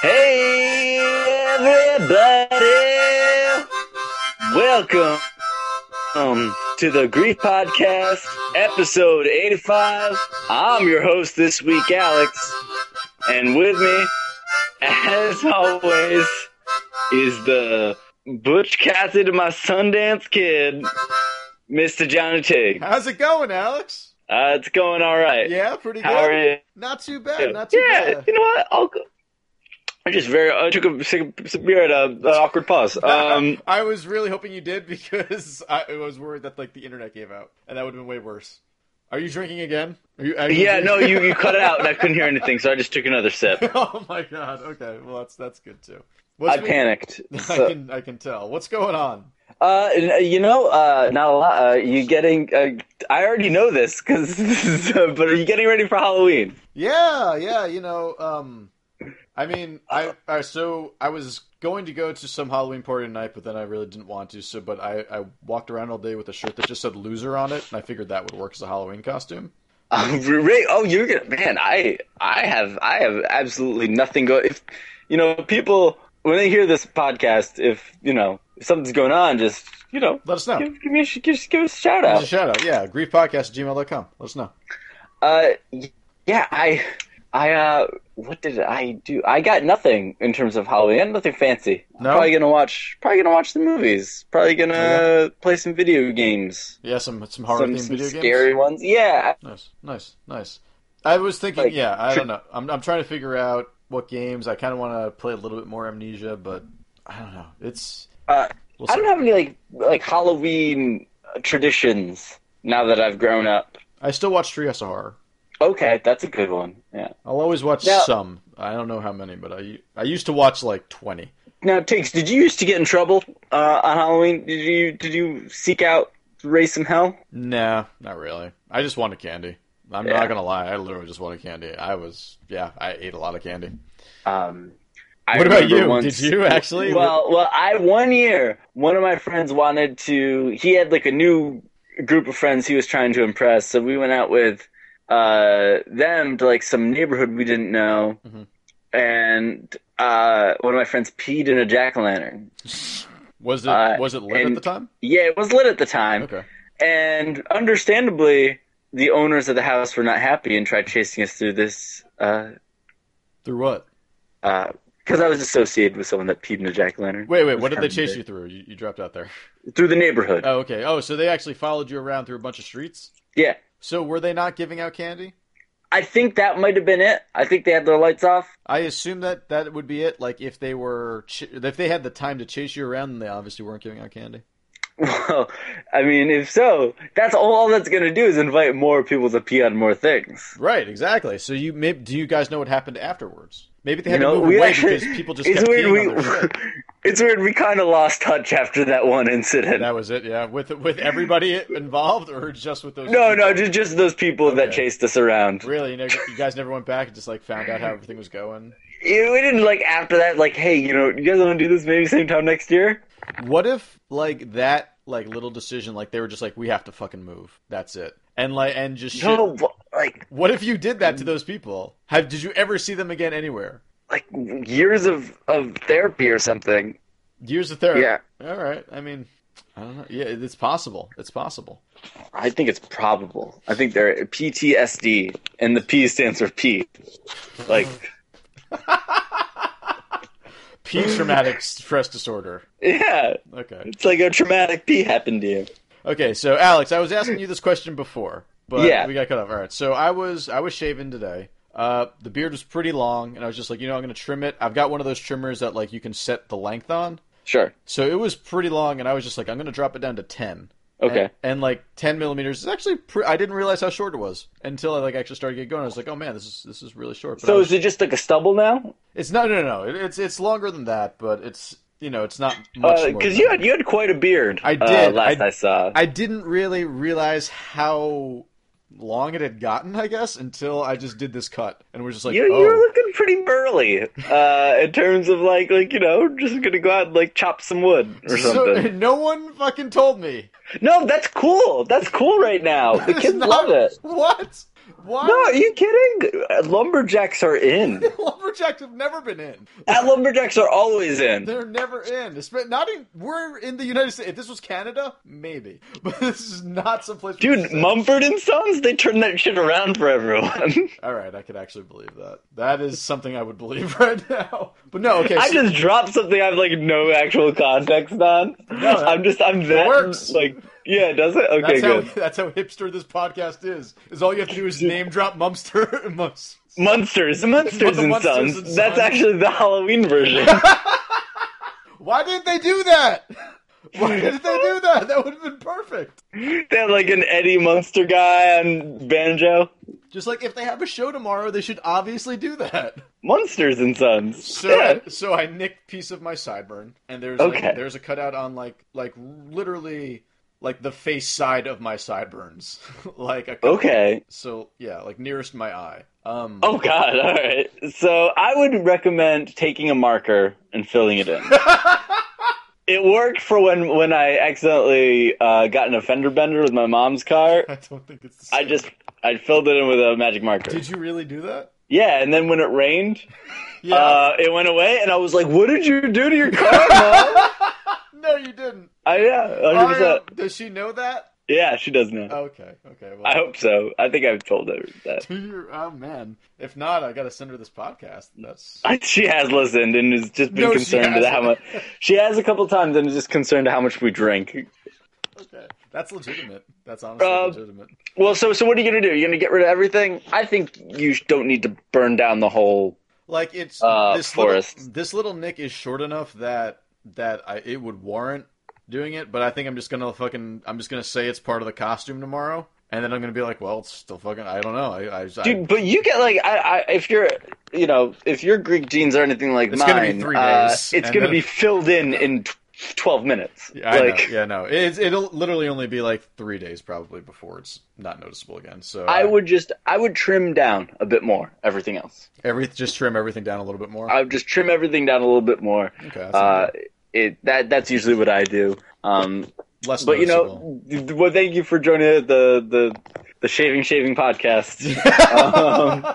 Hey, everybody! Welcome um, to the Grief Podcast, episode 85. I'm your host this week, Alex. And with me, as always, is the Butch Cassidy to my Sundance kid, Mr. Johnny Tig. How's it going, Alex? Uh, it's going all right. Yeah, pretty good. How are you? Not too bad. Not too yeah, bad. you know what? I'll go. I just very. I took a sip sip of beer at a, an awkward pause. Um, I was really hoping you did because I was worried that like the internet gave out, and that would have been way worse. Are you drinking again? Are you, are you yeah, no, drinking- you, you cut it out, and I couldn't hear anything, so I just took another sip. oh my god. Okay. Well, that's that's good too. What's I uh, been- panicked. I So, can I can tell. What's going on? uh, you know, uh, not a lot. Uh, you getting? Uh, I already know this because, but are you getting ready for Halloween? Yeah, yeah, you know, um I mean, I, I so I was going to go to some Halloween party tonight, but then I really didn't want to. So, but I, I walked around all day with a shirt that just said "loser" on it, and I figured that would work as a Halloween costume. Uh, Ray, oh, you're gonna man. I I have I have absolutely nothing going. If you know people when they hear this podcast, if you know if something's going on, just you know Let us know. give, give me a, sh- just give us a shout Give us a out. shout out, yeah, griefpodcast@gmail.com. Let us know. Uh, yeah, I I uh, what did I do? I got nothing in terms of Halloween. I had nothing fancy. I'm No? Probably gonna watch. Probably gonna watch the movies. Probably gonna Yeah. play some video games. Yeah, some some horror Some, themed some video games. scary ones. Yeah. Nice, nice, nice. I was thinking, Like, yeah, I tr- don't know. I'm I'm trying to figure out what games. I kind of want to play a little bit more Amnesia, but I don't know. It's Uh, we'll I see. don't have any like like Halloween uh, traditions now that I've grown up. I still watch Trias Horror. Okay, that's a good one. Yeah. I'll always watch Now- some. I don't know how many, but I I used to watch like twenty. Now, Tiggs, did you used to get in trouble uh, on Halloween? Did you did you seek out race some hell? Nah, not really. I just wanted candy. I'm Yeah. not gonna lie. I literally just wanted candy. I was yeah. I ate a lot of candy. Um, I What about remember you? once- Did you actually? Well, well, I one year one of my friends wanted to. He had like a new group of friends he was trying to impress, so we went out with uh, them to like some neighborhood we didn't know, Mhm. and uh, one of my friends peed in a jack o' lantern. was it uh, was it lit at and- the time? Yeah, it was lit at the time, Okay. and understandably, the owners of the house were not happy and tried chasing us through this. Uh, Through what? because I was associated with someone that peed in a jack o' lantern. Wait, wait. What did they chase you through? You, you dropped out there. Through the neighborhood. Oh, okay. Oh, so they actually followed you around through a bunch of streets. Yeah. So were they not giving out candy? I think that might have been it. I think they had their lights off. I assume that that would be it. Like if they were ch- if they had the time to chase you around, then they obviously weren't giving out candy. Well, I mean, if so, that's all, all that's going to do is invite more people to pee on more things. Right, exactly. So you maybe do you guys know what happened afterwards? Maybe they You had know, to move we away actually- because people just It's kept weird. peeing We on their shit. it's weird. We kind of lost touch after that one incident. That was it, yeah. With with everybody involved or just with those No, no, people? just just those people that Okay. chased us around. Really, you know, you guys never went back and just like found out how everything was going. Yeah, We didn't like after that. Like, hey, you know, you guys want to do this maybe same time next year? What if like that like little decision like they were just like we have to fucking move. That's it. And like and just shit. No, wh- like What if you did that to those people? Have did you ever see them again anywhere? like years of of therapy or something. Years of therapy. Yeah. All right. I mean, I don't know. Yeah, it's possible. It's possible. I think it's probable. I think they're PTSD, and the P stands for P. Like, P traumatic stress disorder. yeah, Okay. it's like a traumatic P happened to you. Okay, so Alex, I was asking you this question before, but Yeah. we got cut off. All right, so I was I was shaving today. Uh, the beard was pretty long, and I was just like, you know, I'm gonna trim it. I've got one of those trimmers that like you can set the length on, Sure. so it was pretty long, and I was just like, I'm gonna drop it down to ten. Okay. And, and, like ten millimeters is actually pre- I didn't realize how short it was until I like actually started getting going. I was like, oh man, this is this is really short. But I So was- is it just like a stubble now? it's not no no no. It, it's it's longer than that, but it's you know it's not much. more Because than Uh, you that. had you had quite a beard. I uh, did. last I, I- saw. I didn't really realize how long it had gotten, I guess, until I just did this cut and we're just like, you oh, you're looking pretty burly uh, in terms of like like you know just gonna go out and like chop some wood or so, something. no one fucking told me. no, that's cool. That's cool right now. The It's kids not- love it. What? Why? No, are you kidding? Uh, Lumberjacks are in. Lumberjacks have never been in. Uh, Lumberjacks are always in. They're never in. It's been- Not in. We're in the United States. If this was Canada, maybe, but this is not someplace. where this Dude, is in. Mumford and Sons, they turn that shit around for everyone. All right, I could actually believe that. That is something I would believe right now. But no, okay. I so- just dropped something I have like no actual context on. that- I'm just I'm that works. like yeah, does it? Okay, that's how good. that's how hipster this podcast is. Is all you have to do is name drop Mumster. Mums. Monsters, Monsters The and Munsters Sons. and That's Sons. actually the Halloween version. Why didn't they do that? Why didn't they do that? That would have been perfect. they had like an Eddie Munster guy on banjo. Just like if they have a show tomorrow, they should obviously do that. Monsters and Sons. So yeah. so I nicked piece of my sideburn, and there's Okay. like, there's a cutout on like like literally like the face side of my sideburns, like a Okay. so yeah, like nearest my eye. Um, Oh god, all right. So I would recommend taking a marker and filling it in. It worked for when when I accidentally uh, got in a fender bender with my mom's car. I don't think it's. The same. I just I filled it in with a magic marker. Did you really do that? Yeah, and then when it rained, Yeah. uh, it went away, and I was like, "What did you do to your car, mom?" no, you didn't. I, yeah, 100%. Aria, does she know that? Yeah, she does know. Okay. Okay. Well, I hope so. I think I've told her that. Do you- oh man! If not, I gotta send her this podcast. That's I, she has listened and has just been No, she concerned at how much. hasn't. She has a couple times and is just concerned how much we drink. okay. That's legitimate. That's honestly Um, legitimate. Well, so so what are you gonna do? You're gonna get rid of everything? I think you sh- don't need to burn down the whole. Like it's uh, this little Forrest. this little nick is short enough that that I it would warrant doing it, but I think I'm just gonna fucking I'm just gonna say it's part of the costume tomorrow, and then I'm gonna be like, well, it's still fucking I don't know. I, I, I Dude, but you get like, I, I if you're, you know, if your Greek jeans are anything like It's mine, gonna be three uh, days, it's and gonna then- be filled in in tw- twelve minutes. Yeah, I like, know. Yeah, no. It's, it'll literally only be like three days probably before it's not noticeable again. So uh, I would just, I would trim down a bit more. Everything else, every just trim everything down a little bit more. I would just trim everything down a little bit more. okay, that's Uh, not it that that's usually what I do. Um, bad. less. but you noticeable. know, well, thank you for joining the the the shaving shaving podcast. um,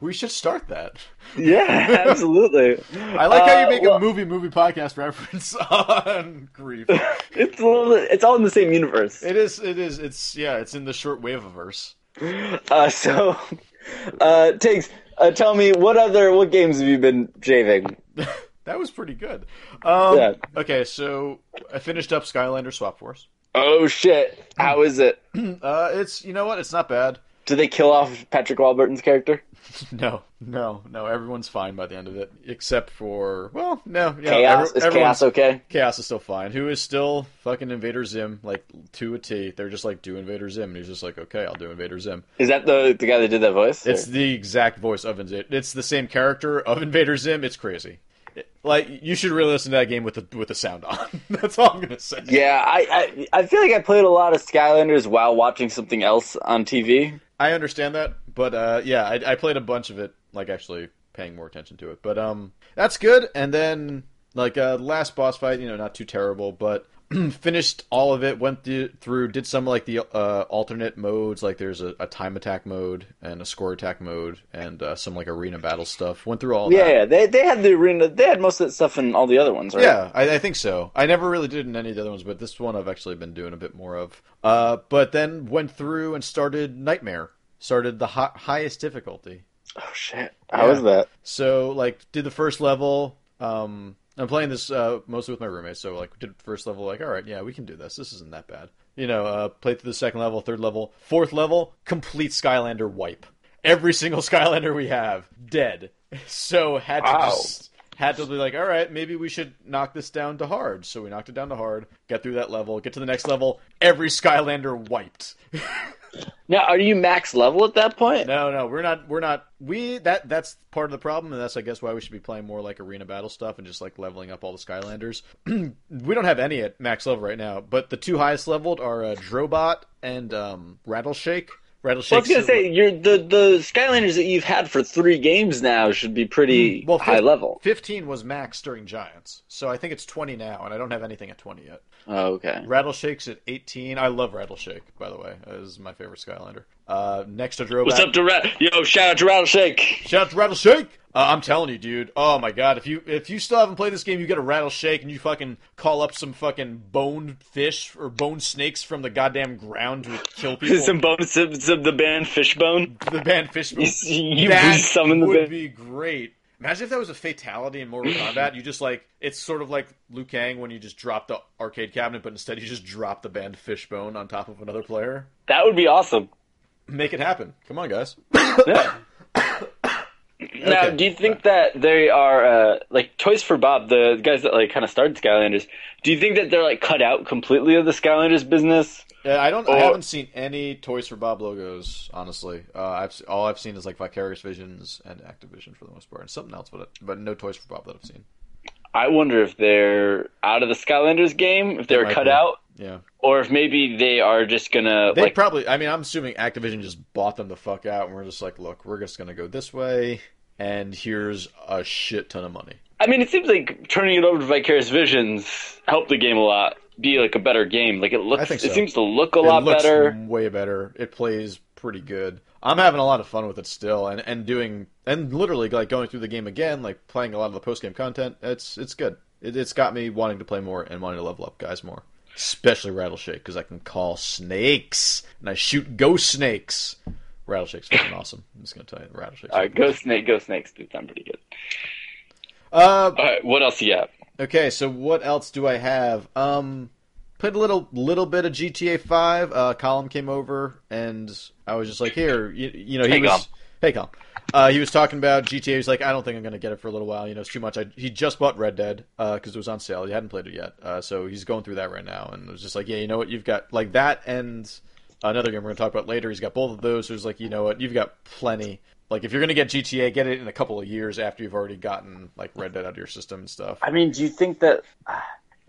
we should start that. yeah, absolutely. I like how you Uh, make well- a movie movie podcast reference on grief. It's a little, it's all in the same universe. It is. It is. It's yeah. It's in the short wave verse. Uh, so, uh, takes. Uh, tell me what other what games have you been shaving? That was pretty good. Um, Yeah. Okay, so I finished up Skylander Swap Force. Oh shit! How is it? Uh, it's you know what? It's not bad. Do they kill off Patrick Walburton's character? No, no, no. Everyone's fine by the end of it, except for well, no, yeah, Chaos every- is everyone's- chaos okay? Chaos is still fine. Who is still fucking Invader Zim, like to a T. They're just like, do Invader Zim, and he's just like, okay, I'll do Invader Zim. Is that the the guy that did that voice? It's the exact voice of Invader. It's the same character of Invader Zim. It's crazy. It- like you should really listen to that game with the with the sound on. That's all I'm gonna say. Yeah, I, I I feel like I played a lot of Skylanders while watching something else on TV. I understand that, but uh, yeah, I, I played a bunch of it, like actually paying more attention to it. But um, that's good. And then like uh, last boss fight, you know, not too terrible, but finished all of it. Went th- through, did some like the uh, alternate modes, like there's a, a time attack mode and a score attack mode, and uh, some like arena battle stuff. Went through all Yeah, that. yeah, they they had the arena. They had most of that stuff in all the other ones, right? Yeah, I, I think so. I never really did in any of the other ones, but this one I've actually been doing a bit more of. Uh, but then went through and started Nightmare. Started the hi- highest difficulty. Oh shit! How Yeah. was that? So like did the first level. Um, I'm playing this uh, mostly with my roommates, so like did the first level. Like all right, yeah, we can do this. This isn't that bad. You know, uh, played through the second level, third level, fourth level, complete Skylander wipe. Every single Skylander we have dead. So had to Wow. just had to be like, all right, maybe we should knock this down to hard. So we knocked it down to hard, get through that level, get to the next level. Every Skylander wiped. Now, are you max level at that point? No, no, we're not. We're not. We that that's part of the problem, and that's I guess why we should be playing more like arena battle stuff and just like leveling up all the Skylanders. we don't have any at max level right now, but the two highest leveled are uh, Drobot and um, Rattleshake. Rattleshake. Well, I was gonna say you're the the Skylanders that you've had for three games now should be pretty Hmm. well, high fif- level. Fifteen was max during Giants, so I think it's twenty now, and I don't have anything at twenty yet. Oh, okay. Rattleshake's at 18. I love Rattleshake, by the way. That is my favorite Skylander. Uh, next to Drobat. What's up to Rat? Yo, shout out to Rattleshake. Shout out to Rattleshake. Uh, I'm telling you, dude. Oh my god, if you if you still haven't played this game, you get a Rattleshake and you fucking call up some fucking boned fish or boned snakes from the goddamn ground to kill people. Some bones of, of the band Fishbone. the band fish. You, you that summon the would band. be great. Imagine if that was a fatality in Mortal Kombat. You just like it's sort of like Liu Kang when you just drop the arcade cabinet, but instead you just drop the band Fishbone on top of another player. That would be awesome. Make it happen. Come on, guys. Yeah. Now, Okay. do you think that they are uh, like Toys for Bob, the guys that like kind of started Skylanders? Do you think that they're like cut out completely of the Skylanders business? Yeah, I don't. I Or- haven't seen any Toys for Bob logos, honestly. Uh, I've se- all I've seen is like Vicarious Visions and Activision for the most part, and something else, but but no Toys for Bob that I've seen. I wonder if they're out of the Skylanders game, if they're might cut be. out, Yeah, or if maybe they are just gonna they like probably. I mean, I'm assuming Activision just bought them the fuck out, and we're just like, look, we're just gonna go this way, and here's a shit ton of money. I mean, it seems like turning it over to Vicarious Visions helped the game a lot. Be like a better game. Like it I looks, think so. it seems to look a it lot looks better. way better. It plays pretty good. I'm having a lot of fun with it still, and and doing and literally like going through the game again, like playing a lot of the post game content. It's it's good. It, it's got me wanting to play more and wanting to level up guys more, especially Rattleshake because I can call snakes and I shoot ghost snakes. Rattleshake's fucking awesome. I'm just gonna tell you, Rattleshake's. All right, go snake, go snakes. Dude, I'm pretty good. Uh, All right, what else you got? Okay, so what else do I have? Um, played a little little bit of GTA Five. Uh, Colin came over, and I was just like, "Here, you, you know." He Hey, was Colin. hey, Colin. Uh, he was talking about GTA. He's like, "I don't think I'm going to get it for a little while. You know, it's too much." I, he just bought Red Dead because it was on sale. He hadn't played it yet, uh, so he's going through that right now. And it was just like, "Yeah, you know what? You've got like that and another game we're going to talk about later. He's got both of those. So he's like, you know what? You've got plenty." Like if you're gonna get GTA, get it in a couple of years after you've already gotten like Red Dead out of your system and stuff. I mean, do you think that?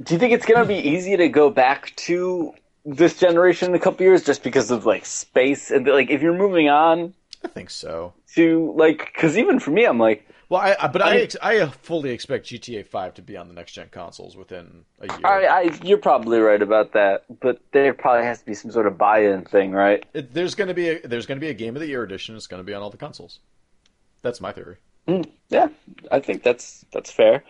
Do you think it's gonna be easy to go back to this generation in a couple years just because of like space and like if you're moving on I think so. to like because even for me, I'm like. Well, I, I but I, I- ex- I fully expect GTA Five to be on the next gen consoles within a year. I, I, you're probably right about that, but there probably has to be some sort of buy-in thing, right? It- there's going to be a, there's going to be a game of the year edition. It's going to be on all the consoles. That's my theory. Yeah, I think that's that's fair.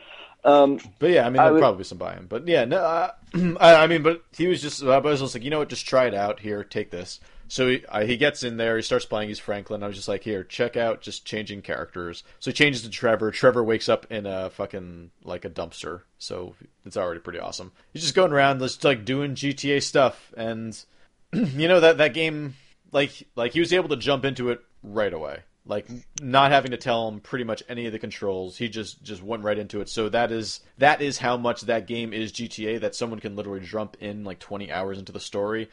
Um, But yeah, I mean, I there'll would- probably be some buy-in. But yeah, no, I, I I mean, but he was just, I was just like, you know what, just try it out here, take this. So he, I, he gets in there, he starts playing, he's Franklin. I was just like, here, check out just changing characters. So he changes to Trevor. Trevor wakes up in a fucking, like a dumpster. So it's already pretty awesome. He's just going around, just like doing GTA stuff. And you know, that, that game, like, like he was able to jump into it right away. Like not having to tell him pretty much any of the controls, he just just went right into it. So that is that is how much that game is GTA. That someone can literally jump in like twenty hours into the story,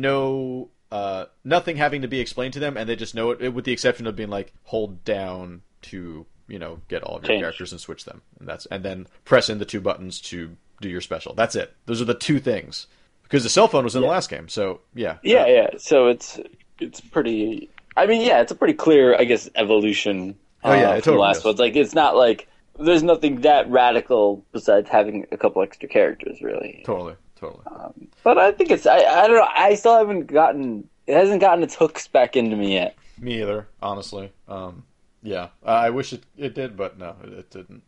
no, uh, nothing having to be explained to them, and they just know it. With the exception of being like hold down to you know get all of your Change. characters and switch them, and that's and then press in the two buttons to do your special. That's it. Those are the two things. Because the cell phone was in the last game, so yeah, yeah, yeah. So it's it's pretty. I mean, yeah, it's a pretty clear, I guess, evolution. Oh, yeah, it uh, from totally the last is. one. It's Like, it's not like there's nothing that radical besides having a couple extra characters, really. Um, totally, totally. But I think it's. I, I don't know. I still haven't gotten. It hasn't gotten its hooks back into me yet. Me either, honestly. Um, yeah, I I wish it, it did, but no, it, it didn't.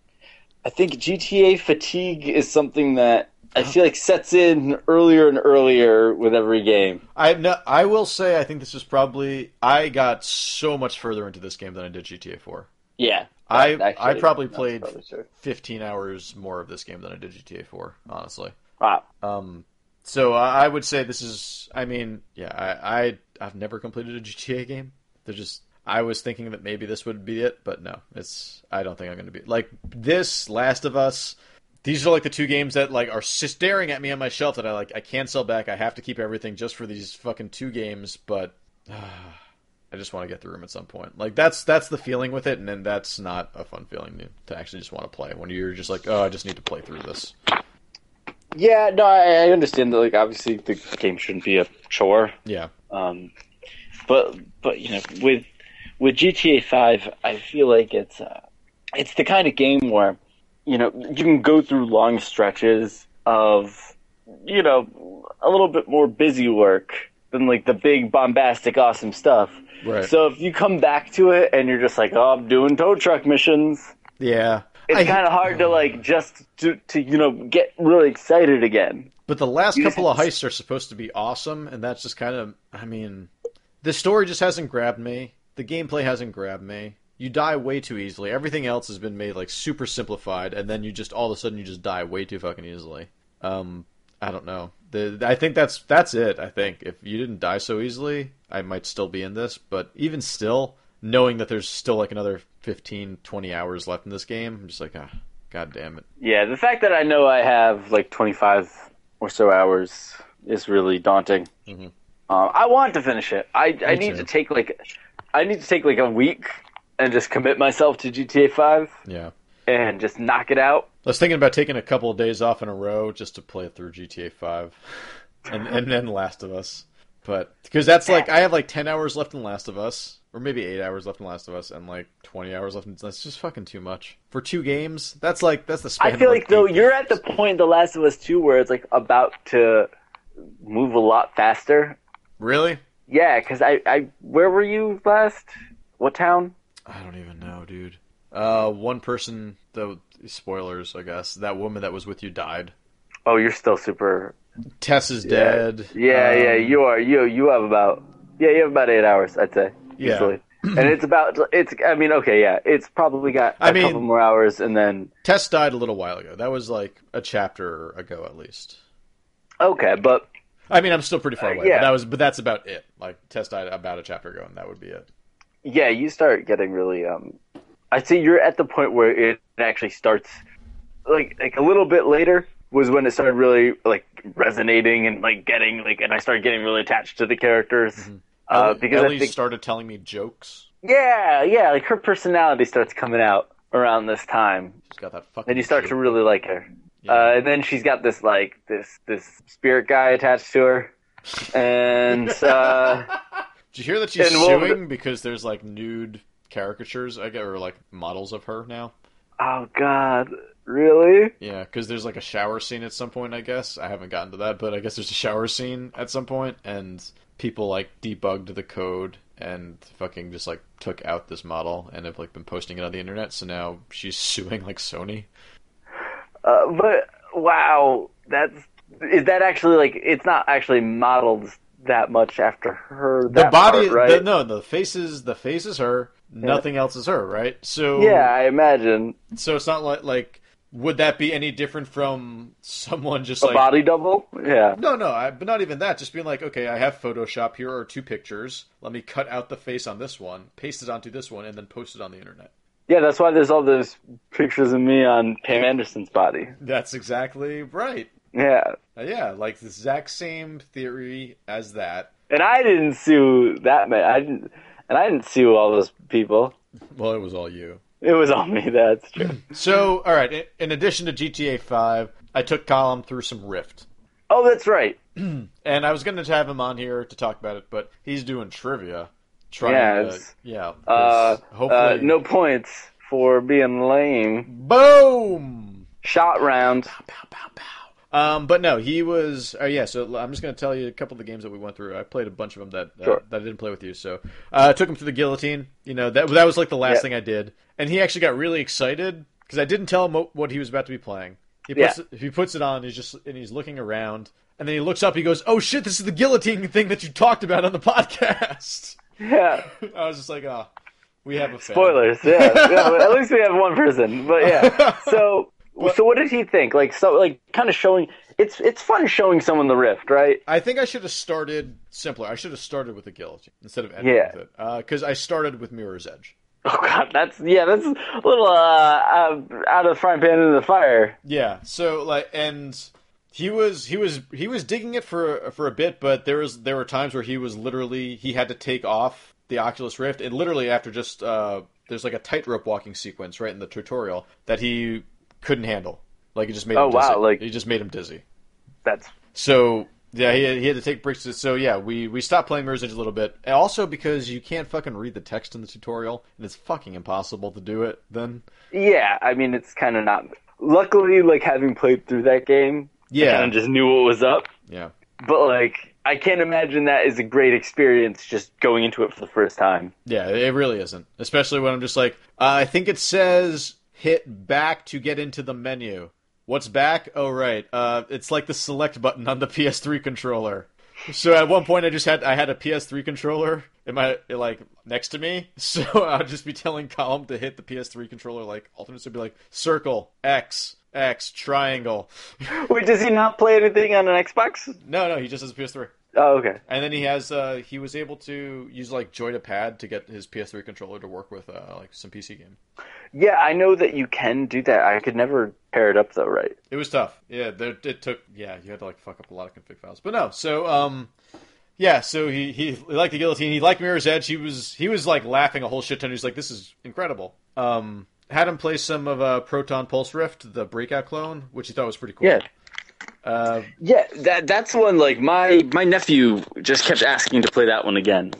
I think GTA fatigue is something that I feel like sets in earlier and earlier with every game. I no, I will say I think this is probably I got so much further into this game than I did GTA 4. Yeah, I That actually- I probably that's played probably true. 15 hours more of this game than I did GTA 4, honestly. Wow. Um, so I, I would say this is. I mean, yeah, I, I I've never completed a GTA game. They're just. I was thinking that maybe this would be it, but no, it's. I don't think I'm going to be like this. Last of Us. These are like the two games that like are staring at me on my shelf that I like. I can't sell back. I have to keep everything just for these fucking two games. But I just want to get through them at some point. Like that's that's the feeling with it, and then that's not a fun feeling to, to actually just want to play when you're just like, oh, I just need to play through this. Yeah, no, I, I understand that. Like, obviously, the game shouldn't be a chore. Yeah. Um, but but you know, with with GTA Five, I feel like it's uh, it's the kind of game where you know you can go through long stretches of you know, a little bit more busy work than like the big bombastic awesome stuff. Right. So if you come back to it and you're just like, oh, I'm doing tow truck missions, yeah. it's I- kind of hard to like just to, to you know get really excited again. But the last You couple of just- heists are supposed to be awesome, and that's just kind of, I mean, the story just hasn't grabbed me. The gameplay hasn't grabbed me. You die way too easily. Everything else has been made like super simplified, and then you just all of a sudden you just die way too fucking easily. Um, I don't know. The, I think that's that's it. I think if you didn't die so easily, I might still be in this. But even still, knowing that there's still like another 15, 20 hours left in this game, I'm just like, ah, god damn it. Yeah, the fact that I know I have like 25 or so hours is really daunting. Mhm. Uh, I want to finish it. I, I Me need too. to take like I need to take like a week and just commit myself to GTA 5 Yeah. and just knock it out. I was thinking about taking a couple of days off in a row just to play through GTA Five, and and then Last of Us, but because that's like I have like ten hours left in Last of Us, or maybe eight hours left in Last of Us, and like twenty hours left. in... That's just fucking too much for two games. That's like that's the span. I of, feel like though eight you're at the games. point in The Last of Us 2 where it's like about to move a lot faster. really. Yeah, cuz I I where were you last? What town? I don't even know, dude. Uh, one person though. Spoilers, I guess. That woman that was with you died. Oh, you're still super Tess is dead. Yeah, yeah, Um, you are. You you have about yeah, you have about eight hours, I'd say Yeah. easily. and it's about it's. I mean, okay, yeah, it's probably got a I mean- couple more hours, and then Tess died a little while ago. That was like a chapter ago, at least. okay, but I mean, I'm still pretty far Uh, away. yeah. But that was, but that's about it. Like test died about a chapter ago, and that would be it. yeah, you start getting really. um I see you're at the point where it actually starts, like like a little bit later was when it started really like resonating and like getting like, and I started getting really attached to the characters. Mm-hmm. Uh, because Ellie I think, started telling me jokes. yeah, yeah, like her personality starts coming out around this time, She's got that fucking. then you start to joke. really like her. Yeah. Uh, and then she's got this like this this spirit guy attached to her, and uh, Did you hear that she's and what suing would- because there's like nude caricatures? I get or like models of her now. oh god, really? Yeah, because there's like a shower scene at some point. I guess I haven't gotten to that, but I guess there's a shower scene at some point, and people like debugged the code and fucking just like took out this model and have like been posting it on the internet. So now she's suing like Sony. Uh, but wow, that's is that actually like it's not actually modeled that much after her. the that body part, right? the, no the face is the face is her nothing else is her right so yeah, I imagine so it's not like like would that be any different from someone just a like body double. Yeah, no no I, but not even that just being like okay i have photoshop here are two pictures let me cut out the face on this one paste it onto this one and then post it on the internet yeah. That's why there's all those pictures of me on Pam Anderson's body. that's exactly right Yeah, Uh, yeah like the exact same theory as that and I didn't sue that man. I didn't, and I didn't sue all those people. well it was all you It was on me. That's true. so all right in- in addition to gta 5 i took column through some rift Oh, that's right. And I was going to have him on here to talk about it, but he's doing trivia. Trying Yeah, to- it's- yeah. 'cause Uh, uh, hopefully, no points for being lame. Boom. Shot round. Pow, pow, pow. Um, but no, he was. Oh yeah. So I'm just going to tell you a couple of the games that we went through. I played a bunch of them that uh, Sure. that I didn't play with you. So uh, I took him to the guillotine. You know that that was like the last Yeah. thing I did, and he actually got really excited because I didn't tell him what, what he was about to be playing. He puts it, he puts it on. He's just and he's looking around, and then he looks up. He goes, "Oh shit! This is the guillotine thing that you talked about on the podcast." Yeah. I was just like, ah, we have a fan. Spoilers. Yeah. yeah but at least we have one person. But yeah. So. so what did he think? Like so, like kind of showing. It's it's fun showing someone the rift, right? I think I should have started simpler. I should have started with the guillotine instead of ending Yeah. with it, because I started with Mirror's Edge. Oh God, that's yeah, that's a little uh, uh out of the frying pan into the fire. Yeah. So like, and he was he was he was digging it for for a bit, but there was there were times where he was literally he had to take off the Oculus Rift, and literally after just uh, there's like a tightrope walking sequence right in the tutorial that he couldn't handle. Like it just made Oh, him wow, dizzy. like- it just made him dizzy. That's So yeah, he, he had to take breaks. So yeah, we we stopped playing Mirror's Edge a little bit, and also because you can't fucking read the text in the tutorial, and it's fucking impossible to do it. Then yeah. I mean, it's kind of not. Luckily, like having played through that game, I kind Yeah. of just knew what was up. Yeah. But like, I can't imagine that is a great experience just going into it for the first time. Yeah, it really isn't. Especially when I'm just like, uh, I think it says hit back to get into the menu. What's back? Oh, right. Uh, it's like the select button on the PS3 controller. So at one point, I just had I had a PS3 controller in my like next to me, so I'd just be telling Column to hit the PS3 controller. Like alternates would be like circle, X, X, triangle. Wait, does he not play anything on an Xbox? No, no, he just has a PS3. Oh, okay. And then he has uh he was able to use like joy to pad to get his PS3 controller to work with uh like some PC game. Yeah, I know that you can do that. I could never pair it up though, right? It was tough. Yeah, there, it took. Yeah, you had to like fuck up a lot of config files. But no, so um, yeah, so he he liked the guillotine. He liked Mirror's Edge. He was he was like laughing a whole shit ton. He was like, this is incredible. Um, had him play some of uh, Proton Pulse Rift, the Breakout clone, which he thought was pretty cool. Yeah. Uh, Yeah, that that's one like my my nephew just kept asking to play that one again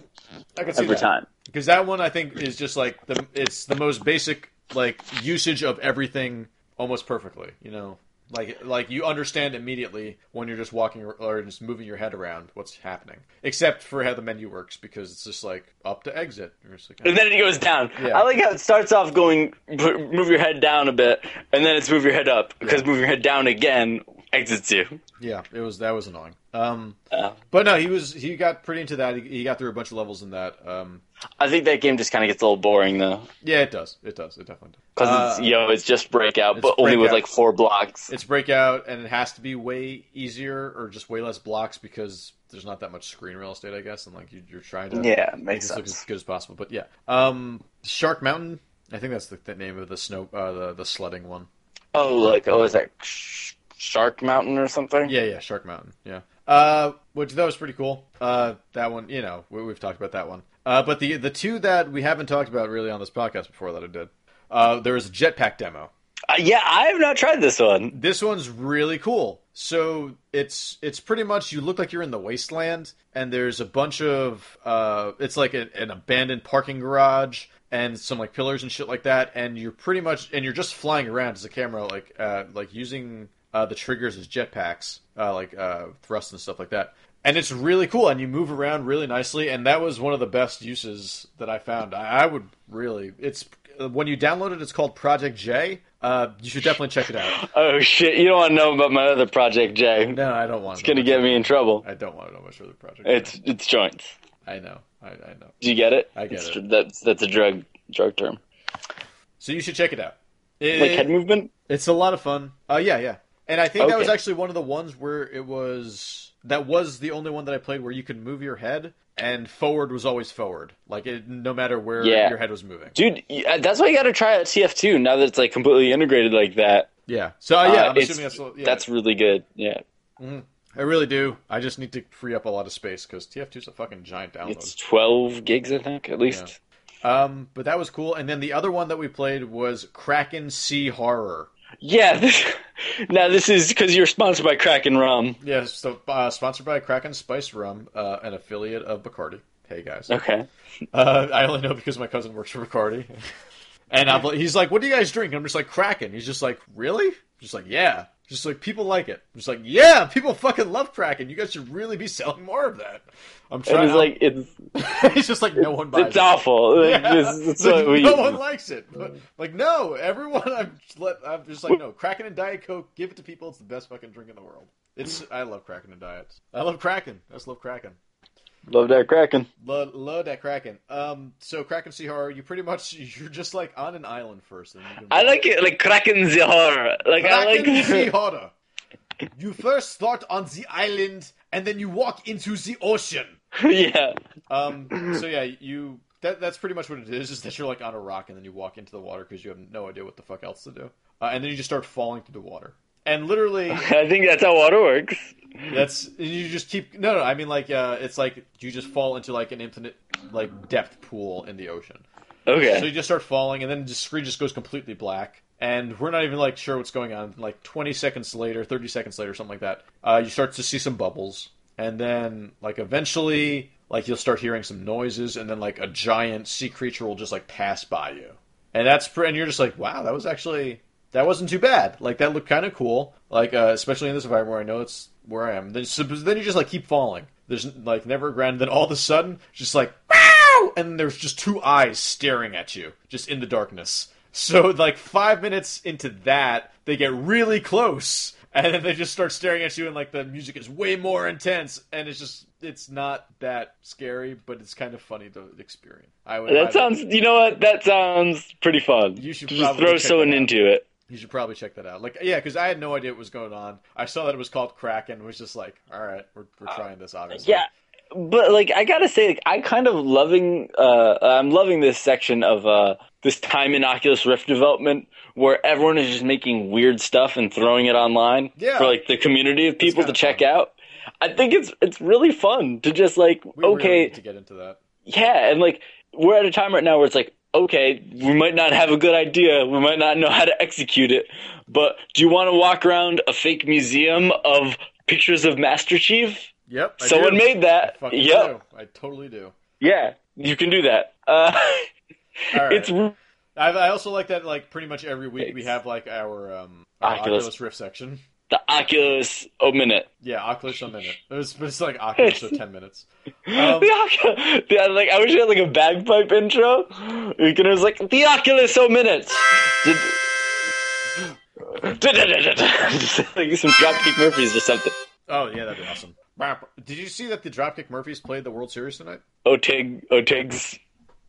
I could see every that. time. because that one I think is just like the it's the most basic like usage of everything almost perfectly. You know, like like you understand immediately when you're just walking or- or just moving your head around what's happening, except for how the menu works because it's just like up to exit. You're just like, And then it goes down. Yeah. I like how it starts off going p- move your head down a bit, and then it's move your head up because moving your head down again exits you. yeah, it was that was annoying. Um, Yeah. but no, he was he got pretty into that. He, he got through a bunch of levels in that. Um, I think that game just kind of gets a little boring though. yeah, it does. It does. It definitely does. Because Uh, it's, you know, it's just breakout, but only with Breakout. like four blocks. it's breakout and it has to be way easier or just way less blocks because there's not that much screen real estate i guess and like you, you're trying to yeah, make makes this look as sense. good as possible but yeah um shark mountain i think that's the, the name of the snow uh the, the sledding one Oh, like oh, is that Sh- Shark Mountain or something? yeah yeah shark mountain yeah uh which that was pretty cool uh that one you know we, we've talked about that one uh but the the two that we haven't talked about really on this podcast before that i did uh there was a jetpack demo Uh, yeah, I have not tried this one. This one's really cool. So it's it's pretty much you look like you're in the wasteland, and there's a bunch of uh, it's like a, an abandoned parking garage and some like pillars and shit like that, and you're pretty much and you're just flying around as a camera, like uh, like using uh, the triggers as jetpacks, uh, like uh, thrust and stuff like that. And it's really cool, and you move around really nicely, and that was one of the best uses that I found. I, I would really, it's when you download it, it's called Project J. Uh, you should definitely check it out. Oh shit! You don't want to know about my other project, Jay. No, I don't want. It's gonna get me in trouble. I don't want to know much for the project. It's it's joints. I know. I, I know. Do you get it? I get It's- it. That's that's a drug drug term. So you should check it out. Like It- head movement. it's a lot of fun. Uh, yeah, yeah. And I think that was Okay. actually one of the ones where it was that was the only one that I played where you could move your head and forward was always forward, like it, no matter where Yeah. your head was moving. Dude, y- uh, that's why you got to try out TF2 now that it's like completely integrated like that. Yeah. So uh, yeah, Uh, I'm it's- assuming that's yeah. That's really good. Yeah, I really do. I just need to free up a lot of space because TF2 is a fucking giant download. it's 12 gigs I think at least. Um, but that was cool. And then the other one that we played was Kraken Sea Horror. Yeah. This, now this is because you're sponsored by Kraken Rum. Yeah, so uh, sponsored by Kraken Spice Rum, uh, an affiliate of Bacardi. Hey guys, Okay. uh, I only know because my cousin works for Bacardi, and I'm, like- he's like, "What do you guys drink?" And I'm just like, "Kraken." He's just like, "Really?" I'm just like, "Yeah." Just like people like it. I'm just like, "Yeah, people fucking love Kraken. You guys should really be selling more of that." I'm And trying. it's like it's he's just like, "No one buys it's it." awful. Like, Yeah. this- that's It's like, what we- no one likes it. But, like, no, everyone. I'm just, let, I'm just like, no, Kraken and Diet Coke. Give it to people. It's the best fucking drink in the world. It's. I love Kraken and Diet. I love Kraken. I just love Kraken. love that Kraken. Love, love that Kraken. Um, so Kraken Sea Horror, you pretty much you're just like on an island first. And you can- I like it like Kraken the horror. Like Kraken I like Sea Horror. You first start on the island, and then you walk into the ocean. yeah. Um. So yeah, you that that's pretty much what it is. Is that you're like on a rock and then you walk into the water because you have no idea what the fuck else to do, uh, and then you just start falling through the water. And literally, I think that's how water works. that's you just keep no no. I mean like uh, it's like you just fall into like an infinite like depth pool in the ocean. So Okay. you just start falling, and then the screen just goes completely black. And we're not even like sure what's going on. Like 20 seconds later, 30 seconds later, something like that, uh, you start to see some bubbles, and then like eventually, like you'll start hearing some noises, and then like a giant sea creature will just like pass by you, and that's pre- and you're just like, wow, that was actually that wasn't too bad. Like that looked kind of cool. Like uh, especially in this environment where I know it's where I am. Then, so, then you just like keep falling. There's like never ground. Then all of a sudden, just like wow, and there's just two eyes staring at you, just in the darkness. So like five minutes into that, they get really close, and then they just start staring at you, and like the music is way more intense, and it's just it's not that scary, but it's kind of funny to experience. I would. I- That sounds. You know what? That sounds pretty fun. You should just probably throw check someone that out. into it. You should probably check that out. Like, yeah, because I had no idea what was going on. I saw that it was called Kraken. Was just like, all right, we're, we're trying this, obviously. Uh, Yeah, but like I gotta say, like, I kind of loving. Uh, I'm loving this section of uh, this time in Oculus Rift development where everyone is just making weird stuff and throwing it online Yeah. for like the community of people to kinda check fun. out. I think it's it's really fun to just like we really okay, need to get into that. yeah, and like we're at a time right now where it's like, okay, we might not have a good idea, we might not know how to execute it, but do you want to walk around a fake museum of pictures of Master Chief? Yep. I Someone do. made I that. fucking Yep. do. I totally do. Yeah, you can do that. Uh, All right. It's r- I, I also like that. Like pretty much every week we Thanks. have like our, um, our Oculus. Oculus. Rift section. the Oculus a minute. Yeah, Oculus a minute. It was, but it's like Oculus for ten minutes. Um, the Oculus. Yeah, like I wish I had like a bagpipe intro. You can it was like the Oculus a minute. Did- Just like some Dropkick Murphys or something. Oh yeah, that'd be awesome. Did you see that the Dropkick Murphys played the World Series tonight? Otig, Otigs.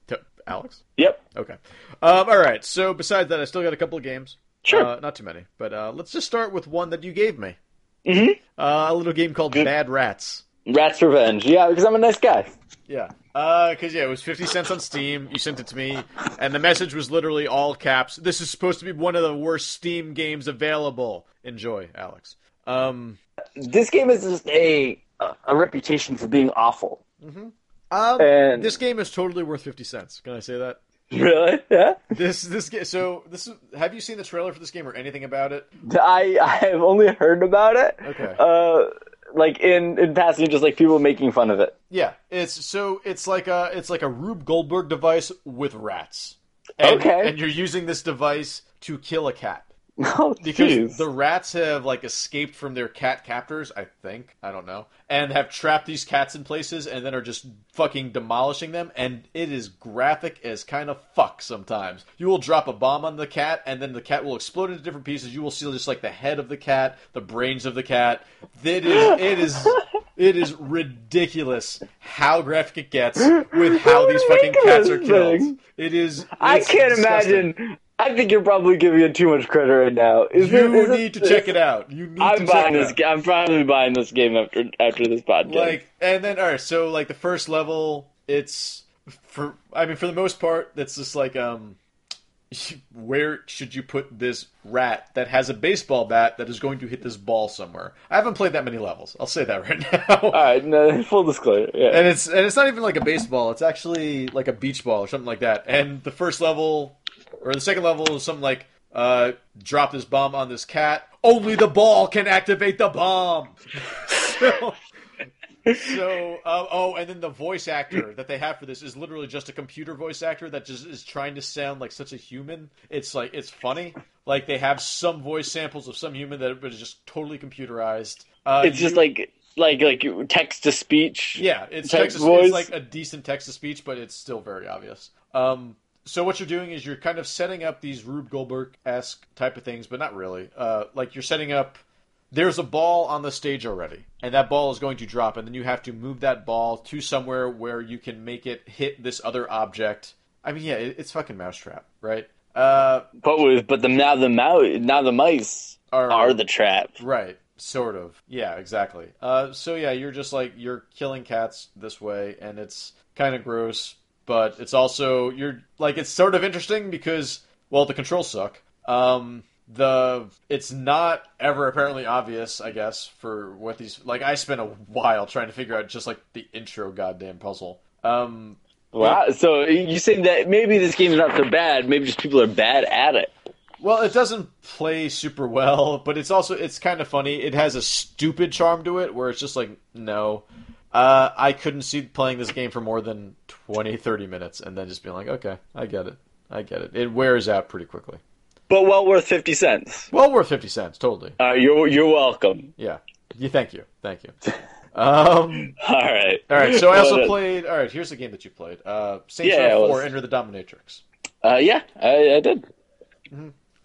To Alex. Yep. Okay. Um, all right. So besides that, I still got a couple of games. Sure. Uh, not too many, but uh, let's just start with one that you gave me. Mhm. Uh, a little game called Bad Rats. Rat's Revenge. Yeah, because I'm a nice guy. Yeah. Uh, cause yeah, it was fifty cents on Steam. You sent it to me, and the message was literally all caps. This is supposed to be one of the worst Steam games available. Enjoy, Alex. Um. This game is just a a reputation for being awful. um, And- this game is totally worth fifty cents. Can I say that? Really? Yeah. This this game. So this is. Have you seen the trailer for this game or anything about it? I I have only heard about it. Okay. Uh, like in in passing, just like people making fun of it. Yeah, it's so it's like a it's like a Rube Goldberg device with rats. And, Okay. and you're using this device to kill a cat Oh, because jeez. the rats have like escaped from their cat captors, I think, I don't know, and have trapped these cats in places and then are just fucking demolishing them. And it is graphic as kind of fuck sometimes. You will drop a bomb on the cat, and then the cat will explode into different pieces. You will see just like the head of the cat, the brains of the cat. It is, it is, it is ridiculous how graphic it gets with how these fucking cats are killed. It is. I it's can't disgusting. imagine. I think you're probably giving it too much credit right now. Is it- You is it- need to check it out. You need I'm to check buying it this. out. ga- I'm probably buying this game after after this podcast. like and then all right so like the first level it's for i mean for the most part that's just like um where should you put this rat that has a baseball bat that is going to hit this ball somewhere i haven't played that many levels i'll say that right now all right. No, full disclosure. Yeah. and it's and it's not even like a baseball. It's actually like a beach ball or something like that. And the first level or the second level is something like uh, drop this bomb on this cat. Only the ball can activate the bomb. so, so uh, oh, and then the voice actor that they have for this is literally just a computer voice actor that just is trying to sound like such a human. It's like it's funny. Like they have some voice samples of some human that is just totally computerized. Uh, it's just you- like like like text to speech. yeah, it's Text Texas. voice. It's like a decent text to speech, but it's still very obvious. Um, so what you're doing is you're kind of setting up these Rube Goldberg esque type of things, but not really. Uh, like you're setting up. There's a ball on the stage already, and that ball is going to drop, and then you have to move that ball to somewhere where you can make it hit this other object. I mean, yeah, it, it's fucking mousetrap, right? Uh, But with but the now the mouse now the mice Are- are the trap. Right, sort of. Yeah, exactly. Uh, so yeah, you're just like you're killing cats this way, and it's kind of gross, but it's also you're like it's sort of interesting because well, the controls suck. Um, the it's not ever apparently obvious, I guess, for what these like. I spent a while trying to figure out just like the intro goddamn puzzle. Um, Wow. So you saying that maybe this game's not so bad? Maybe just people are bad at it. Well, it doesn't play super well, but it's also it's kind of funny. It has a stupid charm to it where it's just like, no. Uh, I couldn't see playing this game for more than 20, 30 minutes and then just being like, okay, I get it. I get it. It wears out pretty quickly. but well worth 50 cents. Well worth fifty cents, totally. Uh, you're, you're welcome. Yeah. You thank you, thank you. Um, All right. all right. So I Well, also that- played. All right. Here's the game that you played. Uh, Saints Yeah, Row it was- Four: Enter the Dominatrix. Uh, yeah, I, I did.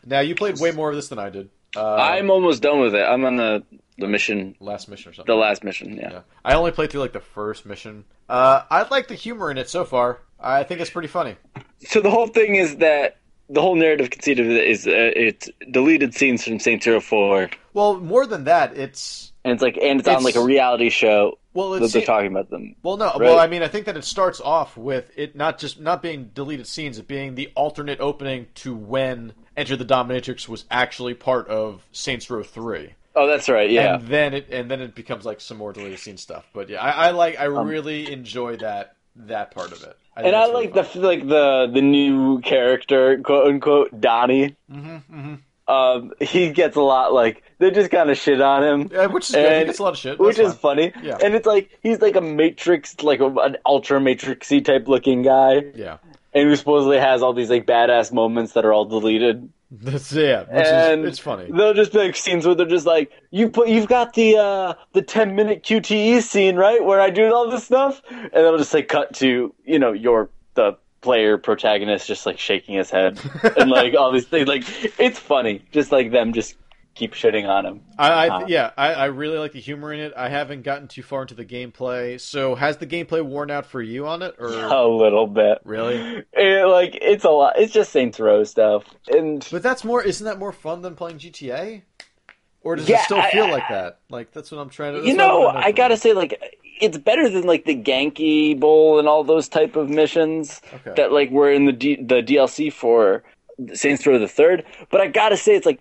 Now you played way more of this than I did. Uh, I'm almost done with it. I'm on the, the mission, last mission or something. the last mission. Yeah. Yeah. I only played through like the first mission. Uh, I like the humor in it so far. I think it's pretty funny. So the whole thing is that the whole narrative conceit of it is uh, it's deleted scenes from Saints Row 4, and Well, more than that, it's it's like, and it's, on It's- like a reality show well, that it's they're talking about them. well, no, well, I mean, I think that it starts off with it not just not being deleted scenes, it being the alternate opening to when Enter the Dominatrix was actually part of Saints Row Three, Oh, that's right. Yeah. and then it and then it becomes like some more deleted scene stuff. But yeah, I, I like I really enjoy that that part of it. Um, And I like the like the the new character, quote unquote, Donnie. mm-hmm, mm-hmm. Um, he gets a lot like they just kind of shit on him, Yeah, which is good. And- He gets a lot of shit, which That's is fine. funny. Yeah. And it's like he's like a Matrix, like a, an ultra Matrixy type looking guy, yeah. and who supposedly has all these like badass moments that are all deleted. That's yeah, which And is it's funey. They'll just be like scenes where they're just like, "You put, you've got the uh, the ten minute QTE E scene, right, where I do all this stuff," and they'll just like cut to you know your the player protagonist just like shaking his head and like all these things. Like it's funny, just like them just keep shitting on him. I, I Uh, yeah, I, I really like the humor in it. I haven't gotten too far into the gameplay. So has the gameplay worn out for you on it, or A little bit, really? It, Eh, like it's a lot. It's just Saints Row stuff, and But that's more. Isn't that more fun than playing GTA? Or does Yeah, it still I- feel I- like that? Like that's what I'm trying to. you that's what know, wanna I from gotta say, like it's better than like the Genki Bowl and all those type of missions. you. Okay. that like were in the D- the DLC for Saints Row the Third. But I gotta say, it's like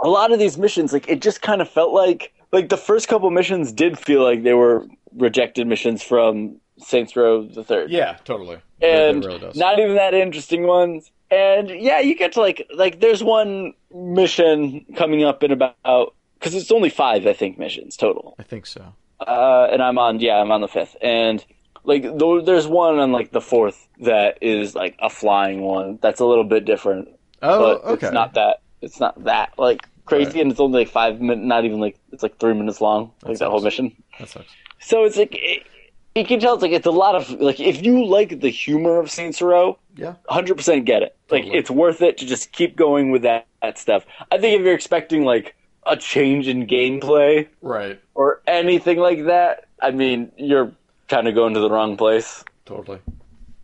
a lot of these missions, like it just kind of felt like like the first couple missions did feel like they were rejected missions from Saints Row the Third, Yeah, totally. and it really does. not even that interesting ones. And yeah, you get to like like there's one mission coming up in about because it's only five I think missions total I think so. uh, and I'm on yeah, I'm on the fifth, and like th- there's one on like the fourth that is like a flying one that's a little bit different, Oh, but okay. it's not that it's not that like crazy, Right. and it's only like five minutes, not even like it's like three minutes long, like That that whole sucks. mission. That sucks. So it's like it, you can tell it's like it's a lot of like if you like the humor of Saints Row, Yeah. hundred percent get it. Like Totally. it's worth it to just keep going with that, that stuff. I think if you're expecting like a change in gameplay Right. or anything like that, I mean, you're kind of going to the wrong place. Totally.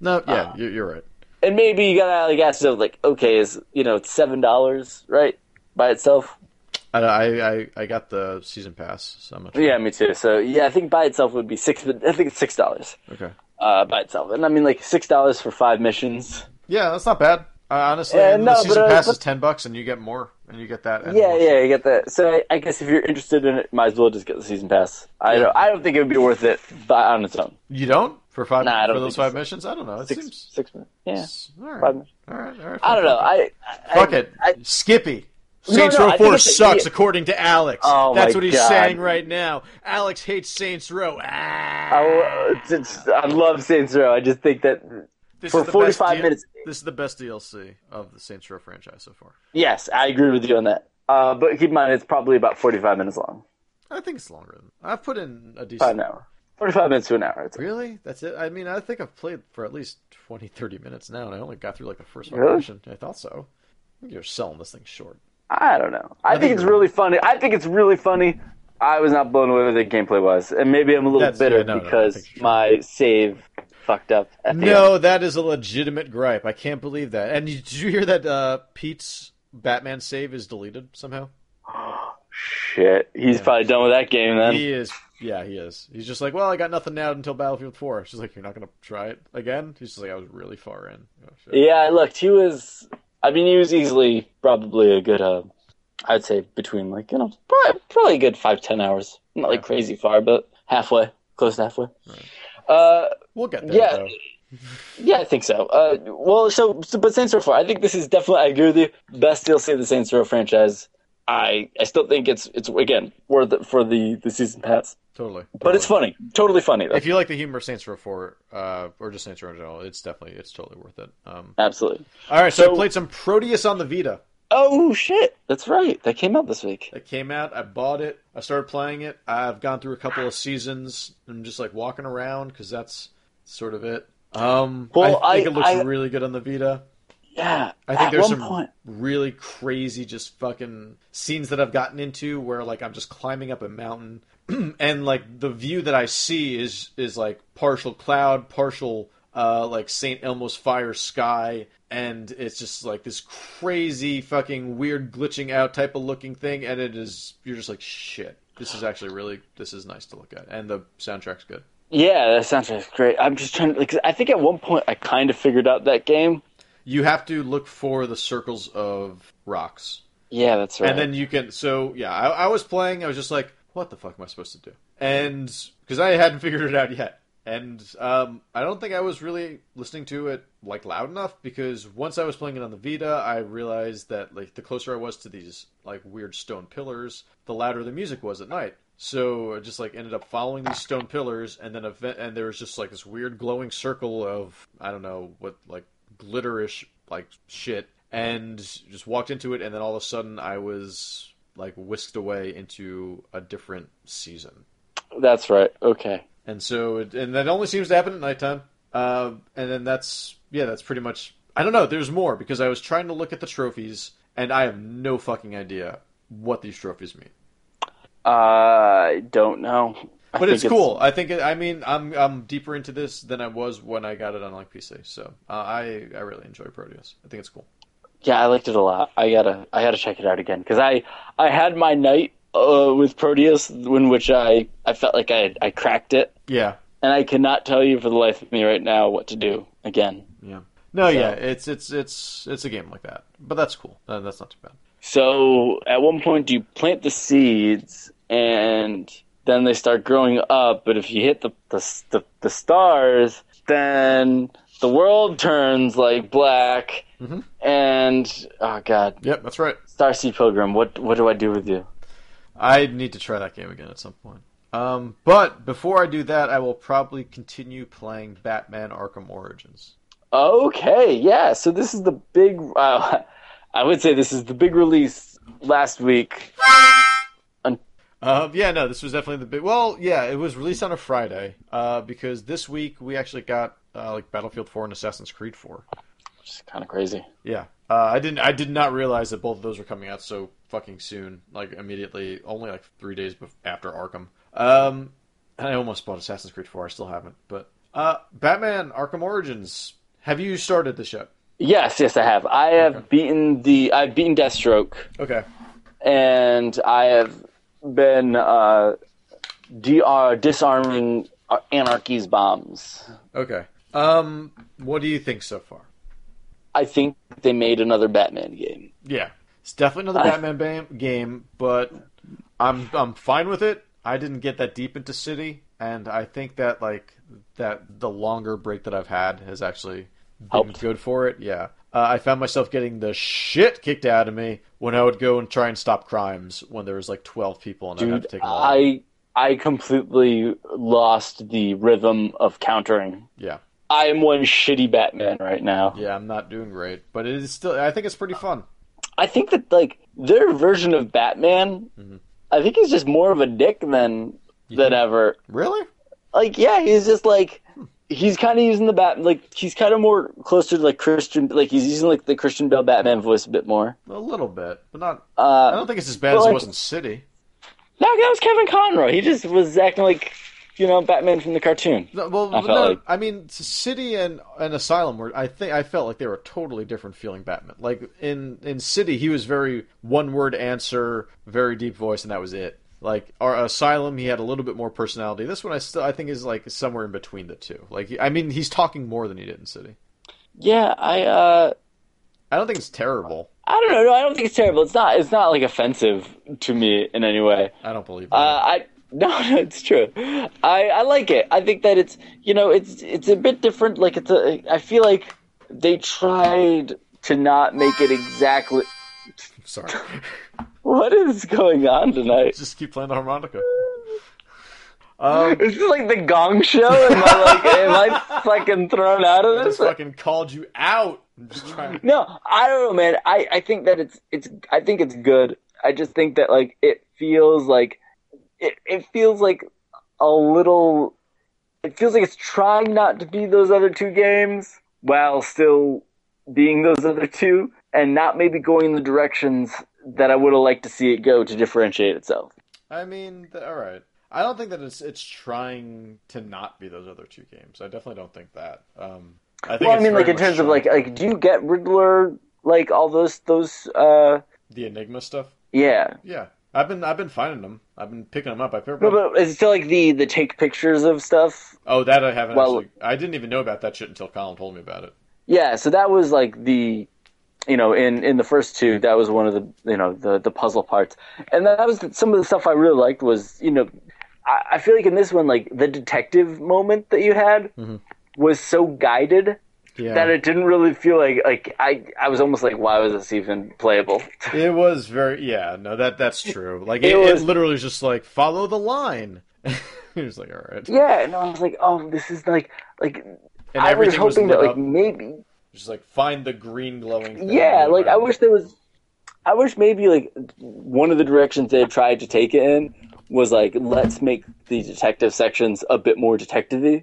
No. Yeah. Uh, you you're right. And maybe you gotta like ask yourself, like, okay, is you know, it's seven dollars, right, by itself? I, I I I got the season pass. So much. Yeah, me too. So yeah, I think by itself would be six. but I think it's six dollars Okay. uh, by itself, and I mean like six dollars for five missions. Yeah, that's not bad. Uh, honestly, Yeah, and no, the season but, uh, pass but- is ten bucks, and you get more, and you get that. And Yeah, more. yeah, you get that. So I, I guess if you're interested in it, might as well just get the season pass. I don't, I don't think it would be worth it by, on its own. You don't for five Nah, I don't for those think five missions? I don't know. It Six, seems six minutes. Yeah, all right. five minutes. All right, all right. I don't know. I, I Fuck it, I, Skippy. No, Saints no, I Row think Four it's- sucks, yeah. according to Alex. Oh, That's my what he's God. saying right now. Alex hates Saints Row. Ah, I, it's- it's- I love Saints Row. I just think that this for is the best 45 deal- minutes. This is the best DLC of the Saints Row franchise so far. Yes, I agree with you on that. Uh, but keep in mind, it's probably about 45 minutes long. I think it's longer than I've put in About a an decent. hour. 45 minutes to an hour. It's Really? That's it? I mean, I think I've played for at least 20, 30 minutes now, and I only got through like the first one Really? mission. I thought so. I think You're selling this thing short. I don't know. I, think think it's you're really funny. I think it's really funny. I was not blown away with the gameplay was, and maybe I'm a little That's- bitter yeah, no, no, I because think you're my save fucked up. At the end. No, that is a legitimate gripe. I can't believe that. And you, did you hear that uh, Pete's Batman save is deleted somehow? shit. He's probably done with that game then. He is. Yeah, he is. He's just like, well, I got nothing now until Battlefield 4. She's like, you're not going to try it again? He's just like, I was really far in. Oh, shit. Yeah, I looked. He was. I mean, he was easily probably a good. Uh, I'd say between like you know probably, probably a good five ten hours. Not like Yeah. crazy far, but halfway, close to halfway. Uh, We'll get there, Yeah. though. yeah, I think so. Uh, well, so, so but Saints Row Four, I think this is definitely. I agree with you. Best DLC of the Saints Row franchise. I I still think it's it's again worth it for the the season pass. Totally. But it's funny, totally funny. Though. If you like the humor of Saints Row 4, uh, or just Saints Row in general, it's definitely, it's totally worth it. Um, Absolutely. all right, so, So- I played some Proteus on the Vita. Oh shit! That's right. That came out this week. That came out. I bought it. I started playing it. I've gone through a couple of seasons. I'm just like walking around because that's sort of it. Um, Well, I think I- it looks I- really good on the Vita. Yeah. I think At there's one some point. really crazy, just fucking scenes that I've gotten into where like I'm just climbing up a mountain, and like the view that I see is is like partial cloud, partial uh, like Saint Elmo's fire sky, and it's just like this crazy fucking weird glitching out type of looking thing, and it is you're just like shit. This is actually really this is nice to look at, and the soundtrack's good. Yeah, that soundtrack's great. I'm just trying to. Like, 'cause I think at one point I kind of figured out that game. You have to look for the circles of rocks. Yeah, that's right. And then you can. So yeah, I, I was playing. I was just like, what the fuck am I supposed to do? And because I hadn't figured it out yet. And um, I don't think I was really listening to it like loud enough because once I was playing it on the Vita, I realized that like the closer I was to these like weird stone pillars, the louder the music was at night. So I just like ended up following these stone pillars, and then event, and there was just like this weird glowing circle of I don't know what like glitterish like shit and just walked into it and then all of a sudden i was like whisked away into a different season that's right. Okay. and so it, and that only seems to happen at nighttime uh, and then that's yeah that's pretty much i don't know there's more because i was trying to look at the trophies and i have no fucking idea what these trophies mean I don't know. I but think it's cool i think it, i mean i'm i'm deeper into this than i was when i got it on like pc so uh, i i really enjoy proteus i think it's cool Yeah, I liked it a lot. I gotta, I gotta check it out again because I, I had my night uh, with Proteus, in which I, I felt like I, I cracked it, yeah and I cannot tell you for the life of me right now what to do again. Yeah. No, yeah, it's it's it's it's a game like that, but that's cool. Uh, that's not too bad. So at one point, you plant the seeds, and then they start growing up. But if you hit the the, the, the stars, then the world turns like black. Mhm. And oh god, Yep, that's right. Starseed Pilgrim, what what do I do with you? I need to try that game again at some point. Um, but before I do that, I will probably continue playing Batman Arkham Origins. Okay, yeah. So this is the big. Uh, I would say this is the big release last week. Um, yeah, no, this was definitely the big. Well, yeah, it was released on a Friday uh, because this week we actually got uh, like Battlefield 4 and Assassin's Creed 4. Which is kind of crazy. Yeah, uh, I didn't. I did not realize that both of those were coming out so fucking soon. Like immediately, only like three days bef- after Arkham. Um, and I almost bought Assassin's Creed Four. I still haven't. But uh, Batman Arkham Origins. Have you started this yet? Yes, yes, I have. I have beaten the. I've beaten Deathstroke, Okay. and I have been uh, dr disarming Anarchy's bombs. Okay. Um, what do you think so far? I think they made another Batman game. Yeah, it's definitely another Batman bam- game, but I'm I'm fine with it. I didn't get that deep into City, and I think that like that the longer break that I've had has actually been Helped. good for it. Yeah, uh, I found myself getting the shit kicked out of me when I would go and try and stop crimes when there was like twelve people and I'd have to Dude, take them all. out. I I completely lost the rhythm of countering. Yeah, I am one shitty Batman right now. yeah, I'm not doing great, but it is still. I think it's pretty fun. I think that like their version of Batman, Mm-hmm. I think he's just more of a dick than than ever. Really? Like, yeah, he's just like he's kind of using the bat like he's kind of more closer to like Christian like he's using like the Christian Bell Batman voice a bit more. A little bit, but not. I Uh, don't think it's as bad but as it like- was in City. no, that was Kevin Conroy. He just was acting like you know Batman from the cartoon. No, well, I no, felt like- I mean, City and, and Asylum were. I think I felt like they were totally different feeling Batman. Like in in City, he was very one word answer, very deep voice, and that was it. Like our Asylum, he had a little bit more personality. This one, I still I think is like somewhere in between the two. Like I mean, he's talking more than he did in City. Yeah, I uh I don't think it's terrible. I don't know. No, I don't think it's terrible. It's not. It's not like offensive to me in any way. I don't believe. Uh, I no, no, it's true. I I like it. I think that it's you know it's it's a bit different. Like it's a I feel like they tried to not make it exactly. it. Sorry, What is going on tonight? just keep playing the harmonica. Um, Is this like the Gong Show? Am I like, am I fucking thrown out I of just this? fucking called you out. I'm just trying. No, I don't know, man. I I think that it's it's I think it's good. I just think that like it feels like it it feels like a little. It feels like it's trying not to be those other two games while still being those other two, and not maybe going in the directions that I would have liked to see it go to differentiate itself. I mean, th- all right. I don't think that it's it's trying to not be those other two games. I definitely don't think that. Um, I think well, I it's mean, very like in much um, terms of trying- like like do you get Riddler like all those those uh the Enigma stuff. yeah Yeah, I've been I've been finding them. I've been picking them up. I picked no up- but is it still like the the take pictures of stuff Oh, that I haven't. Well- actually, I didn't even know about that shit until Colin told me about it. yeah so that was like the you know in in the first two that was one of the you know the the puzzle parts and that was some of the stuff I really liked was you know I, I feel like in this one like the detective moment that you had was so guided Mm-hmm. Yeah, that it didn't really feel like like I I was almost like why was this even playable It was very yeah no that that's true like it, It it was- literally was just like follow the line. he was like all right yeah and I was like oh this is like like and I was everything hoping lit that like up maybe just like find the green glowing thing yeah like I Right. wish there was I wish maybe like one of the directions they had tried to take it in was like let's make the detective sections a bit more detective-y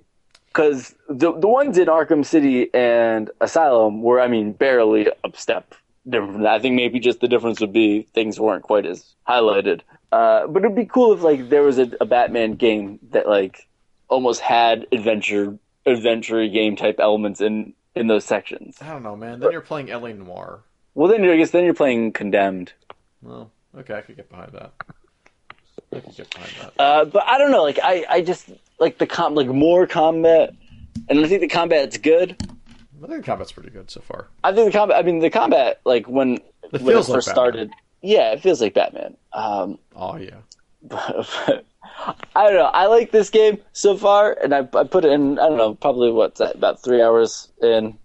cuz the the ones in Arkham City and Asylum were I mean barely up step different from that. I think maybe just the difference would be things weren't quite as highlighted uh, but it'd be cool if like there was a, a Batman game that like almost had adventure adventure game type elements in in those sections. I don't know man then you're playing Ellie Noir Well, then I guess then you're playing Condemned. well okay I could get behind that I could get behind that Uh, but I don't know. Like I, I just like the com like more combat, and I think the combat's good. I think the combat's pretty good so far I think the combat. I mean, the combat like when It when it feels like first Batman. started. Yeah, it feels like Batman. Um, oh yeah but- I don't know. I like this game so far, and I, I put it in. I don't know, probably what's that, about three hours in,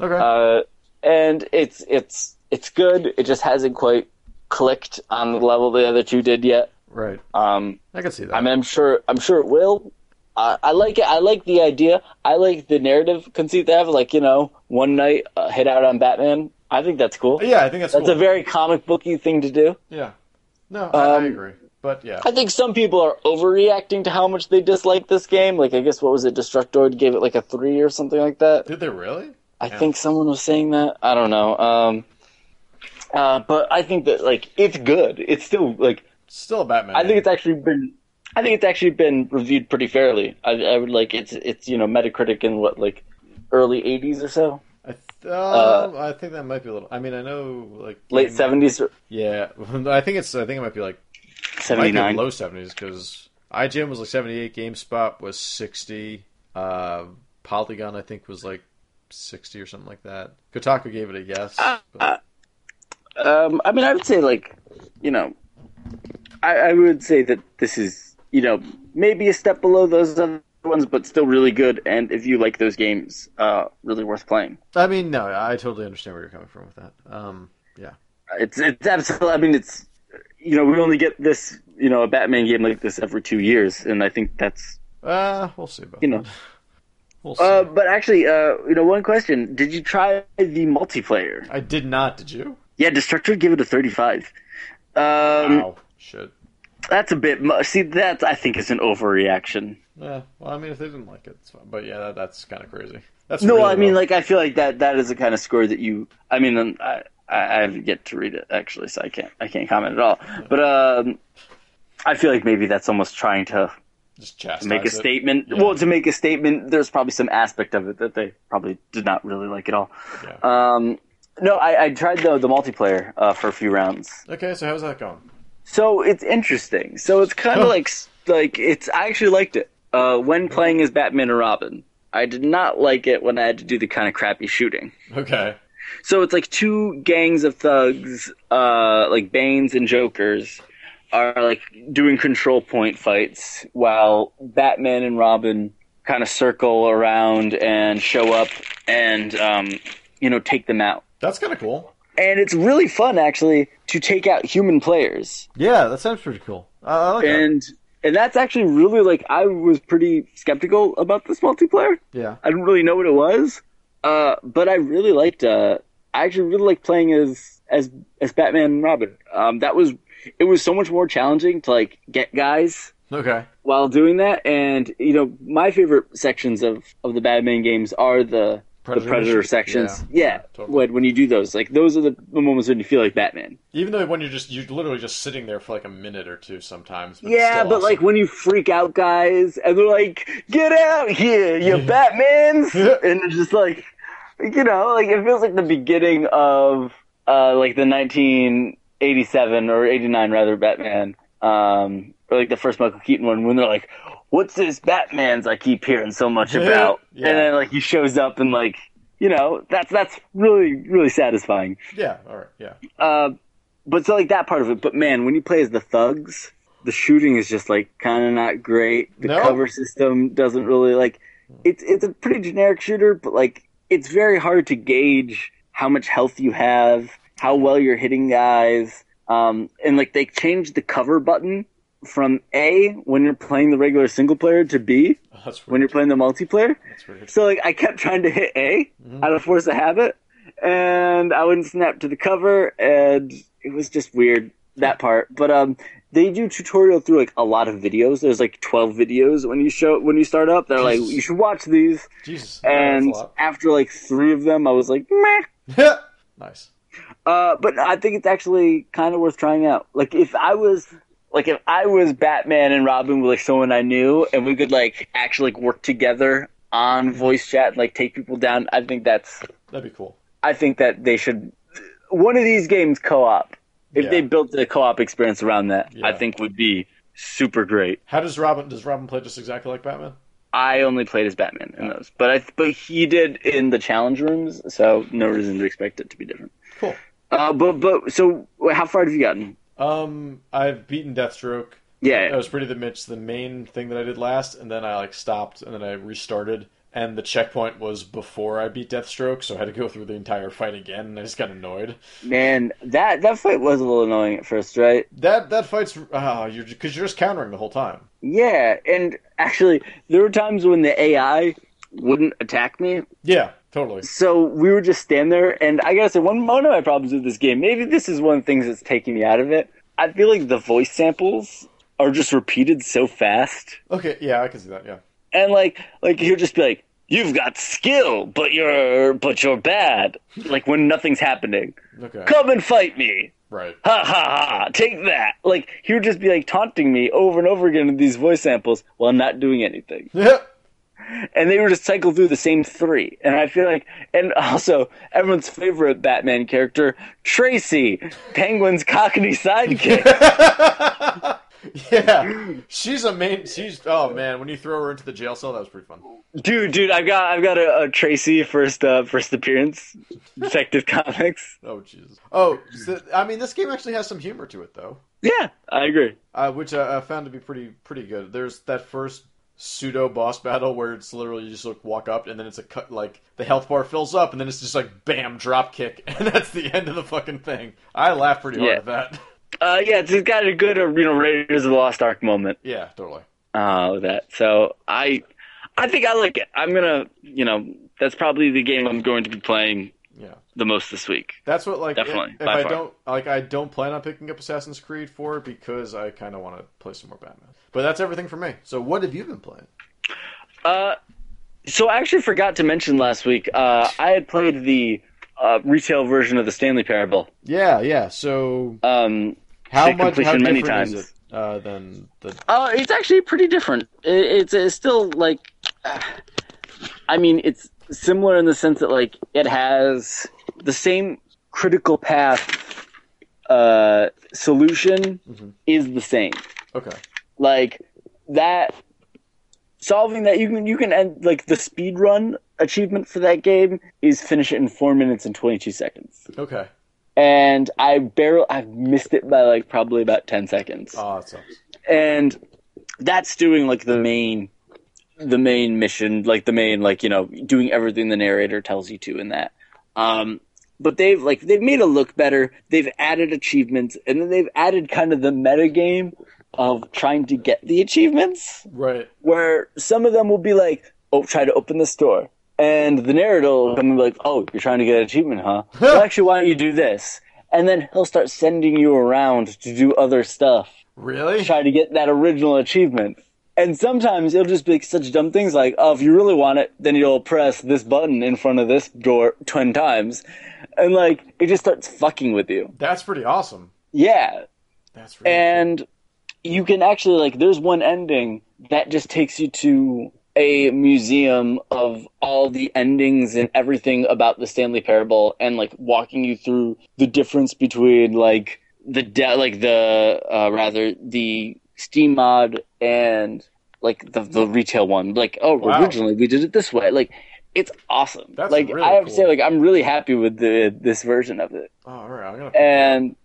okay uh, and it's it's it's good. It just hasn't quite clicked on the level the other two did yet. right Um, I can see that I mean, I'm sure. I'm sure it will. I, I like it. I like the idea. I like the narrative conceit they have. Like you know, one night uh, hit out on Batman. I think that's cool. yeah I think that's That's cool. a very comic booky thing to do. yeah no I, I Um, agree but yeah I think some people are overreacting to how much they dislike this game. Like I guess what was it? Destructoid gave it like a three or something like that. did they really I Yeah. think someone was saying that. I don't know. Um, uh, but I think that like it's good. It's still like still a Batman I think game. it's actually been. I think it's actually been reviewed pretty fairly. I, I would like it's it's you know Metacritic in what like early '80s or so, I, th- um, I think that might be a little. I mean, I know like Uh, late game- '70s, or Yeah, I think it's. I think it might be like might be '79. low seventies because IGN was like seventy eight. GameSpot was sixty. Uh, Polygon I think was like sixty or something like that. Kotaku gave it a yes. Uh, but- Um, I mean, I would say like you know, I, I would say that this is you know maybe a step below those other ones, but still really good. And if you like those games, uh, really worth playing. I mean, no, I totally understand where you're coming from with that. Um, yeah, It's it's absolutely. I mean, it's you know we only get this you know a Batman game like this every two years, and I think that's uh, we'll see about You know. that. We'll see. Uh, but actually, uh, you know, one question: Did you try the multiplayer? I did not. Did you? Yeah, Destructor give it a thirty-five. Um, Wow, shit. That's a bit much. See, that I think is an overreaction. Yeah. Well, I mean, if they didn't like it, it's fine. but yeah, that, that's kind of crazy. That's No, really I mean, low. like, I feel like that that is the kind of score that you. I mean, um, I I, I get to read it actually, so I can't I can't comment at all. But um, I feel like maybe that's almost trying to just chastise make a it. statement. Yeah. Well, to make a statement, there's probably some aspect of it that they probably did not really like at all. Yeah. Um, no, I, I tried the the multiplayer uh, for a few rounds. Okay, so how's that going? So it's interesting. So it's kind Huh. of like s- like it's. I actually liked it uh, when playing as Batman and Robin. I did not like it when I had to do the kind of crappy shooting. Okay. So it's like two gangs of thugs, uh, like Banes and Jokers, are like doing control point fights while Batman and Robin kind of circle around and show up and um, you know take them out. That's kind of cool. And it's really fun actually to take out human players. Yeah, that sounds pretty cool. I I like that. And and that's actually really like I was pretty skeptical about this multiplayer. Yeah. I didn't really know what it was, uh, but I really liked. Uh, I actually really liked playing as as as Batman and Robin. Um, that was it was so much more challenging to like get guys Okay. while doing that, and you know my favorite sections of of the Batman games are the the Predator sections. Yeah. Yeah, totally. when when you do those, like those are the moments when you feel like Batman. Even though when you're just you're literally just sitting there for like a minute or two sometimes. But it's yeah, still but awesome. like when you freak out guys and they're like, "Get out here, you Batman's," and it's just like, you know, like it feels like the beginning of uh, like the 1987 or 89 rather Batman, um, or like the first Michael Keaton one when they're like, "What's this Batman's I keep hearing so much about?" Yeah. And then like he shows up and like, you know, that's that's really really satisfying. yeah, all right, yeah, Uh, but so like that part of it. But man, when you play as the thugs, the shooting is just like kind of not great. The No. cover system doesn't really like. It's it's a pretty generic shooter, but like it's very hard to gauge how much health you have, how well you're hitting guys, um, and like they changed the cover button from A when you're playing the regular single player to B that's weird. when you're playing the multiplayer. that's weird. So like I kept trying to hit A out of force of habit, and I wouldn't snap to the cover, and it was just weird that part. But um, they do tutorial through like a lot of videos. There's like twelve videos when you show when you start up. They're like Jesus. you should watch these, Jesus, and after like three of them, I was like meh. that's a lot. nice. Uh, but I think it's actually kind of worth trying out. Like if I was. Like if I was Batman and Robin with like someone I knew, and we could like actually like, work together on voice chat and like take people down, I think that's That'd be cool. I think that they should. One of these games co-op. If Yeah. they built the co-op experience around that, Yeah. I think would be super great. How does Robin? Does Robin play just exactly like Batman? I only played as Batman in those, but I but he did in the challenge rooms, so no reason to expect it to be different. Cool. Uh, but but so how far have you gotten? Um, I've beaten Deathstroke. Yeah. That was pretty the much the main thing that I did last, and then I like stopped, and then I restarted, and the checkpoint was before I beat Deathstroke, so I had to go through the entire fight again, and I just got annoyed. Man, that that fight was a little annoying at first, right? That that fight's ah, you're because you're just countering the whole time. Yeah, and actually, there were times when the AI wouldn't attack me Yeah, totally. so we would just stand there and i gotta say one, one of my problems with this game maybe this is one of the things that's taking me out of it i feel like the voice samples are just repeated so fast Okay, yeah, I can see that. Yeah, and like like you'll just be like you've got skill but you're but you're bad like when nothing's happening okay, come and fight me right. ha ha ha take that like he would just be like taunting me over and over again with these voice samples while not doing anything Yeah, and they were just cycle through the same three. And I feel like, and also everyone's favorite Batman character, Tracy, Penguin's cockney sidekick. yeah. She's a main. She's oh man, when you throw her into the jail cell, that was pretty fun. dude, dude, I've got, I've got a, a Tracy first, uh, first appearance, Detective Comics. Oh Jesus. Oh, so, I mean, this game actually has some humor to it though. Yeah, I agree. uh, which I, I found to be pretty pretty good. There's that first pseudo boss battle where it's literally you just like walk up and then it's a cut like the health bar fills up and then it's just like bam drop kick and that's the end of the fucking thing. I laugh pretty hard Yeah. at that. Uh, yeah, it's, it's got a good, uh, you know, Raiders of the Lost Ark moment. yeah, totally. Uh, with that. So I, I think I like it. I'm gonna, you know, that's probably the game I'm going to be playing Yeah. the most this week. That's what like Definitely, if, if by I far. don't like I don't plan on picking up Assassin's Creed 4 because I kind of want to play some more Batman. But that's everything for me. So what have you been playing? Uh, so I actually forgot to mention last week. Uh, I had played the uh, retail version of the Stanley Parable. Yeah, yeah. So Um, how Shit much how completion different many is times. it uh, than the uh, it's actually pretty different. It, it's it's still like, uh, I mean, it's similar in the sense that like it has the same critical path uh, solution Mhm. is the same. Okay. like that solving that you can you can end like the speed run achievement for that game is finish it in four minutes and 22 seconds Okay. and i barely i've missed it by like probably about 10 seconds Ah, it sucks. and that's doing like the main the main mission like the main like you know doing everything the narrator tells you to in that um but they've like they've made it look better they've added achievements and then they've added kind of the meta game of trying to get the achievements Right. where some of them will be like, "Oh, try to open this door," and the narrator will come and be like, "Oh, you're trying to get an achievement, huh? well, actually, why don't you do this?" And then he'll start sending you around to do other stuff, Really? try to get that original achievement. And sometimes it'll just be like such dumb things like, "Oh, if you really want it, then you'll press this button in front of this door ten times," and like it just starts fucking with you. That's pretty awesome. Yeah, That's really and you can actually like there's one ending that just takes you to a museum of all the endings and everything about the Stanley Parable and like walking you through the difference between like the de- like the uh, rather the steam mod and like the the retail one like oh Wow. originally we did it this way like it's awesome That's like really I have to cool. say like I'm really happy with the this version of it cool. Oh, all right. I'm gonna. and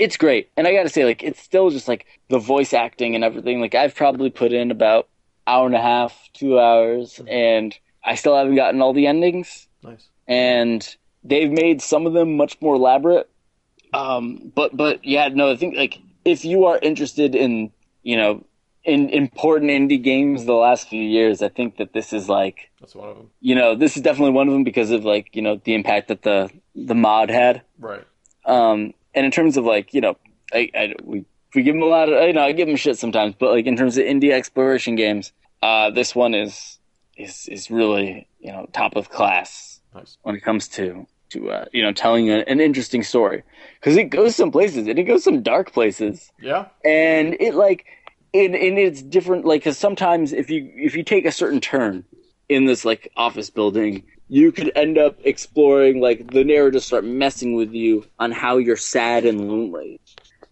it's great. And I gotta say, like, it's still just like the voice acting and everything. Like, I've probably put in about hour and a half, two hours, and I still haven't gotten all the endings. nice. And they've made some of them much more elaborate. Um, but but yeah, no, I think like if you are interested in you know in important indie games the last few years, I think that this is like That's one of them. you know this is definitely one of them because of like you know the impact that the the mod had. Right. Um, and in terms of like, you know, I, I we we give them a lot of, you know, I give them shit sometimes, but like in terms of indie exploration games, uh, this one is is is really you know top of class Nice. when it comes to to uh, you know telling a, an interesting story because it goes some places and it goes some dark places Yeah. and it like in in it's different like because sometimes if you if you take a certain turn in this like office building you could end up exploring like the narrator start messing with you on how you're sad and lonely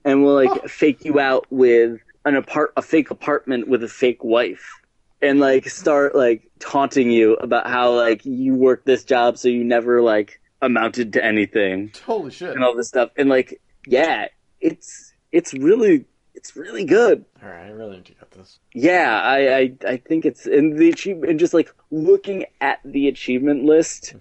and will like fake you out with an apart a fake apartment with a fake wife and like start like taunting you about how like you worked this job so you never like amounted to anything Holy shit. and all this stuff and like yeah it's it's really it's really good All right. I really need to get this. yeah i i, I think it's and the achievement and just like looking at the achievement list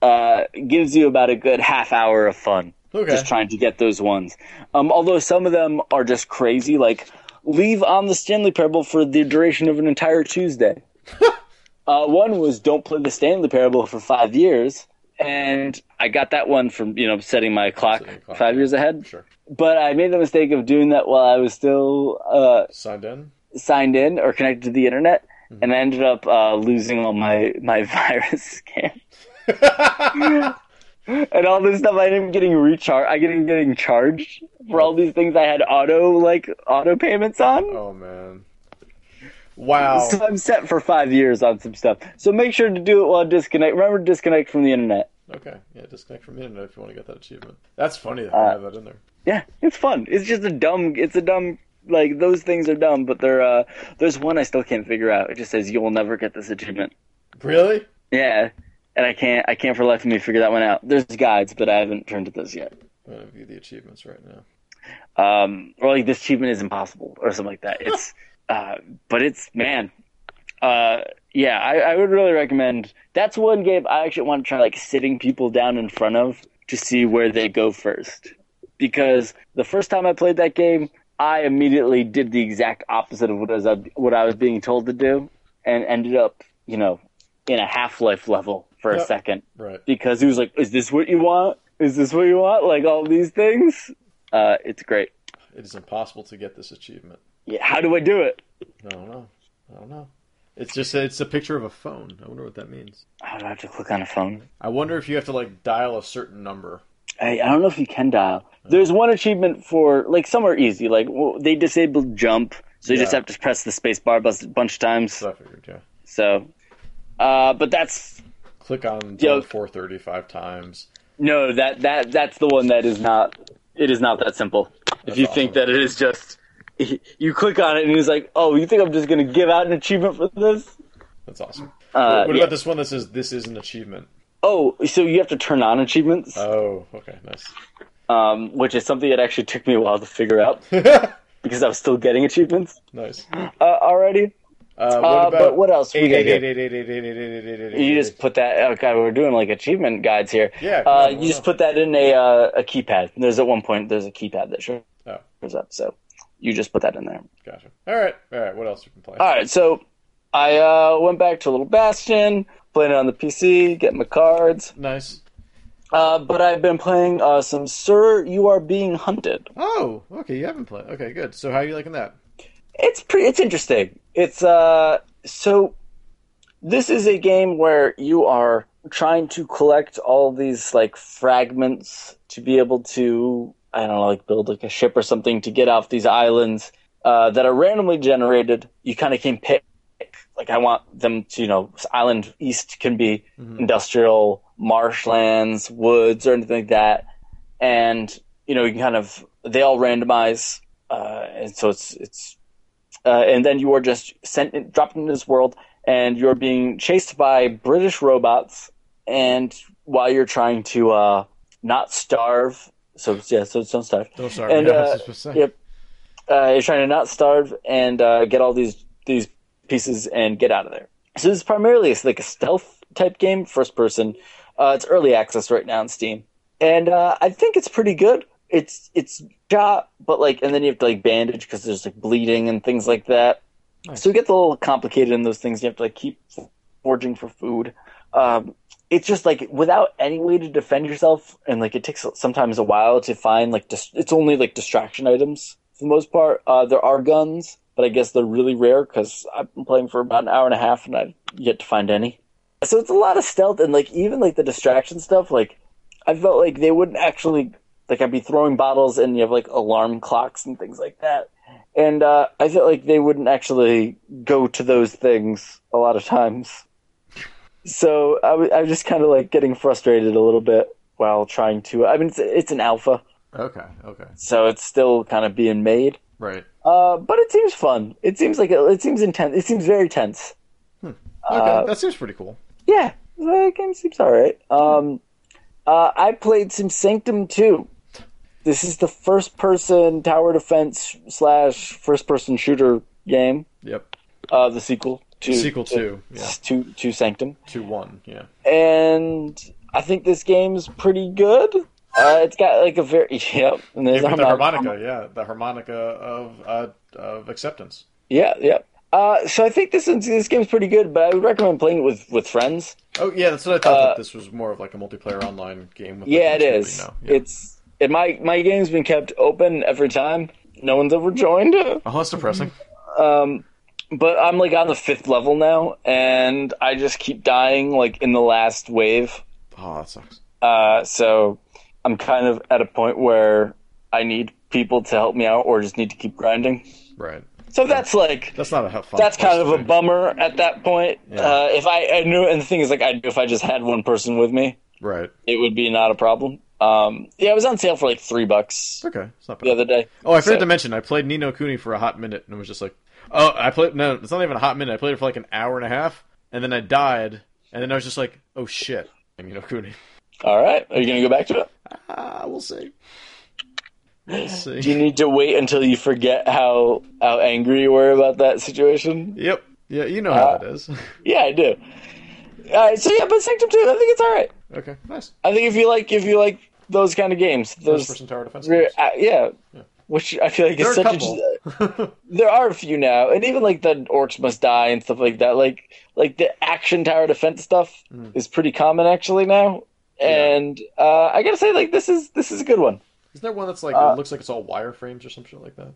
uh Mm-hmm. gives you about a good half hour of fun Okay. just trying to get those ones um although some of them are just crazy like leave on the stanley parable for the duration of an entire tuesday uh one was don't play the stanley parable for five years and i got that one from you know setting my clock Setting the clock, five yeah. years ahead Sure. but I made the mistake of doing that while I was still uh, Signed in. signed in or connected to the internet, and I ended up uh, losing all my my virus scan and all this stuff. I ended up getting recharged. I getting getting charged for all these things I had auto like auto payments on. oh man. Wow. So I'm set for five years on some stuff. So make sure to do it while disconnect. Remember to disconnect from the internet. Okay. Yeah. Disconnect from the internet if you want to get that achievement. That's funny that I Uh, have that in there. Yeah, it's fun. It's just a dumb. It's a dumb. Like those things are dumb, but they're. Uh, there's one I still can't figure out. It just says you will never get this achievement. Really? Yeah, and I can't I can't for the life of me figure that one out. There's guides, but I haven't turned to those yet. I'm gonna view the achievements right now. Um, or like this achievement is impossible or something like that. It's uh, but it's man, uh, yeah, I, I would really recommend. That's one game I actually want to try like sitting people down in front of to see where they go first, because the first time I played that game, I immediately did the exact opposite of what I was what I was being told to do, and ended up you know in a Half Life level for Yeah. a second Right. because he was like, "Is this what you want? Is this what you want?" Like all these things. Uh, it's great. It is impossible to get this achievement. Yeah, how do I do it? I don't know. I don't know. It's just it's a picture of a phone. I wonder what that means. Oh, do I have to click on a phone? I wonder if you have to like dial a certain number. I, I don't know if you can dial. There's one achievement for like some are easy. Like w they disabled jump, so you just Yeah. have to press the space bar a bunch of times. So I figured, yeah. So, uh, but that's Click on Yo. four thirty five times. no that that that's the one that is not. It is not that simple. if That's you think awesome. that it is just, you click on it and he's like, "Oh, you think I'm just gonna give out an achievement for this?" That's awesome. Uh, what yeah. about this one that says this is an achievement? Oh, so you have to turn on achievements, Oh, okay, nice. um, which is something that actually took me a while to figure out because I was still getting achievements nice. uh, already. Uh, what Uh, about but what else? We Eight, got eight, eight, here? eight, eight, eight, eight, eight, eight, eight, eight, eight, You eight. just put that. Oh God, we're doing like achievement guides here. Yeah, come Uh, on, why you just not? put that in a uh, a keypad. There's at one point there's a keypad that shows Oh. up. So you just put that in there. Gotcha. All right. All right. What else we can play? All right, so I uh, went back to Little Bastion, playing it on the PC, getting my cards. Nice. Uh, but I've been playing uh, some Sir You Are Being Hunted. Oh, okay. You haven't played. Okay, good. So how are you liking that? It's pretty. It's interesting. It's uh. So this is a game where you are trying to collect all these like fragments to be able to I don't know like build like a ship or something to get off these islands uh, that are randomly generated. You kind of can pick like I want them to you know island east can be Mhm. industrial marshlands, woods, or anything like that, and you know you can kind of they all randomize, uh, and so it's it's uh, and then you are just sent dropped into this world, and you're being chased by British robots, and while you're trying to uh, not starve, so it's- yeah, so it's don't starve. Don't Oh, sorry. And, yeah, I was uh, just supposed to say. Yep, uh, you're trying to not starve and uh, get all these these pieces and get out of there. So this is primarily it's like a stealth type game, first person. Uh, it's early access right now on Steam, and uh, I think it's pretty good. It's it's shot, but like, and then you have to like bandage because there's like bleeding and things like that. Nice. So it gets a little complicated in those things. You have to like keep foraging for food. Um, it's just like without any way to defend yourself, and like it takes sometimes a while to find like dis- it's only like distraction items for the most part. Uh, there are guns, but I guess they're really rare because I've been playing for about an hour and a half and I've yet to find any. So it's a lot of stealth and like even like the distraction stuff. Like I felt like they wouldn't actually like I'd be throwing bottles and you have like alarm clocks and things like that. And uh, I felt like they wouldn't actually go to those things a lot of times. So I wa- I was just kind of like getting frustrated a little bit while trying to. I mean, it's, it's an alpha, Okay. Okay. so it's still kind of being made. Right. Uh, but it seems fun. It seems like it, it seems intense. It seems very tense. Okay. Uh, that seems pretty cool. Yeah, the game seems all right. Um, uh, I played some Sanctum too. This is the first person tower defense slash first person shooter game. Yep. Uh, the sequel to Sequel two. Yeah. to to Sanctum. Two one. Yeah. and I think this game's pretty good. Uh, it's got like a very yep, and there's Yeah, a with the harmonica. harmonica. Yeah. The harmonica of uh, of acceptance. Yeah, yep. Uh, so I think this is- this game's pretty good, but I would recommend playing it with with friends. Oh yeah, that's what I thought. Uh, that this was more of like a multiplayer online game. With like, Yeah, it multiplayer, is. you know? Yeah. It's it, my my game's been kept open every time. No one's ever joined. Oh, that's depressing. Um, but I'm like on the fifth level now, and I just keep dying like in the last wave. Oh, that sucks. Uh, so I'm kind of at a point where I need people to help me out, or just need to keep grinding. Right. So that's like That's not a ha- fun. that's place kind of to a be. bummer at that point. Yeah. Uh, if I, I knew, and the thing is, like, I knew if I just had one person with me, Right. it would be not a problem. Um, yeah, it was on sale for like three bucks Okay. It's not bad. the other day. Oh, I forgot So- to mention, I played Nino Cooney for a hot minute and was just like, oh, I played, no, it's not even a hot minute. I played it for like an hour and a half, and then I died, and then I was just like, oh shit, I'm Nino Cooney. All right, are you gonna go back to it? Ah, we'll see. We'll see. Do you need to wait until you forget how how angry you were about that situation? yep. Yeah, you know how Uh, that is. Yeah, I do. All right, so yeah, but Sanctum Two, I think it's all right. okay, nice. I think if you like if you like those kind of games, First those person tower defense. re- games. uh, yeah, which I feel like There is are a such a couple. there are a few now, and even like the orcs must die and stuff like that. Like like the action tower defense stuff Mm. is pretty common actually now. And uh, I gotta say, like this is this is a good one. Isn't there one that's like, Uh, it looks like it's all wireframes or some shit like that?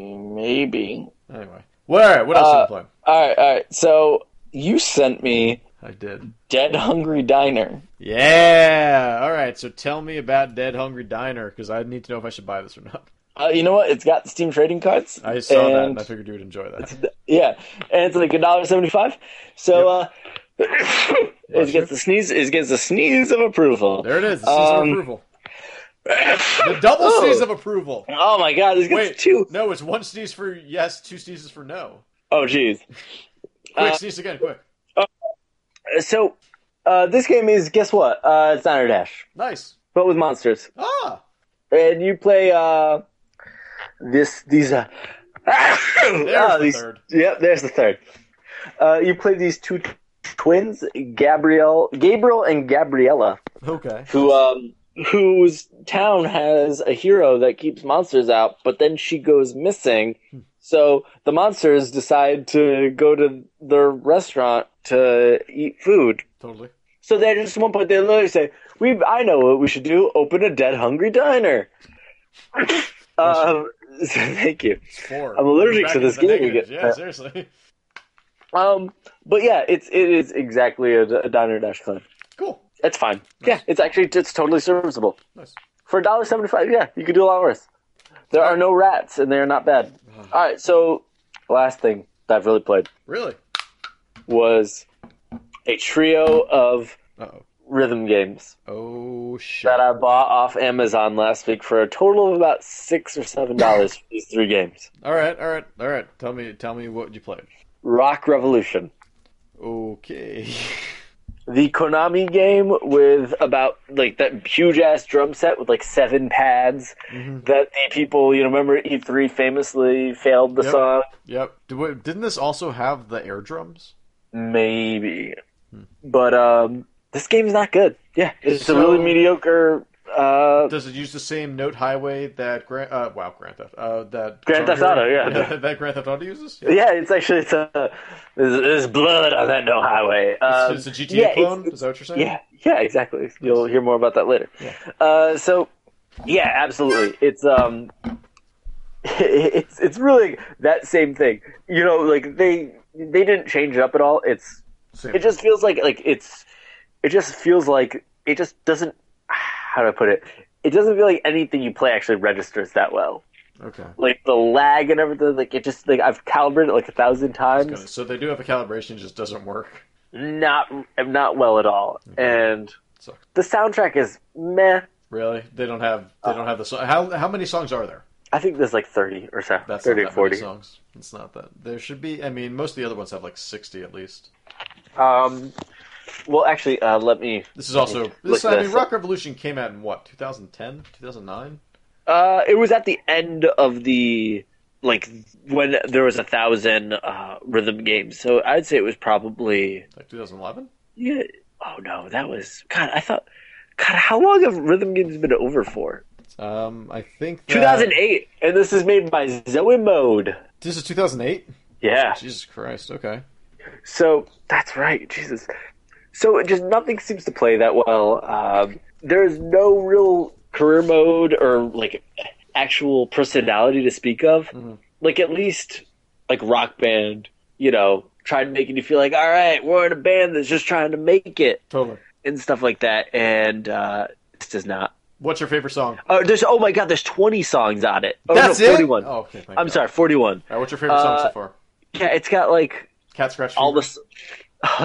Maybe. Anyway. Well, all right, what else Uh, did you play? All right, all right. So you sent me I did. Dead Hungry Diner. Yeah! All right, so tell me about Dead Hungry Diner, because I need to know if I should buy this or not. Uh, you know what? It's got Steam trading cards. I saw that, And- and I figured you would enjoy that. Yeah, and it's like a dollar seventy-five. So uh, Bless it you. gets the sneeze. It gets the sneeze of approval. There it is. The season of Um, approval. The double Oh. sneeze of approval. Oh my god, this gets Wait, two. no, it's one sneeze for yes, two sneezes for no. Oh jeez. Uh, Quick, sneeze again, quick. So uh, this game is guess what? Uh, it's Diner Dash, Nice. but with monsters, Ah, and you play uh, this these. Uh, there's ah, the these- third. Yep, there's the third. Uh, you play these two t- twins, Gabriel, Gabriel, and Gabriella, Okay. who um, whose town has a hero that keeps monsters out, but then she goes missing. So the monsters decide to go to their restaurant to eat food. Totally. So they just at one point they literally say, "We, I know what we should do: open a dead hungry diner." um, so thank you. It's four. I'm allergic Back to into this the game uh, negatives. again. Yeah, seriously. Um, but yeah, it's it is exactly a, a diner dash club. Cool. It's fine. Yeah, it's actually it's totally serviceable Nice. for $1.75, Yeah, you could do a lot worse. There are no rats, and they are not bad. All right, so last thing that I've really played Really? was a trio of Uh-oh. rhythm games Oh shit. that I bought off Amazon last week for a total of about six or seven dollars for these three games. All right, all right, all right. Tell me, tell me what you played. Rock Revolution, Okay. the Konami game with about like that huge ass drum set with like seven pads Mm-hmm. that the people you know remember E three famously failed the Yep. song. Yep. Did, wait, didn't this also have the air drums? Maybe. But um, this game's not good. Yeah, it's Hmm. So- a really mediocre. Uh, Does it use the same note highway that Grand? Uh, wow, Grand Theft. Uh, that Grand Theft Auto, yeah. that Grand Theft Auto uses. Yeah. yeah, it's actually it's a there's, there's blood on that no highway. Um, it's, it's a GTA yeah, it's- clone. Is that what you're saying? yeah, yeah, exactly. You'll hear more about that later. Uh, so, yeah, absolutely. It's um, it's it's really that same thing. You know, like they they didn't change it up at all. It's Same. it just feels like like it's it just feels like it just doesn't how do I put it? It doesn't feel like anything you play actually registers that well. okay. Like the lag and everything, like it just like I've calibrated it like a thousand Got it. times. So they do have a calibration, it just doesn't work. Not not well at all. And Sucks. the soundtrack is meh. Really? They don't have. They don't have the. So- how how many songs are there? I think there's like thirty or so. That's thirty not or that forty. many songs. It's not that. There should be. I mean, most of the other ones have like sixty at least. Um well actually uh, let me This is also. Look This, I mean, this. Rock Revolution came out in what? 2010, 2009. Uh, it was at the end of the like when there was a thousand uh, rhythm games, so I'd say it was probably Like 2011? yeah. Oh no, that was God. I thought God, how long have rhythm games been over for? Um, I think that- Two thousand eight, and this is made by Zoe Mode. This is 2008. Yeah, Jesus Christ. Okay. so that's right. Jesus, so it just nothing seems to play that well. Um, there's no real career mode or like actual personality to speak of. Mm-hmm. Like at least like rock band, you know, tried making you feel like, all right, we're in a band that's just trying to make it Totally. and stuff like that. And uh, this does not. What's your favorite song? Oh, there's oh my god, there's 20 songs on it. Oh, That's no, it? 41. Oh, okay. Thank I'm God. sorry, 41. All right, what's your favorite song so Uh, far? Yeah, it's got like Cat Scratch. all the Fever? s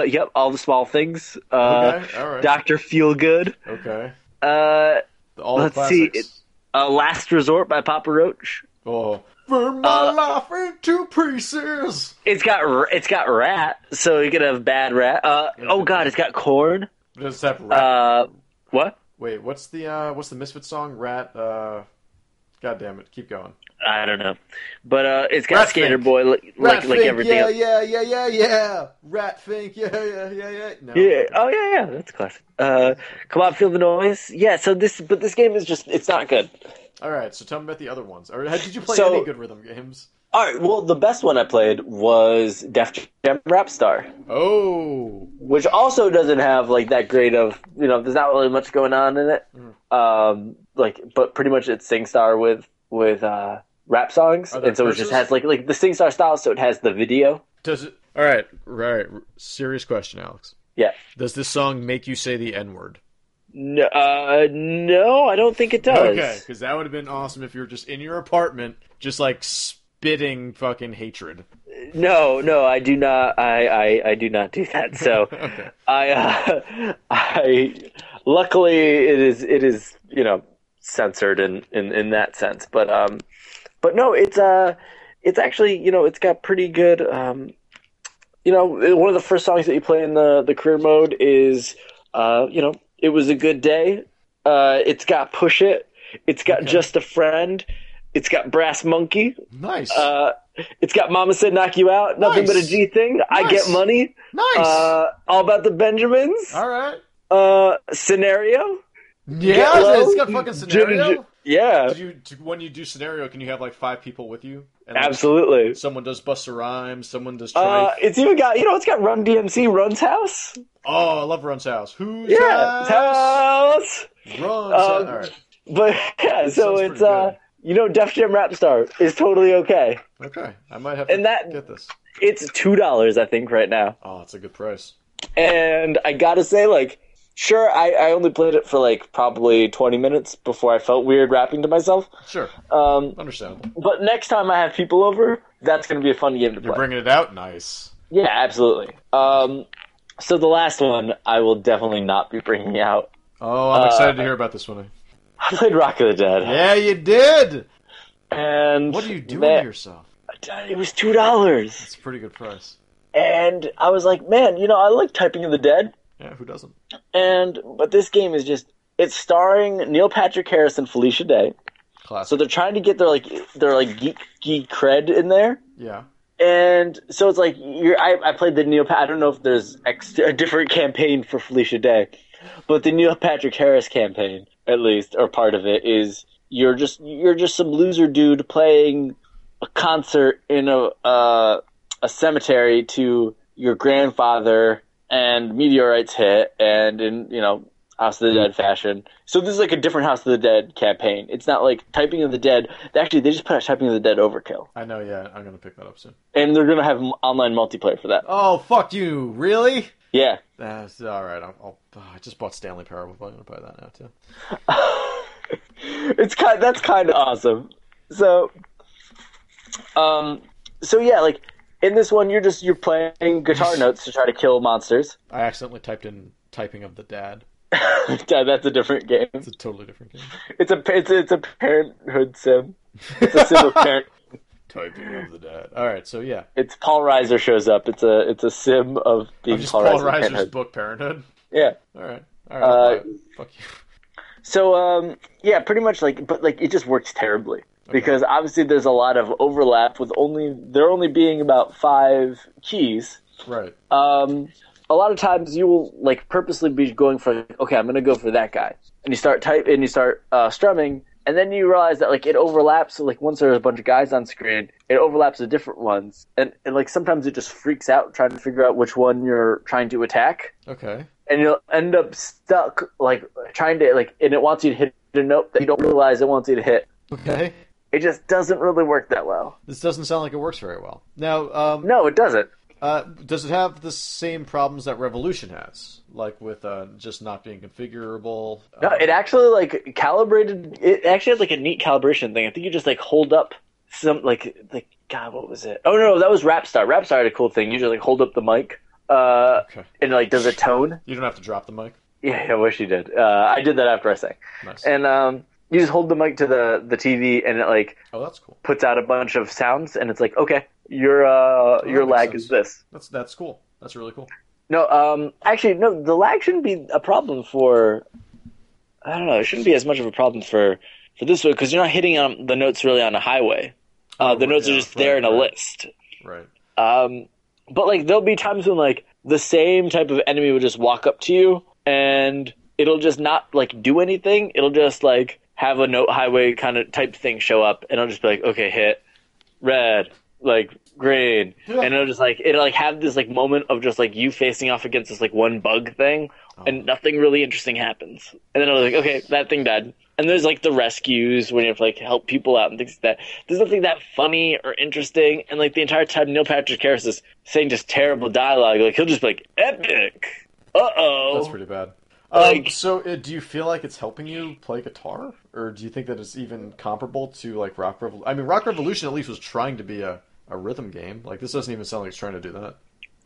yep, all the small things. Uh, Okay. All right. Doctor Feelgood. okay. Uh, All the let's see, classics. uh, Last Resort by Papa Roach. Oh. Burn my Uh, life into pieces. It's got r- it's got rat, so you could have bad rat. Uh, oh god, it's got corn. Does that rap? Uh, what? Wait, what's the uh, what's the Misfit song? Rat. Uh, God damn it! Keep going. I don't know, but uh, it's got Rat Skater Fink. Boy like like, Rat like Fink, everything. Yeah, else. yeah, yeah, yeah, yeah. Rat Fink. Yeah, yeah, yeah, yeah. No. Yeah. Oh yeah, yeah. That's classic. Uh, come on, feel the noise. Yeah. So this, but this game is just it's not good. All right. So tell me about the other ones. Or uh, did you play So- any good rhythm games? All right. Well, the best one I played was Def Jam Rap Star, Oh, which also doesn't have like that great of you know. There's not really much going on in it. Mm. Um, like, but pretty much it's SingStar with with uh rap songs, Are there and so it curses? just has like like the SingStar style. So it has the video. does it? All right. Right. Serious question, Alex. Yeah. Does this song make you say the N word? No, uh, no, I don't think it does. Okay, because that would have been awesome if you were just in your apartment, just like spitting fucking hatred. No, no, I do not. I, I, I do not do that. So, Okay. I, uh, I, luckily, it is, it is, you know, censored in, in, in that sense. But, um, but no, it's, uh, it's actually, you know, it's got pretty good. Um, you know, one of the first songs that you play in the the career mode is, uh, you know, it was a good day. Uh, it's got push it. It's got just a friend. It's got brass monkey. Nice. Uh, it's got Mama Said Knock You Out, Nothing But a Nice. G Thing, I Nice. Get Money, nice. uh, All About the Benjamins, All right. uh, Scenario, Yeah, Hello? it's got fucking scenario. J- Yeah, Did you do- when you do scenario, can you have like five people with you? And, like, absolutely. Someone does Buster Rhymes. Someone does. Uh, Trife. it's even got you know it's got Run DMC Run's house. oh, I love Run's house. Who's Yeah, it's house? house. Run's Um, house. All right. But yeah, so sounds it's pretty uh, you know Def Jam Rap Star is totally okay. Okay, I might have to And that get this. it's two dollars I think right now. Oh, it's a good price. And I gotta say, like, sure, I, I only played it for like probably 20 minutes before I felt weird rapping to myself. Sure, Um, understandable. but next time I have people over, that's gonna be a fun game to You're play. bringing it out nice. yeah, absolutely. Um, so the last one I will definitely not be bringing out. Oh, I'm Uh, excited to hear about this one. I played Rock of the Dead, Yeah, you did. and What are you doing man, to yourself? It was two dollars, It's a pretty good price. and I was like, man, you know, I like Typing of the Dead, Yeah, who doesn't? and but this game is just it's starring Neil Patrick Harris and Felicia Day. Classic. So they're trying to get their like their like geek geek cred in there, yeah. and so it's like you're. I, I played the Neil. I don't know if there's ex, a different campaign for Felicia Day, but the Neil Patrick Harris campaign, at least, or part of it, is you're just you're just some loser dude playing a concert in a uh, a cemetery to your grandfather, and meteorites hit, and in you know House of the Dead fashion. So this is like a different House of the Dead campaign. It's not like Typing of the Dead. Actually, they just put out Typing of the Dead Overkill, I know. Yeah, I'm gonna pick that up soon. and they're gonna have m- online multiplayer for that. Oh, fuck you! Really? Yeah, That's all right. I'll, I'll, ah, I just bought Stanley Parable. but I'm gonna buy that now too. it's kind. That's kind of awesome. So, um, so yeah, like in this one, you're just you're playing guitar notes to try to kill monsters. I accidentally typed in "typing of the dad." Yeah, that's a different game. It's a totally different game. It's a it's a, it's a parenthood sim. It's a sim of parent. typing of the dad. All right, so yeah, It's Paul Reiser shows up. It's a it's a sim of being I'm just Paul, Paul Reiser. Reiser's Parenthood. book, Parenthood. Yeah. All right, all right. I'll Uh, buy it. Fuck you. So um, yeah, pretty much like, but like it just works terribly because obviously there's a lot of overlap with only there only being about five keys. Right. Um, a lot of times you will like purposely be going for like, okay, I'm gonna go for that guy, and you start type and you start uh, strumming, and then you realize that like it overlaps. So, like once there's a bunch of guys on screen, it overlaps the different ones, and, and like sometimes it just freaks out trying to figure out which one you're trying to attack Okay. and you'll end up stuck like trying to like and it wants you to hit a note that you don't realize it wants you to hit Okay. it just doesn't really work that well This doesn't sound like it works very well. Now, um, no it doesn't uh, does it have the same problems that Revolution has, like with uh, just not being configurable? no Uh, it actually like calibrated it actually has like a neat calibration thing i think you just like hold up some like like god what was it oh no, no that was rapstar rapstar had a cool thing you just like hold up the mic uh okay. and like does a tone You don't have to drop the mic. yeah i wish you did uh i did that after i sang Nice. and um you just hold the mic to the the tv and it like oh, that's cool. puts out a bunch of sounds, and it's like, okay, your uh, your makes lag sense. is this. That's that's cool. That's really cool. No, um, actually, no, the lag shouldn't be a problem for. I don't know. It shouldn't be as much of a problem for for this one because you're not hitting on the notes really on a highway. Uh, the right, notes yeah, are just there right, in a right. list. Right. Um, but like there'll be times when like the same type of enemy will just walk up to you and it'll just not like do anything. It'll just like have a note highway kind of type thing show up and it'll just be like, okay, hit red, like green, Yeah. and it'll just like it'll like have this like moment of just like you facing off against this like one bug thing Oh. and nothing really interesting happens. And then I was like, okay, that thing died. And there's like the rescues when you have to like help people out and things like that. There's nothing that funny or interesting. And like the entire time, Neil Patrick Harris is saying just terrible dialogue. Like he'll just be like, epic. Uh That's oh. pretty bad. um, Like- so, uh, do you feel like it's helping you play guitar, or do you think that it's even comparable to like Rock Revolution? I mean, Rock Revolution at least was trying to be a, a rhythm game. Like this doesn't even sound like it's trying to do that.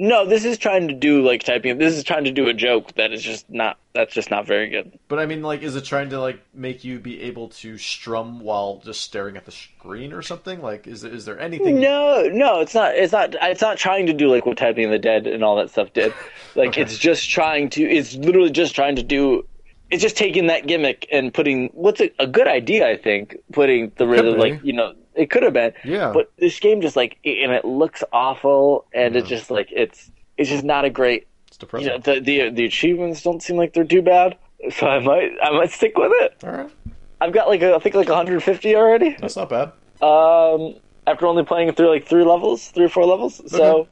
No, this is trying to do like typing. This is trying to do a joke that is just not. That's just not very good. But I mean, like, is it trying to like make you be able to strum while just staring at the screen or something? Like, is is there anything? No, no, it's not. It's not. It's not trying to do like what Typing of the Dead and all that stuff did. Like it's just trying to. It's literally just trying to do. It's just taking that gimmick and putting what's a, a good idea, I think. Putting the rhythm, be. like you know, it could have been. Yeah. But this game just like, it- and it looks awful, and it's just like it's it's just not a great. It's You know, depressing. the the the achievements don't seem like they're too bad. so I might I might stick with it. All right, I've got like a, I think like 150 already. that's not bad. Um, after only playing through like three levels, three or four levels, so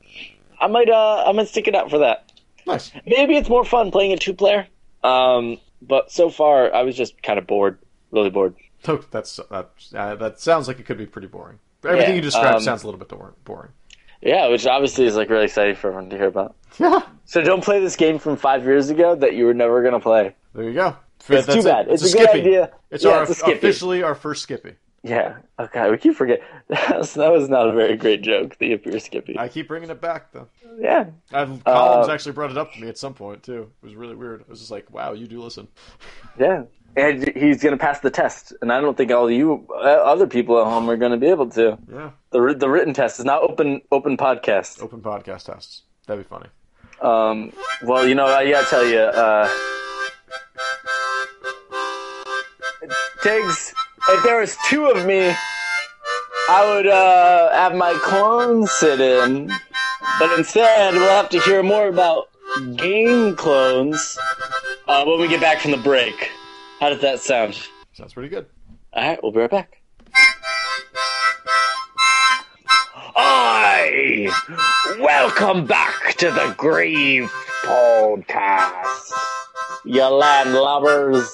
I might uh I might stick it out for that. Nice. Maybe it's more fun playing it two player. Um, but so far I was just kind of bored, really bored. Oh, that's that. Uh, that sounds like it could be pretty boring. Everything Yeah, you described um, sounds a little bit dor- boring. Yeah, which obviously is like really exciting for everyone to hear about. Yeah. So don't play this game from five years ago that you were never gonna play. There you go. It's That's too it. bad. It's, a, good Skippy. idea. It's yeah, our it's a skippy. officially our first Skippy. Yeah. Okay. We keep forgetting. That was, that was not a very great joke. The appear skippy. I keep bringing it back though. yeah. I've, Uh, Columns actually brought it up to me at some point too. It was really weird. I was just like, "Wow, you do listen." Yeah. And he's going to pass the test, and I don't think all you uh, other people at home are going to be able to. Yeah. The wri- the written test is not open open podcast. Open podcast tests. That'd be funny. Um. Well, you know, I gotta tell you, uh, Tiggs, if there was two of me, I would uh, have my clone sit in. But instead, we'll have to hear more about game clones uh, when we get back from the break. How does that sound? Sounds pretty good. All right, we'll be right back. I welcome back to the Grieve Podcast. You landlubbers.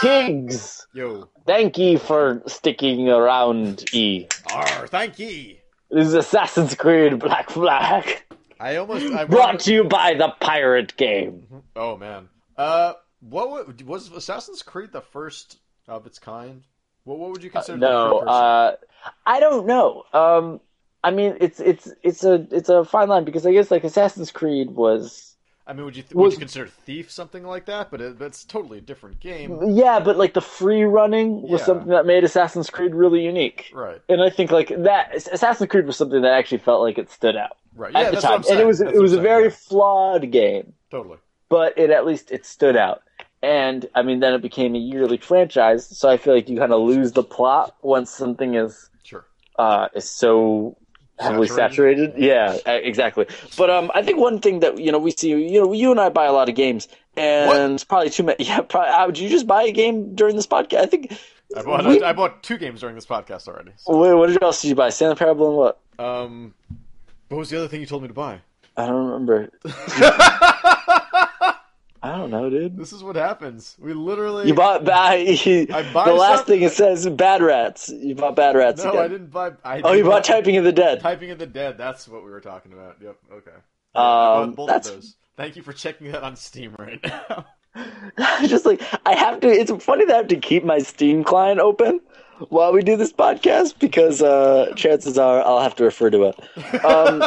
Tiggs, Yo. thank you for sticking around, E. R. Thank ye. This is Assassin's Creed Black Flag, I almost. I brought to you by the Pirate Game. Oh man. Uh, what would, was Assassin's Creed the first of its kind? What what would you consider? Uh, No, the precursor? uh, I don't know. Um, I mean, it's it's it's a it's a fine line because I guess like Assassin's Creed was I mean, would you th- would was- you consider Thief something like that? But it, that's totally a different game, yeah, but like the free running was Yeah. something that made Assassin's Creed really unique. right? And I think like that Assassin's Creed was something that actually felt like it stood out Right. Yeah, at the that's what time, I'm saying. and it was That's it what was I'm a saying, very yeah. flawed game. totally. but it at least it stood out. And I mean, then it became a yearly franchise, so I feel like you kind of lose the plot once something is Sure. uh, is so heavily Saturated? saturated. Yeah, uh, exactly. But um, I think one thing that you know we see, you know, you and I buy a lot of games, and probably too many. Yeah, probably. Uh, did you just buy a game during this podcast? I think. I bought we- I bought two games during this podcast already. So, Wait, what else did you buy? Stand Parable and what? um, what was the other thing you told me to buy? I don't remember. I don't know, dude. This is what happens. We literally. You bought bad. buy The last something- thing it says bad rats. You bought bad rats. No, again. I didn't buy. I Oh, you did bought not- Typing of the Dead. Typing of the Dead. That's what we were talking about. Yep. Okay. Yeah, I Um, bought both that's of those. Thank you for checking that on Steam right now. just like I have to. It's funny that I have to keep my Steam client open while we do this podcast because uh, chances are I'll have to refer to it. Um,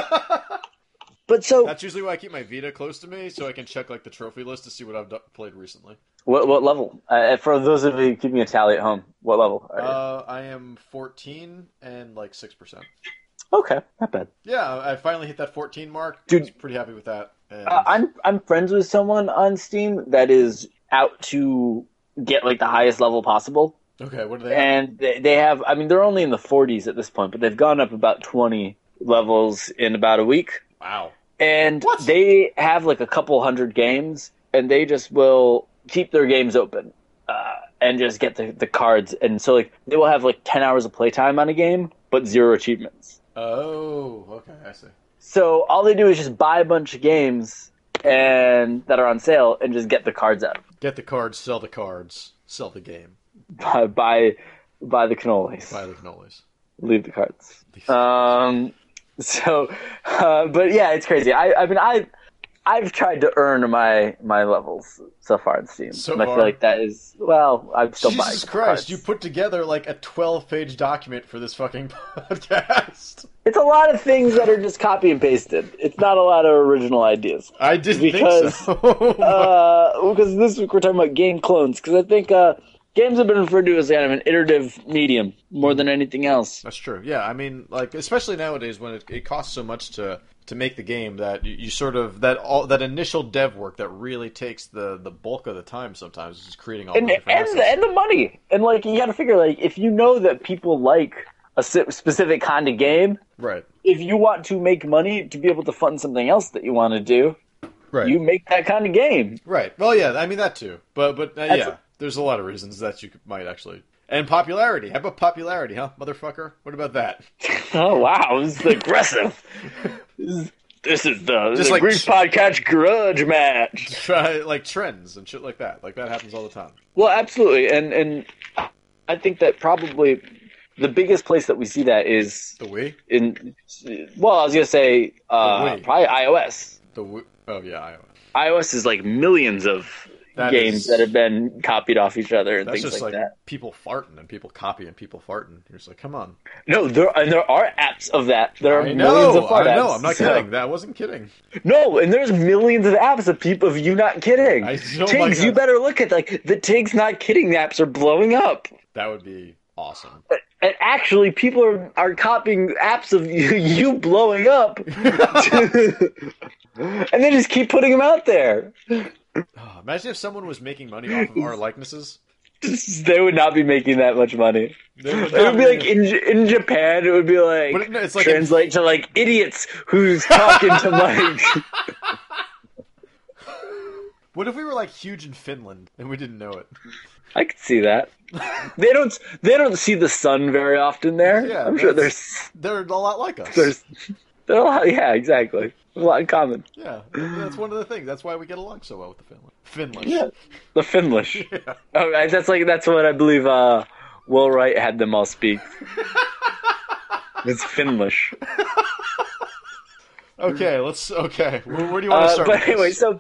but so, That's usually why I keep my Vita close to me, so I can check like the trophy list to see what I've do- played recently. what what level? Uh, for those of you keeping a tally at home, what level? Are you? Uh, I am 14 and like six percent. okay, not bad. Yeah, I finally hit that 14 mark. Dude. I was pretty happy with that. And Uh, I'm I'm friends with someone on Steam that is out to get like the highest level possible. okay, what are they? At? and they, they have i mean they're only in the 40s at this point but they've gone up about 20 levels in about a week Wow. and What? they have like a couple hundred games and they just will keep their games open uh, and just get the, the cards and so like they will have like 10 hours of playtime on a game but zero achievements Oh, okay, I see. so all they do is just buy a bunch of games and that are on sale and just get the cards out Get the cards, sell the cards, sell the game, buy buy, buy the cannolis buy the cannolis. leave the cards. Um, so, uh, but yeah, it's crazy. I, I mean, I, I've tried to earn my my levels so far in Steam, So and I feel far? like that is well, I'm still buying. Jesus the Christ! cards. You put together like a 12-page document for this fucking podcast. It's a lot of things that are just copy and pasted. It's not a lot of original ideas. I didn't Because, think so. Uh, because this week we're talking about game clones. Because I think uh, games have been referred to as kind of an iterative medium more than anything else. That's true. Yeah, I mean, like especially nowadays when it, it costs so much to to make the game that you, you sort of that all that initial dev work that really takes the the bulk of the time sometimes is just creating all and the and different the, assets. and the money and like you got to figure like if you know that people like a si- specific kind of game right. if you want to make money to be able to fund something else that you want to do Right. you make that kind of game. Right. Well, yeah. I mean that too. But but uh, That's- yeah, there's a lot of reasons that you could, might actually. And popularity. How about popularity, huh, motherfucker? What about that? Oh Wow, this is aggressive. this is the, the Just like- Greek podcast grudge match. Try like trends and shit like that. Like that happens all the time. Well, absolutely, and and I think that probably the biggest place that we see that is The Wii. in. Well, I was gonna say uh, Oh, Wait. probably iOS. The Wii. Oh yeah, I, iOS is like millions of That games is- that have been copied off each other and that's things just like, like, that. people farting and people copying people farting. You're just like, come on. No, there and there are apps of that. There are I millions know. of fart I apps. know. I'm not So- kidding. That wasn't kidding. No, and there's millions of apps of people of you not kidding. I, oh my Tiggs, you God. better look at like the Tiggs not kidding apps are blowing up. That would be awesome. And actually, people are, are copying apps of you, you blowing up, and they just keep putting them out there. Oh, imagine if someone was making money off of our likenesses. They would not be making that much money. They would It would be not like in J- in Japan. It would be like, But it- no, it's like- translate to like idiots who's talking to Mike. What if we were like huge in Finland and we didn't know it? I could see that. They don't they don't see the sun very often there. Yeah, I'm sure that's- there's They're a lot like us. there's there are a lot. Yeah, exactly. A lot in common. Yeah, that's one of the things. That's why we get along so well with the Finland. Finland. Yeah, the Finlish. Yeah. Oh, I- that's like that's what I believe. Uh, Will Wright had them all speak. it's Finlish. Okay, let's. Okay, where, where do you want to Uh, start? but anyway, so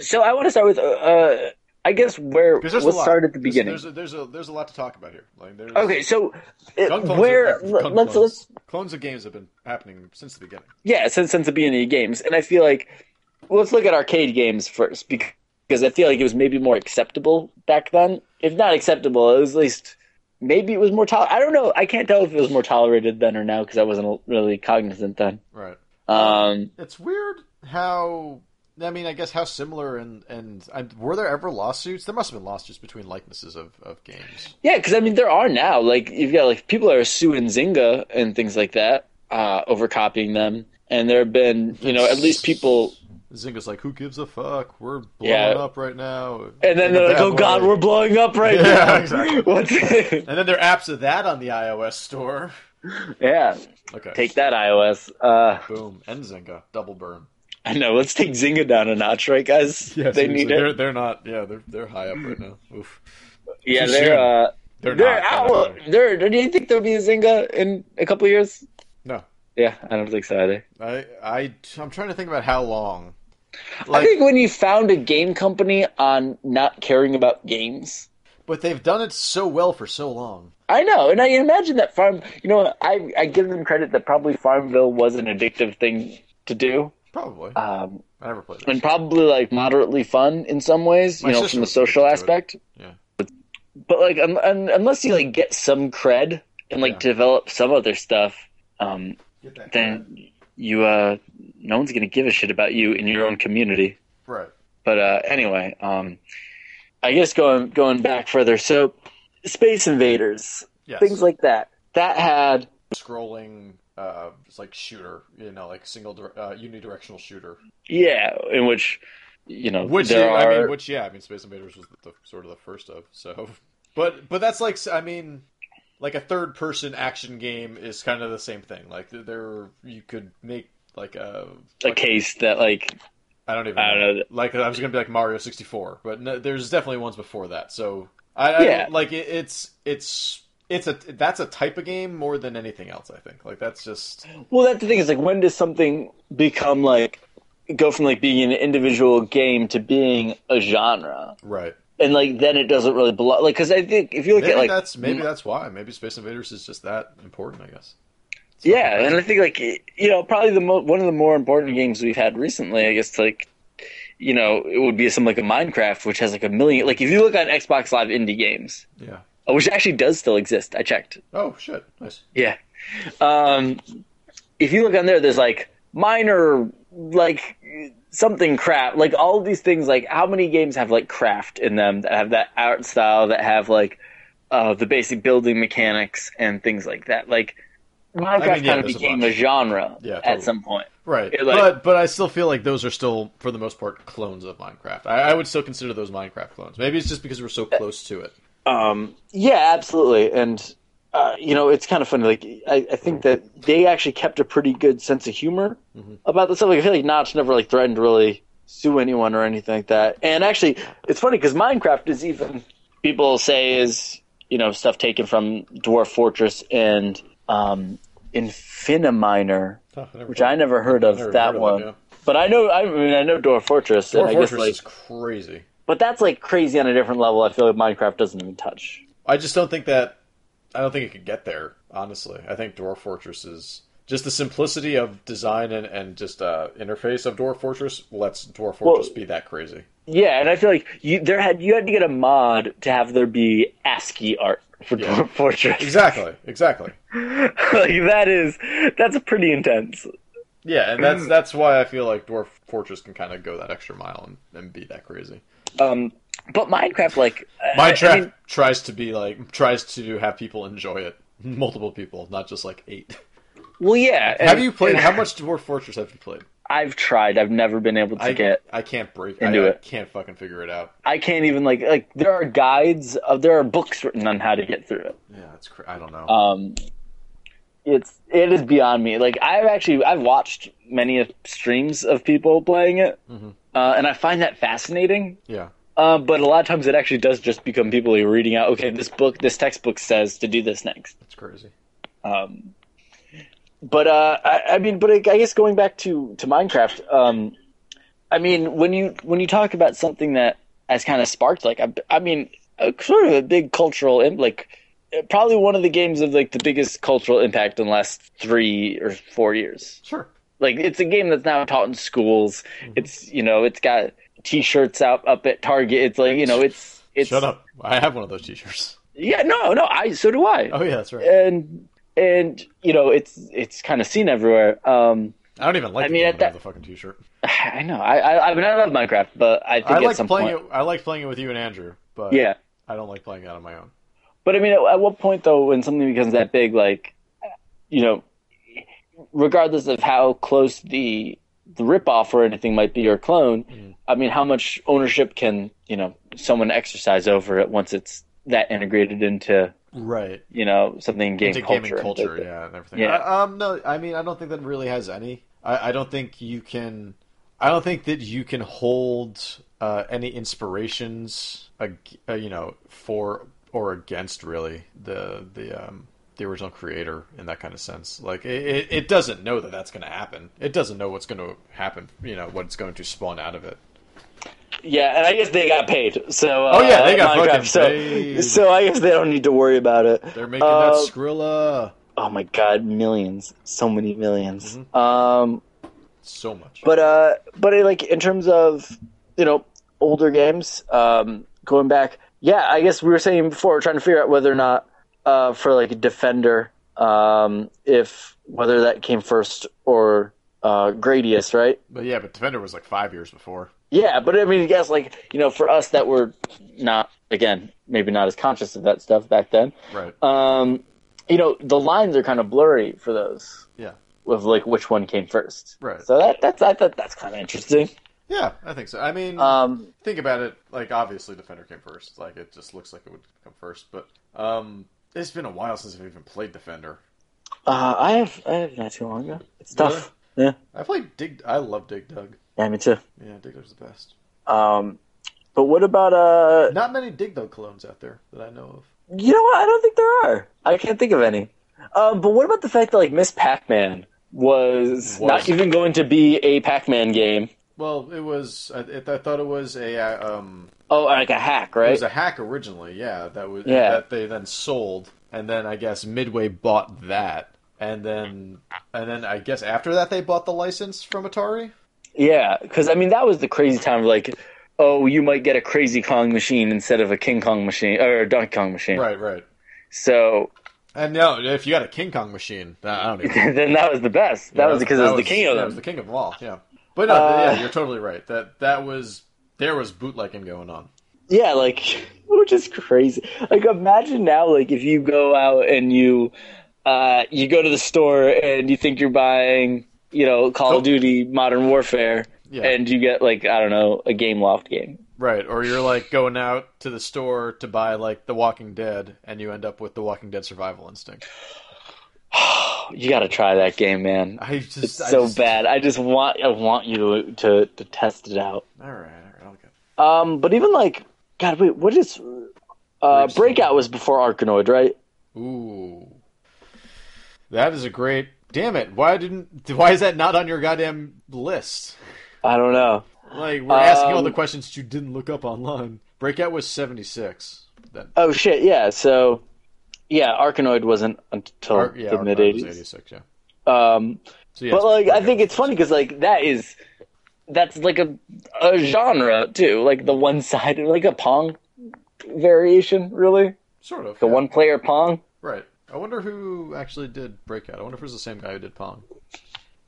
so I want to start with uh, uh, I guess where because let's there's a lot. start at the There's- beginning. There's, a, there's a there's a lot to talk about here. Like there's Okay, so uh, gun clones where have- gun let's clones. let's clones of games have been happening since the beginning. yeah, since since the beginning of games, and I feel like let's look at arcade games first bec- because I feel like it was maybe more acceptable back then. If not acceptable, it was at least maybe it was more tol. I don't know. I can't tell if it was more tolerated then or now because I wasn't really cognizant then. Right. Um, It's weird how. I mean, I guess how similar and and I, were there ever lawsuits? There must have been lawsuits between likenesses of, of games. yeah, because I mean there are now. Like you've got like people are suing Zynga and things like that uh, over copying them, and there have been you know at least people. Zynga's like, who gives a fuck? We're blowing Yeah. up right now. And then In a they're like, bad "Oh God, way." we're blowing up right Yeah, now." exactly. What's And then there are apps of that on the iOS store. yeah? Okay. Take that, iOS. Uh, Boom. And Zynga. Double burn. I know. Let's take Zynga down a notch, right, guys? they need They're, it. they're not. Yeah, they're they're high up right now. Oof. yeah, too they're soon. uh, They're, they're not. out. They're. Do you think there'll be a Zynga in a couple of years? No. Yeah, I don't think so either. I I I'm trying to think about how long. I Like, think when you found a game company on not caring about games, but they've done it so well for so long. I know, and I imagine that farm. You know, I I give them credit that probably Farmville was an addictive thing to do, Probably. um, I never played it. and probably like moderately fun in some ways. My you know, sister from a was social addicted to it. aspect. Yeah. but like un- un- unless you like get some cred and like Yeah. develop some other stuff um Get that. then you uh no one's gonna give a shit about you in your own community Right. but uh anyway um i guess going going back further so space invaders Yes. things like that that had scrolling. Uh, it's like shooter. You know, like single dire- uh, unidirectional shooter. yeah in which you know Which there I are mean, which yeah, I mean, Space Invaders was the, sort of the first of. So, but but that's like I mean, like a third person action game is kind of the same thing. Like there, you could make like a a case that like I don't even I don't know. Like I was gonna be like Mario sixty four, but no, there's definitely ones before that. So I, I Yeah. like it, it's it's. It's a that's a type of game more than anything else. I think like that's just Well, that's the thing is like when does something become like go from like being an individual game to being a genre, right. and like then it doesn't really belong. Like because I think if you look Maybe at like that's maybe that's why maybe Space Invaders is just that important. I guess. It's not yeah, and I think like you know probably the mo- one of the more important games we've had recently, I guess like you know it would be something like a Minecraft, which has like a million. Like if you look on Xbox Live indie games, yeah. uh, which actually does still exist, I checked. Oh shit! Nice. Yeah. Um, if you look on there, there's like minor, like something crap, like all these things. Like how many games have like craft in them that have that art style that have like uh, the basic building mechanics and things like that. Like Minecraft I mean, yeah, kind of there's a became a, bunch. genre Yeah, totally. at some point. Right. Yeah, like- but but I still feel like those are still for the most part clones of Minecraft. I, I would still consider those Minecraft clones. Maybe it's just because we're so close to it. Um, yeah, absolutely. And, uh, you know, it's kind of funny. Like, I, I think that they actually kept a pretty good sense of humor Mm-hmm. about this stuff. Like, I feel like Notch never, like, threatened to really sue anyone or anything like that. And actually, it's funny because Minecraft is even, people say is, you know, stuff taken from Dwarf Fortress and um, Infiniminer, which I never heard of Never that heard of it, one. yeah. But I know, I mean, I know Dwarf Fortress. and Dwarf I Fortress guess, like, is crazy. but that's like crazy on a different level. I feel like Minecraft doesn't even touch. I just don't think that I don't think it could get there. Honestly, I think Dwarf Fortress is just the simplicity of design and and just uh, interface of Dwarf Fortress lets Dwarf Fortress be that crazy. Yeah, and I feel like you there had you had to get a mod to have there be ASCII art for Yeah. Dwarf Fortress. Exactly, exactly. like that is that's pretty intense. Yeah, and Hmm. that's that's why I feel like Dwarf Fortress can kind of go that extra mile and, and be that crazy. Um, but Minecraft, like I- I Minecraft mean, tries to be like tries to have people enjoy it, multiple people, not just like eight. well, yeah. and- Have you played? and How much Dwarf Fortress have you played? I've tried. I've never been able to I get. I can't break Into I, I it. can't fucking figure it out. I can't even like like there are guides. Uh, there are books written on how to get through it. Yeah, it's cra- I don't know. Um, it's it is beyond me. Like I've actually I've watched many of streams of people playing it, Mm-hmm. uh, and I find that fascinating yeah, Uh, but a lot of times it actually does just become people who are reading out, okay, this book, this textbook says to do this next. it's crazy. Um, but uh, I, I mean, but I, I guess going back to to Minecraft, um, I mean, when you when you talk about something that has kind of sparked, like I, I mean, a, sort of a big cultural, im- like uh, probably one of the games of like the biggest cultural impact in the last three or four years Sure. like it's a game that's now taught in schools Mm-hmm. it's you know it's got t-shirts out up at target it's like you know it's it's Shut up. I have one of those t-shirts. yeah no no i so do i Oh yeah, that's right. and and you know it's it's kind of seen everywhere um I don't even like. I the mean, game, at I that- have the fucking t-shirt. i know i i, I mean i love minecraft but i think I at like some playing point it. I like playing it with you and Andrew, but yeah I don't like playing that on my own. But I mean, at, at what point though, when something becomes that big, like, you know, regardless of how close the the ripoff or anything might be or clone, Mm-hmm. I mean, how much ownership can you know someone exercise over it once it's that integrated into Right. you know something in game into culture? gaming and culture, like that. yeah, and everything. Yeah. I, um, no, I mean, I don't think that really has any. I, I don't think you can. I don't think that you can hold uh, any inspirations, ag- uh, you know, for or against really the the um, the original creator in that kind of sense. Like it, it, it doesn't know that that's going to happen. It doesn't know what's going to happen. You know, what's going to spawn out of it. Yeah, and I guess they got paid. So uh, Oh, yeah, they got Minecraft, fucking so, paid. So I guess they don't need to worry about it. They're making Uh, that Skrilla oh my god, millions, so many 1000000s Mm-hmm. Um, so much. But uh, but uh, like in terms of you know older games, um, going back, yeah, I guess we were saying before we're trying to figure out whether or not uh, for like Defender, um, if whether that came first or uh, Gradius, right? but yeah, but Defender was like five years before. Yeah, but I mean, I guess like you know for us that were not again maybe not as conscious of that stuff back then. Right. Um, you know the lines are kind of blurry for those Yeah. with like which one came first. Right. So that that's I thought that's kind of interesting. Yeah, I think so. I mean, Um, think about it, like obviously Defender came first. Like it just looks like it would come first, but um it's been a while since I've even played Defender. Uh, I have I have not too long ago. It's Really? tough. I played Dig I love Dig Dug. Yeah, me too. Yeah, Dig Dug's the best. Um, but what about uh? Not many Dig Dug clones out there that I know of. You know what? I don't think there are. I can't think of any. Um, but what about the fact that like Miss Pac-Man was, Was. not even going to be a Pac-Man game? Well, it was I, it, I thought it was a uh, um Oh, like a hack, it right? was a hack originally. Yeah, that was Yeah. that they then sold and then I guess Midway bought that. And then, and then I guess after that they bought the license from Atari. Yeah, because I mean that was the crazy time of like, oh, you might get a Crazy Kong machine instead of a King Kong machine or a Donkey Kong machine. Right, right. So And no, if you got a King Kong machine, I don't even. then that was the best. That Yeah, was because it was the king of that them. was the king of them all. Yeah, but no, Uh, yeah, you're totally right. That that was there was bootlegging going on. Yeah, like which is crazy. Like imagine now, like if you go out and you, uh, you go to the store and you think you're buying, you know, Call Oh. of Duty Modern Warfare, Yeah. and you get like I don't know a Game Loft game. Right, or you're like going out to the store to buy like The Walking Dead, and you end up with The Walking Dead Survival Instinct. You got to try that game, man. I just It's I so just- bad. I just want I want you to to test it out. All right, all right, I'll go. Um, but even like God, wait, what is uh, Rift. Breakout was before Arkanoid, right? Ooh, that is a great. Damn it! Why didn't? Why is that not on your goddamn list? I don't know. Like we're asking all Um, the questions you didn't look up online. Breakout was seventy six. That Oh shit, yeah. So yeah, Arkanoid wasn't until Ar- yeah, Oh, the mid eighty '80s. six. Yeah. Um, So yeah, but it's like, I Breakout. think it's funny because like that is that's like a a genre too, like the one sided, like a Pong variation, really, sort of the yeah. one player Pong. Right. I wonder who actually did Breakout. I wonder if it was the same guy who did Pong.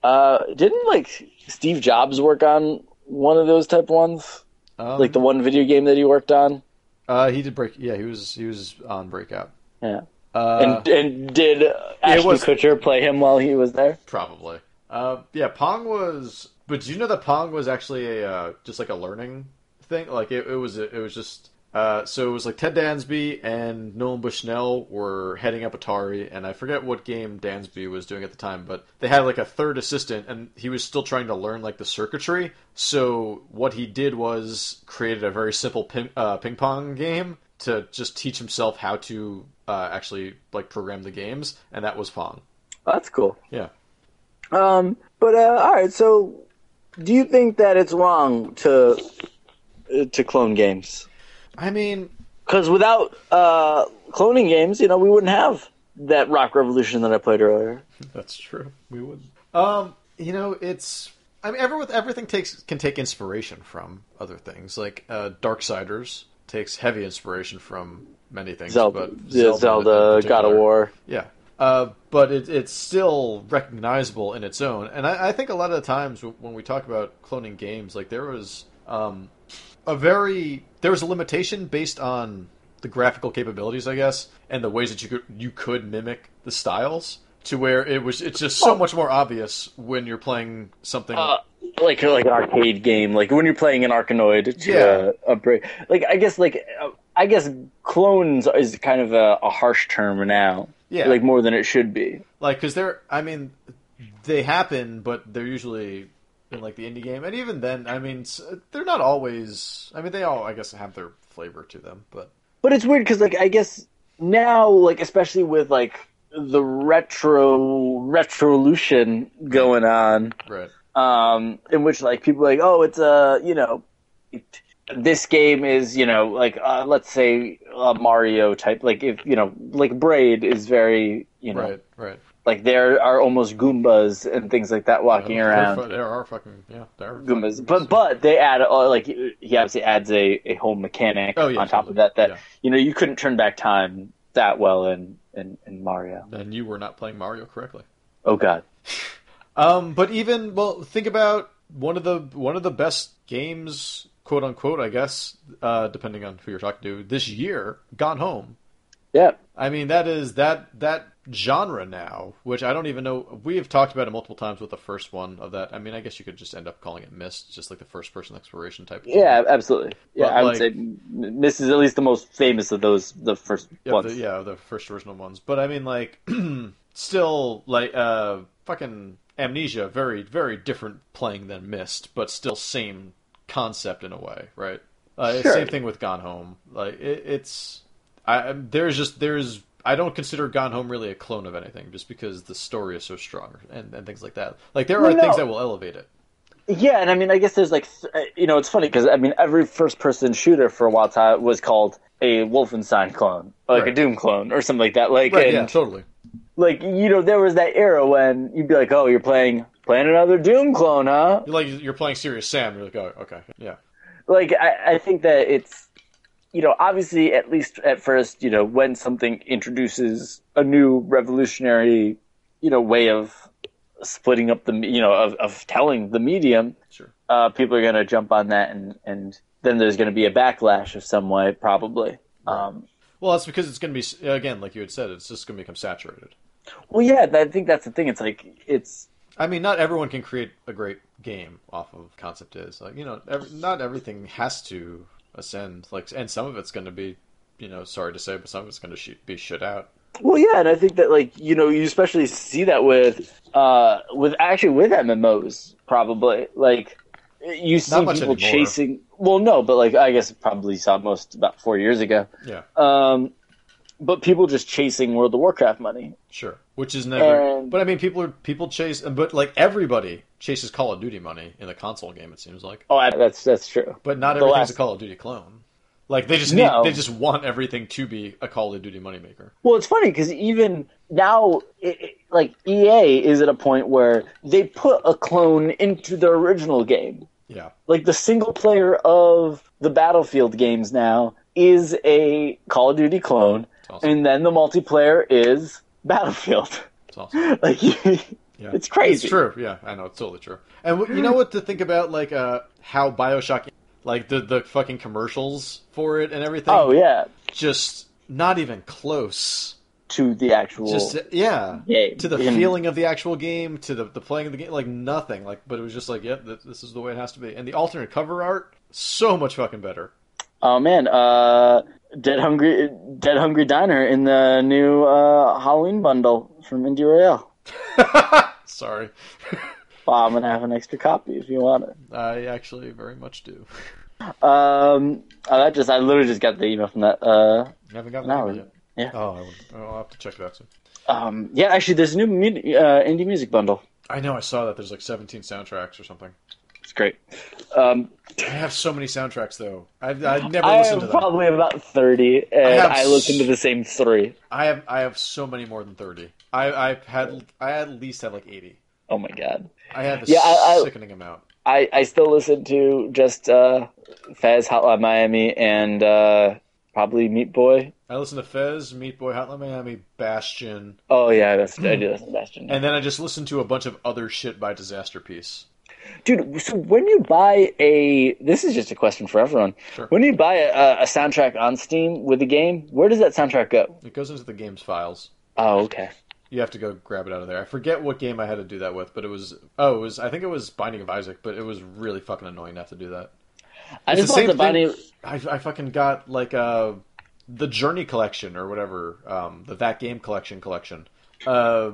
Uh, didn't like Steve Jobs work on one of those type ones, Um, like the one video game that he worked on? uh, he did break. Yeah, he was he was on Breakout. Yeah. Uh, and and did Ashton was- Kutcher play him while he was there? Probably. Uh, yeah, Pong was. But do you know that Pong was actually a uh, just like a learning thing? Like it, it was. It was just. Uh, so it was like Ted Dansby and Nolan Bushnell were heading up Atari, and I forget what game Dansby was doing at the time, but they had like a third assistant, and he was still trying to learn like the circuitry. So what he did was created a very simple ping, uh, ping pong game to just teach himself how to uh, actually like program the games, and that was Pong. That's cool. Yeah. Um, but uh, all right, so do you think that it's wrong to uh, to clone games? I mean, Because without uh, cloning games, you know, we wouldn't have that rock revolution that I played earlier. That's true. We would. Um, you know, it's. I mean, everyone, everything takes can take inspiration from other things. Like uh, Darksiders takes heavy inspiration from many things. Zelda, but Zelda, in Zelda God of particular. War. Yeah. Uh, but it, it's still recognizable in its own. And I, I think a lot of the times w- when we talk about cloning games, like there was um, a very there was a limitation based on the graphical capabilities, I guess, and the ways that you could you could mimic the styles to where it was it's just so much more obvious when you're playing something. Uh, like like an arcade game, like when you're playing an Arkanoid to Yeah. a, a break. Like I guess like uh, I guess clones is kind of a, a harsh term now. Yeah. Like more than it should be. like because they're i mean they happen but they're usually in like the indie game and even then i mean s- they're not always i mean they all i guess have their flavor to them but But it's weird because, like, I guess now, like, especially with like the retro retrolution going on, right um, in which like people are like, oh, it's a you know, it, this game is you know like uh, let's say a Mario type, like if you know like Braid is very you know right right like there are almost Goombas and things like that walking There around. fu- there are fucking yeah there are Goombas. fucking- But but they add uh, like he obviously adds a, a whole mechanic Oh, yeah, on top totally. of that that Yeah. you know you couldn't turn back time that well in, in, in Mario. and you were not playing mario correctly Oh god. Um, but even well, think about one of the one of the best games, quote unquote, I guess, uh, depending on who you're talking to, this year, Gone Home. Yeah. I mean that is that that genre now, which I don't even know. We have talked about it multiple times with the first one of that. I mean, I guess you could just end up calling it Mist, just like the first person exploration type. thing. Yeah, absolutely. Yeah, But, I would like- say m- this is at least the most famous of those the first Yeah, ones. the, yeah, the first original ones. But I mean, like, still, like, uh, fucking Amnesia, very, very different playing than Mist, but still same concept in a way, right? Uh, Sure. Same thing with Gone Home. Like, it, it's, I there's just there's I don't consider Gone Home really a clone of anything, just because the story is so strong and, and things like that. Like, there are Well, no. things that will elevate it. Yeah, and I mean, I guess there's like, th- uh, you know, it's funny because I mean, every first-person shooter for a while time was called a Wolfenstein clone, or like a Right. Doom clone, or something like that. Like, Right? and, Yeah, totally. like you know, there was that era when you'd be like, oh, you're playing playing another Doom clone, huh? Like, you're playing Serious Sam. You're like, oh, okay, yeah, like I, I think that it's you know obviously at least at first you know when something introduces a new revolutionary you know way of splitting up the me- you know of, of telling the medium sure. uh, people are going to jump on that and and then there's going to be a backlash of some way probably um, Well, that's because it's going to be again, like you had said, it's just going to become saturated. Well, yeah, I think that's the thing. It's like it's I mean, not everyone can create a great game off of concept is like you know, ev not everything has to ascend. Like, and some of it's going to be, you know, sorry to say, but some of it's going to sh- be shit out. Well, yeah, and I think that like you know you especially see that with uh with actually with MMOs probably like you see much people anymore. chasing. Well, no, but like I guess probably saw most about four years ago. Yeah, Um, but people just chasing World of Warcraft money. sure. Which is never. And- but I mean, people are people chase, but like everybody chases Call of Duty money in the console game. It seems like, Oh, I- that's that's true. but not The everything's last- a Call of Duty clone. Like they just need, No. they just want everything to be a Call of Duty moneymaker. Well, it's funny because even now, it, it- like EA is at a point where they put a clone into their original game. Yeah, Like the single player of the Battlefield games now is a Call of Duty clone, it's awesome. and then the multiplayer is Battlefield. it's awesome. like, Yeah. it's crazy. It's true. Yeah, I know. It's totally true. And w- you know what to think about, like uh, how Bioshock, like the the fucking commercials for it and everything. Oh yeah, just not even close. to the actual Just yeah, game. to the And- feeling of the actual game, to the the playing of the game, like nothing. Like, but it was just like, yep, th- this is the way it has to be. And the alternate cover art, so much fucking better. Oh man, uh, Dead Hungry, Dead Hungry Diner in the new uh, Halloween bundle from Indie Royale. Sorry, Wow, I'm gonna have an extra copy if you want it. I actually very much do. Um, oh, that just I literally just got the email from that. Uh, I haven't gotten No, that yet. yeah. Oh, I wouldn't- I'll have to check it out soon. um, yeah, actually, there's a new mu- uh, indie music bundle. I know I saw that. There's like 17 soundtracks or something. It's great. Um, I have so many soundtracks though. I've, I've never I listened to have them. Oh, probably about thirty, and have I, s- listened to the same three. I have I have so many more than 30. I I've had I at least have like 80. Oh my god. I have a Yeah, I- I- sickening amount. I, I still listen to just uh, Fez, Hotline Miami, and uh, probably Meat Boy. I listen to Fez, Meat Boy, Hotline Miami, Bastion, Oh yeah, that's I do that's Sebastian. and then I just listen to a bunch of other shit by Disaster Piece. Dude, so when you buy a, this is just a question for everyone. Sure. When you buy a, a soundtrack on Steam with a game, where does that soundtrack go? It goes into the game's files. Oh, okay. You have to go grab it out of there. I forget what game I had to do that with, but it was oh, it was I think it was Binding of Isaac, but it was really fucking annoying to have to do that. I It's just thought the Bonnie. I, I fucking got like uh the Journey collection or whatever um the that game collection collection. Uh,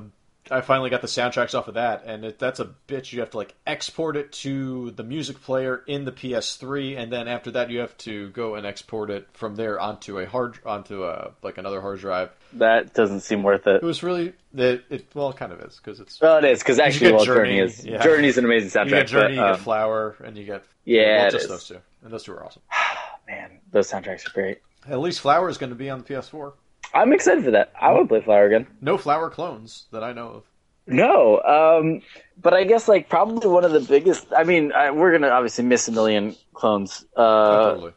I finally got the soundtracks off of that, and it, that's a bitch. You have to like export it to the music player in the PS3, and then after that, you have to go and export it from there onto a hard onto a like another hard drive. That doesn't seem worth it. It was really it, it well, it kind of is because it's Well, it is because actually, get well, Journey, Journey is yeah. Journey's an amazing you soundtrack. get Journey, but, you um, get Flower, and you get yeah, well, it just is. those two, and those two are awesome. Man, those soundtracks are great. At least Flower is going to be on the PS4. I'm excited for that. I would play Flower again. No Flower clones that I know of. No, um, but I guess like probably one of the biggest. I mean, I, we're gonna obviously miss a million clones. Uh, totally.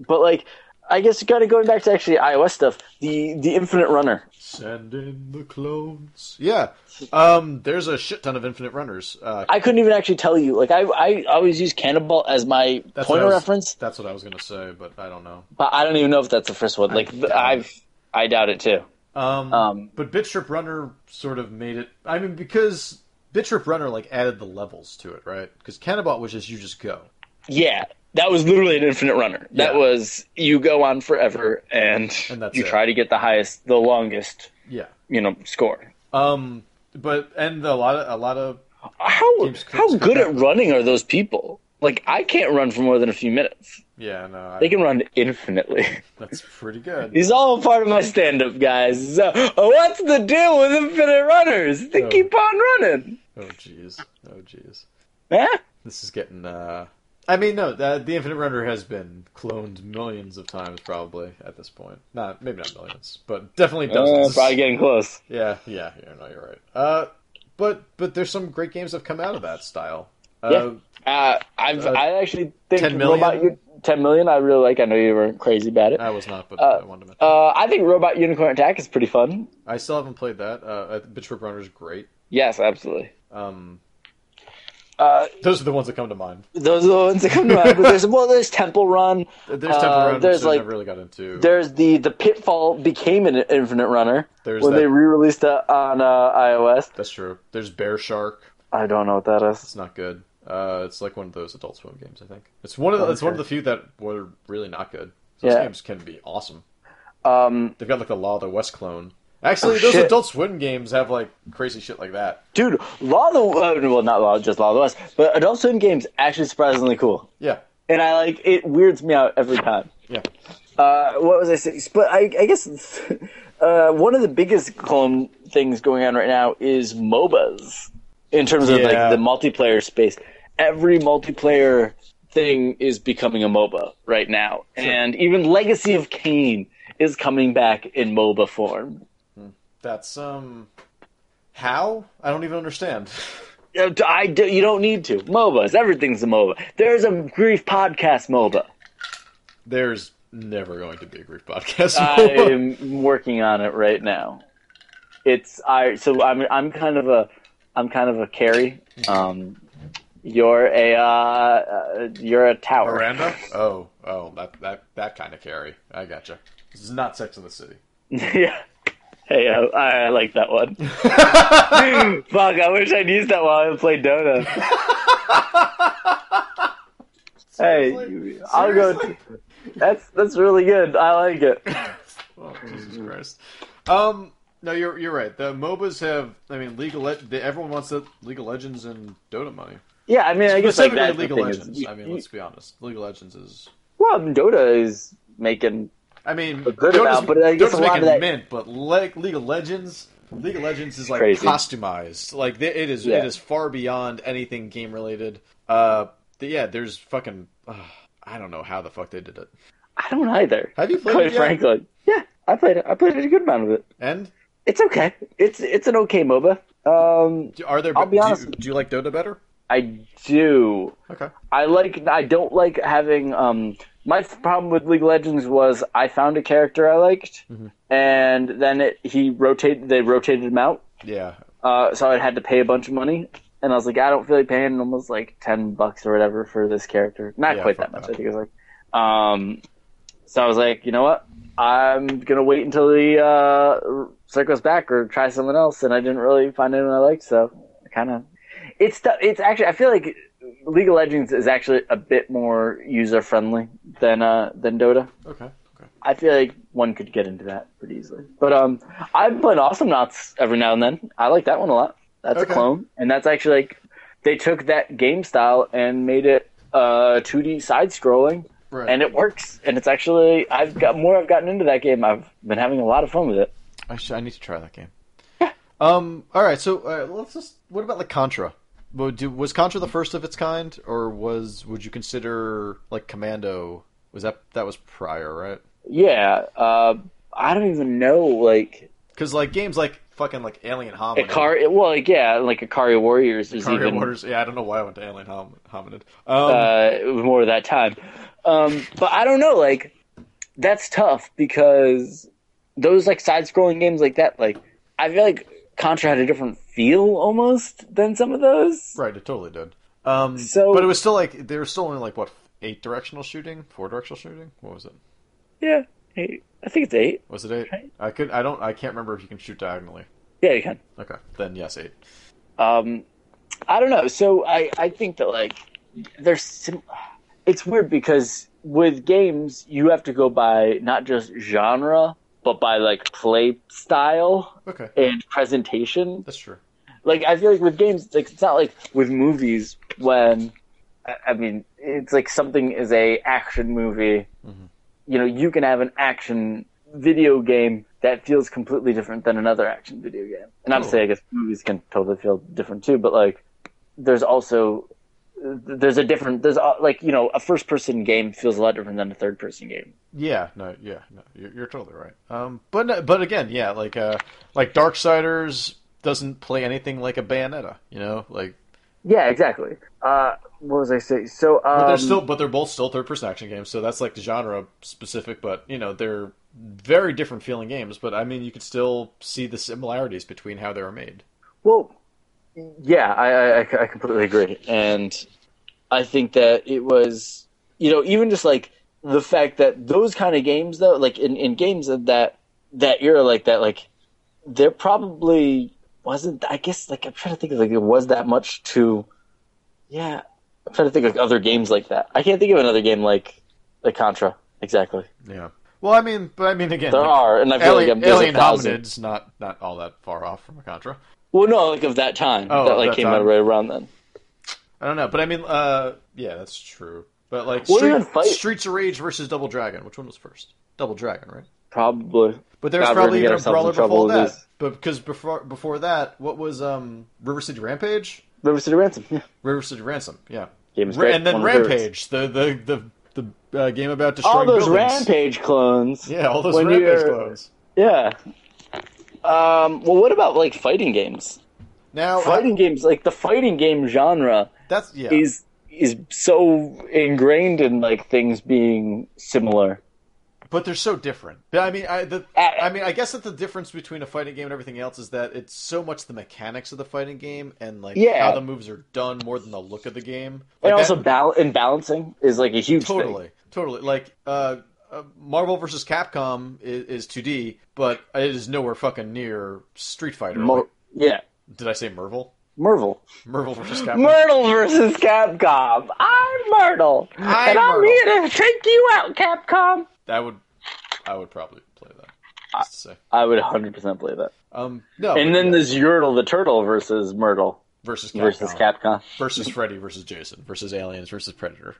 But like, I guess kind of going back to actually iOS stuff, the the Infinite Runner. Send in the clones. Yeah. Um, there's a shit ton of infinite runners. Uh, I couldn't even actually tell you. Like, I I always use Cannonball as my that's point what I of was- reference, That's what I was gonna say, but I don't know. but I don't even know if that's the first one. Like, th- I've I doubt it too. Um, Um, but BitTrip Runner sort of made it. I mean, because BitTrip Runner like added the levels to it, right? Because Cannonbot was just you just go. Yeah, that was literally an Infinite Runner. That Yeah. was you go on forever and, And that's you it. try to get the highest, the longest, Yeah. you know, score. Um, but and a lot of a lot of How Games could- how could good at happen. running are those people? Like, I can't run for more than a few minutes. yeah, no, I, They can run infinitely. that's pretty good. He's all part of my stand up, guys. So, uh, what's the deal with infinite runners? They Oh. keep on running. Oh jeez. Oh jeez. Huh? This is getting. uh I mean, no, the, the Infinite Runner has been cloned millions of times, probably at this point. Not maybe not millions, but definitely Uh, dozens. probably getting close. yeah, yeah, yeah. No, you're right. Uh, but but there's some great games that have come out of that style. Uh, Yeah. Uh, I've, Uh, I actually think 10 million? Robot U- 10 million, I really like. I know you weren't crazy about it. I was not, but Uh, I wanted to mention. Uh, I think Robot Unicorn Attack is pretty fun. I still haven't played that. Uh, Bitch Rip Runner is great. Yes, absolutely. Um, Uh, Uh, Those are the ones that come to mind. those are the ones that come to mind. But there's well, there's Temple Run. There's Uh, Temple Run, there's, which I like- never really got into. There's the the Pitfall became an Infinite Runner There's when that- they re-released it on uh, iOS. That's true. There's Bear Shark. I don't know what that is. It's not good. Uh, it's like one of those Adult Swim games, I think. It's one of the, it's one of the few that were really not good. Those Yeah. games can be awesome. Um, They've got like the Law of the West clone. Actually, Oh, those shit. Adult Swim games have like crazy shit like that. dude, Law of the uh, well, not Law, just Law of the West, but Adult Swim games actually surprisingly cool, Yeah, and I like it weirds me out every time. yeah. Uh, what was I saying? But I, I guess uh, one of the biggest clone things going on right now is MOBAs in terms of Yeah. like the multiplayer space. Every multiplayer thing is becoming a MOBA right now, and even Legacy of Kane is coming back in MOBA form. That's um, how I don't even understand. You know, I do- you don't need to MOBAs. Everything's a MOBA. There's a grief podcast MOBA. There's never going to be a grief podcast. I'm working on it right now. It's I so I'm I'm kind of a I'm kind of a carry. Um, you're a uh, uh, you're a tower. Miranda. Oh, oh, that that that kind of carry. I gotcha. This is not Sex in the City. yeah. Hey, uh, I, I like that one. Fuck, I wish I'd used that while I played Dota. hey, Seriously? I'll go. Seriously? that's that's really good. I like it. Oh, Jesus Mm-hmm. Christ. Um, no, you're you're right. The MOBAs have. I mean, League of Le- they, everyone wants the League of Legends and Dota money. Yeah, I mean, I guess like Specifically that's League the of thing. Is, Legends. I mean, let's be honest. League of Legends is. well, Dota is making I mean, good amount, but I guess Dota's a lot of making that- mint, but Le- League of Legends. League of Legends is like Crazy. customized. Like they, it is. Yeah. It is far beyond anything game related. Uh, th- yeah. There's fucking. Uh, I don't know how the fuck they did it. I don't either. Have you played Quite it yet? frankly, yeah, I played it. I played a good amount of it. And It's okay. It's it's an okay MOBA. Um, do- are there? I'll be do honest. You, do you like Dota better? I do. Okay. I like. I don't like having. Um, my f- problem with League of Legends was I found a character I liked, and then it, he rotated. They rotated him out, Yeah. uh, so I had to pay a bunch of money. And I was like, I don't feel like paying almost like ten bucks or whatever for this character. Not Yeah, quite that fuck much. that. I think it was like, um, so I was like, you know what? I'm gonna wait until the uh, circles back or try someone else. And I didn't really find anyone I liked, so I kind of. It's the- it's actually I feel like League of Legends is actually a bit more user friendly than uh than Dota. Okay. Okay. I feel like one could get into that pretty easily. But um, I've played Awesome Knots every now and then. I like that one a lot. That's Okay. a clone, and that's actually like they took that game style and made it uh 2D side scrolling, Right. and it works. And it's actually I've got more. I've gotten into that game. I've been having a lot of fun with it. I, should, I need to try that game. um. All right. So uh, let's just. What about like Contra? Well, do- Was Contra the first of its kind, or was would you consider like Commando? Was that that was prior, right? Yeah, uh, I don't even know like Because like games like fucking like Alien Hominid, Akari. Well, like, yeah, like Akari Warriors is Mario even Wars- Yeah, I don't know why I went to Alien Hom- Hominid. Um, uh, it was more of that time. Um, but I don't know, like that's tough because those like side-scrolling games like that, like I feel like Contra had a different feel almost than some of those. right, it totally did. Um, So- but it was still like they were still only like what eight directional shooting, four directional shooting. What was it? Yeah, hey, I think it's eight. Was it eight? Right. I could. I don't. I can't remember if you can shoot diagonally. Yeah, you can. Okay, then yes, eight. Um, I don't know. So I I think that like there's sim- it's weird because with games you have to go by not just genre but by like play style Okay, and presentation that's true. like I feel like with games, it's like it's not like with movies when I- I mean it's like something is a action movie. You know, you can have an action video game that feels completely different than another action video game. And obviously, I guess movies can totally feel different too. But like, there's also there's a different there's a- like you know a first person game feels a lot different than a third person game. Yeah, no, yeah, no, you're, you're totally right. Um, but no, but again, yeah, like uh, like Darksiders doesn't play anything like a Bayonetta, you know, like Yeah, exactly. Uh, what was I saying? So um, but they're still but they're both still third person action games, so that's like genre specific, but you know they're very different feeling games. But I mean, you could still see the similarities between how they were made. Well, yeah, I, I- I, I completely agree, and I think that it was, you know, even just like the fact that those kind of games, though, like in, in games of that that era, like that, like there probably wasn't. I guess like I'm trying to think of like there was that much to, yeah. I'm trying to think of other games like that. I can't think of another game like like Contra exactly. Yeah. Well, I mean, but I mean again, There like, are, and I feel like alien, I'm there's alien a thousand. hominids not not all that far off from a Contra. Well, no, like of that time Oh, that of like that came time. out right around then. I don't know, but I mean, uh, yeah, that's true. But like What Street, did I fight? Streets of Rage versus Double Dragon, which one was first? Double Dragon, right? Probably. But there was God, we're probably gonna get even a ourselves in brawler trouble before with that. this. But because before before that, what was um River City Rampage? River City Ransom. Yeah. River City Ransom, yeah. Game is Ra- great. and then One of my Rampage, the the the, the uh, game about destroying All those buildings. Rampage clones. Yeah, all those When Rampage you're- clones. Yeah. Um, well, what about like fighting games? Now Fighting games, like the fighting game genre, that's Oh, yeah. is is so ingrained in like things being similar. But they're so different. But I mean, I the, Uh, I mean, I guess that the difference between a fighting game and everything else is that it's so much the mechanics of the fighting game and like Yeah. how the moves are done more than the look of the game. And Like also, that- bal- and balancing is like a huge thing. totally, totally. Like uh, uh, Marvel versus Capcom is, is 2D, but it is nowhere fucking near Street Fighter. Mer- yeah, Did I say Mervil? Mervil. Mervil versus Capcom. Myrtle versus Capcom. I'm Myrtle, I'm and I'm Myrtle. here to take you out, Capcom. I would, I would probably play that. Just to say. I would 100% play that. Um, no. And then yeah. there's Yertle the turtle versus Myrtle versus Capcom versus Capcom. versus Freddy versus Jason versus aliens versus Predator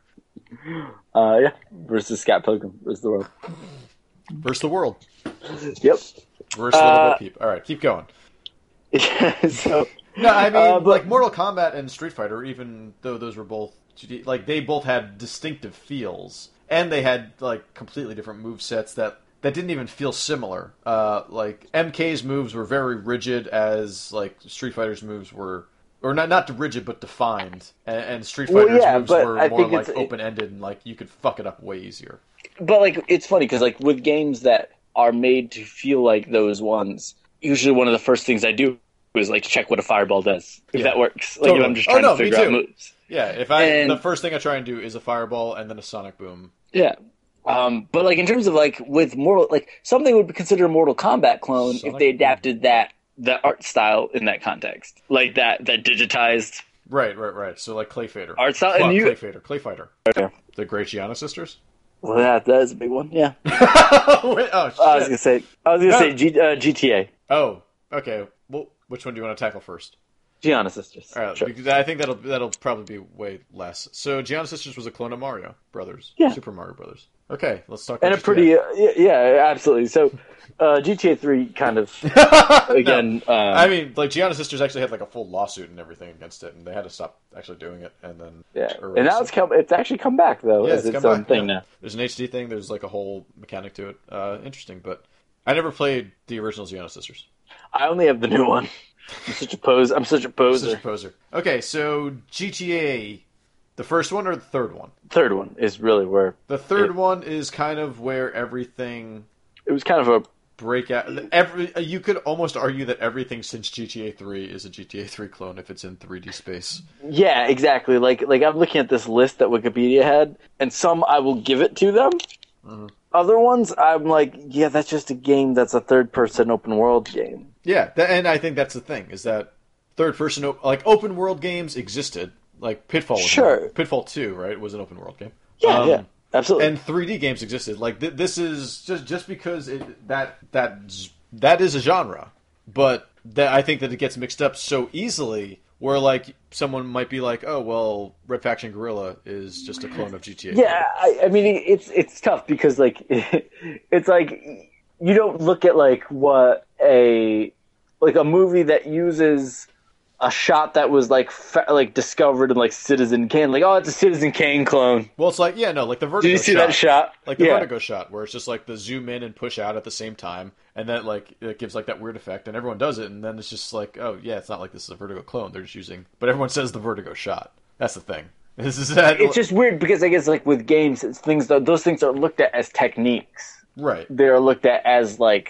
Uh, yeah, versus Scott Pilgrim versus the world. versus the world. Yep. Versus Uh, Little Bo Peep. All right, keep going. so No, I mean, Uh, but- like Mortal Kombat and Street Fighter, even though those were both 2D, like they both had distinctive feels, and they had like completely different move sets that that didn't even feel similar. Uh, like MK's moves were very rigid, as like Street Fighter's moves were. Or not, not rigid, but defined. And, and Street Well, Fighter's yeah, moves but were I more think like it's- it- open ended, and like you could fuck it up way easier. but like it's funny because like with games that are made to feel like those ones usually one of the first things i do is like check what a fireball does if Yeah. that works like Totally. i'm just Oh, trying no, to me figure out too. moves Yeah, if I And- the first thing I try and do is a fireball and then a sonic boom. yeah um, but like in terms of like with mortal like something would be considered a mortal kombat clone Sonic if they adapted that that art style in that context like that that digitized Right, right, right. So like Clay Fader. art style Fuck, and Clay you Fader, Clay Fighter. Okay. The Great Gianna sisters? well that that's a big one yeah Wait, oh, shit. i was gonna say i was gonna No. say G, uh, gta oh, okay. Well, which one do you want to tackle first? gianna sisters All right, Sure. because I think that'll that'll probably be way less. So Gianna sisters was a clone of Mario Brothers, Yeah. Super Mario Brothers. Okay, let's talk. and a about pretty uh, yeah, yeah absolutely so uh, gta 3 kind of GTA. No. again uh, I mean, like Gianna sisters actually had like a full lawsuit and everything against it, and they had to stop actually doing it. And then yeah or- and now it's come it's actually come back though Yeah, as its, come own back, thing yeah. now There's an HD thing. There's like a whole mechanic to it. Uh, interesting, but I never played the original Gianna sisters. i only have the new one i'm such a pose i'm such a poser Such a poser. Okay, so GTA, the first one or the third one? third one is really where The third It- one is kind of where everything it was kind of a break out. Every you could almost argue that everything since GTA three is a GTA three clone if it's in three D space. yeah exactly like like i'm looking at this list that wikipedia had and some i will give it to them Mm-hmm. other ones i'm like yeah that's just a game that's a third person open world game Yeah, tha- and I think that's the thing is that third person op- like open world games existed. Like Pitfall, was an- Sure. Pitfall Two, right, was an open world game. yeah Um, yeah absolutely and 3D games existed. Like th- this is just just because it, that that z- that is a genre, but that I think that it gets mixed up so easily. Where like someone might be like, oh well, Red Faction Gorilla is just a clone of GTA. Yeah, I, I mean it's it's tough because like it's like you don't look at like what a like a movie that uses a shot that was like fa- like discovered in like Citizen Kane, like oh it's a Citizen Kane clone. Well, it's like yeah, no, like the Vertigo. Did you see shot, that shot? Like the yeah. Vertigo shot, where it's just like the zoom in and push out at the same time, and that like it gives like that weird effect, and everyone does it, and then it's just like, oh yeah, it's not like this is a Vertigo clone. They're just using, but everyone says the Vertigo shot. That's the thing. This is that. It's just weird because I guess like with games, it's things that those things are looked at as techniques. right. They're looked at as like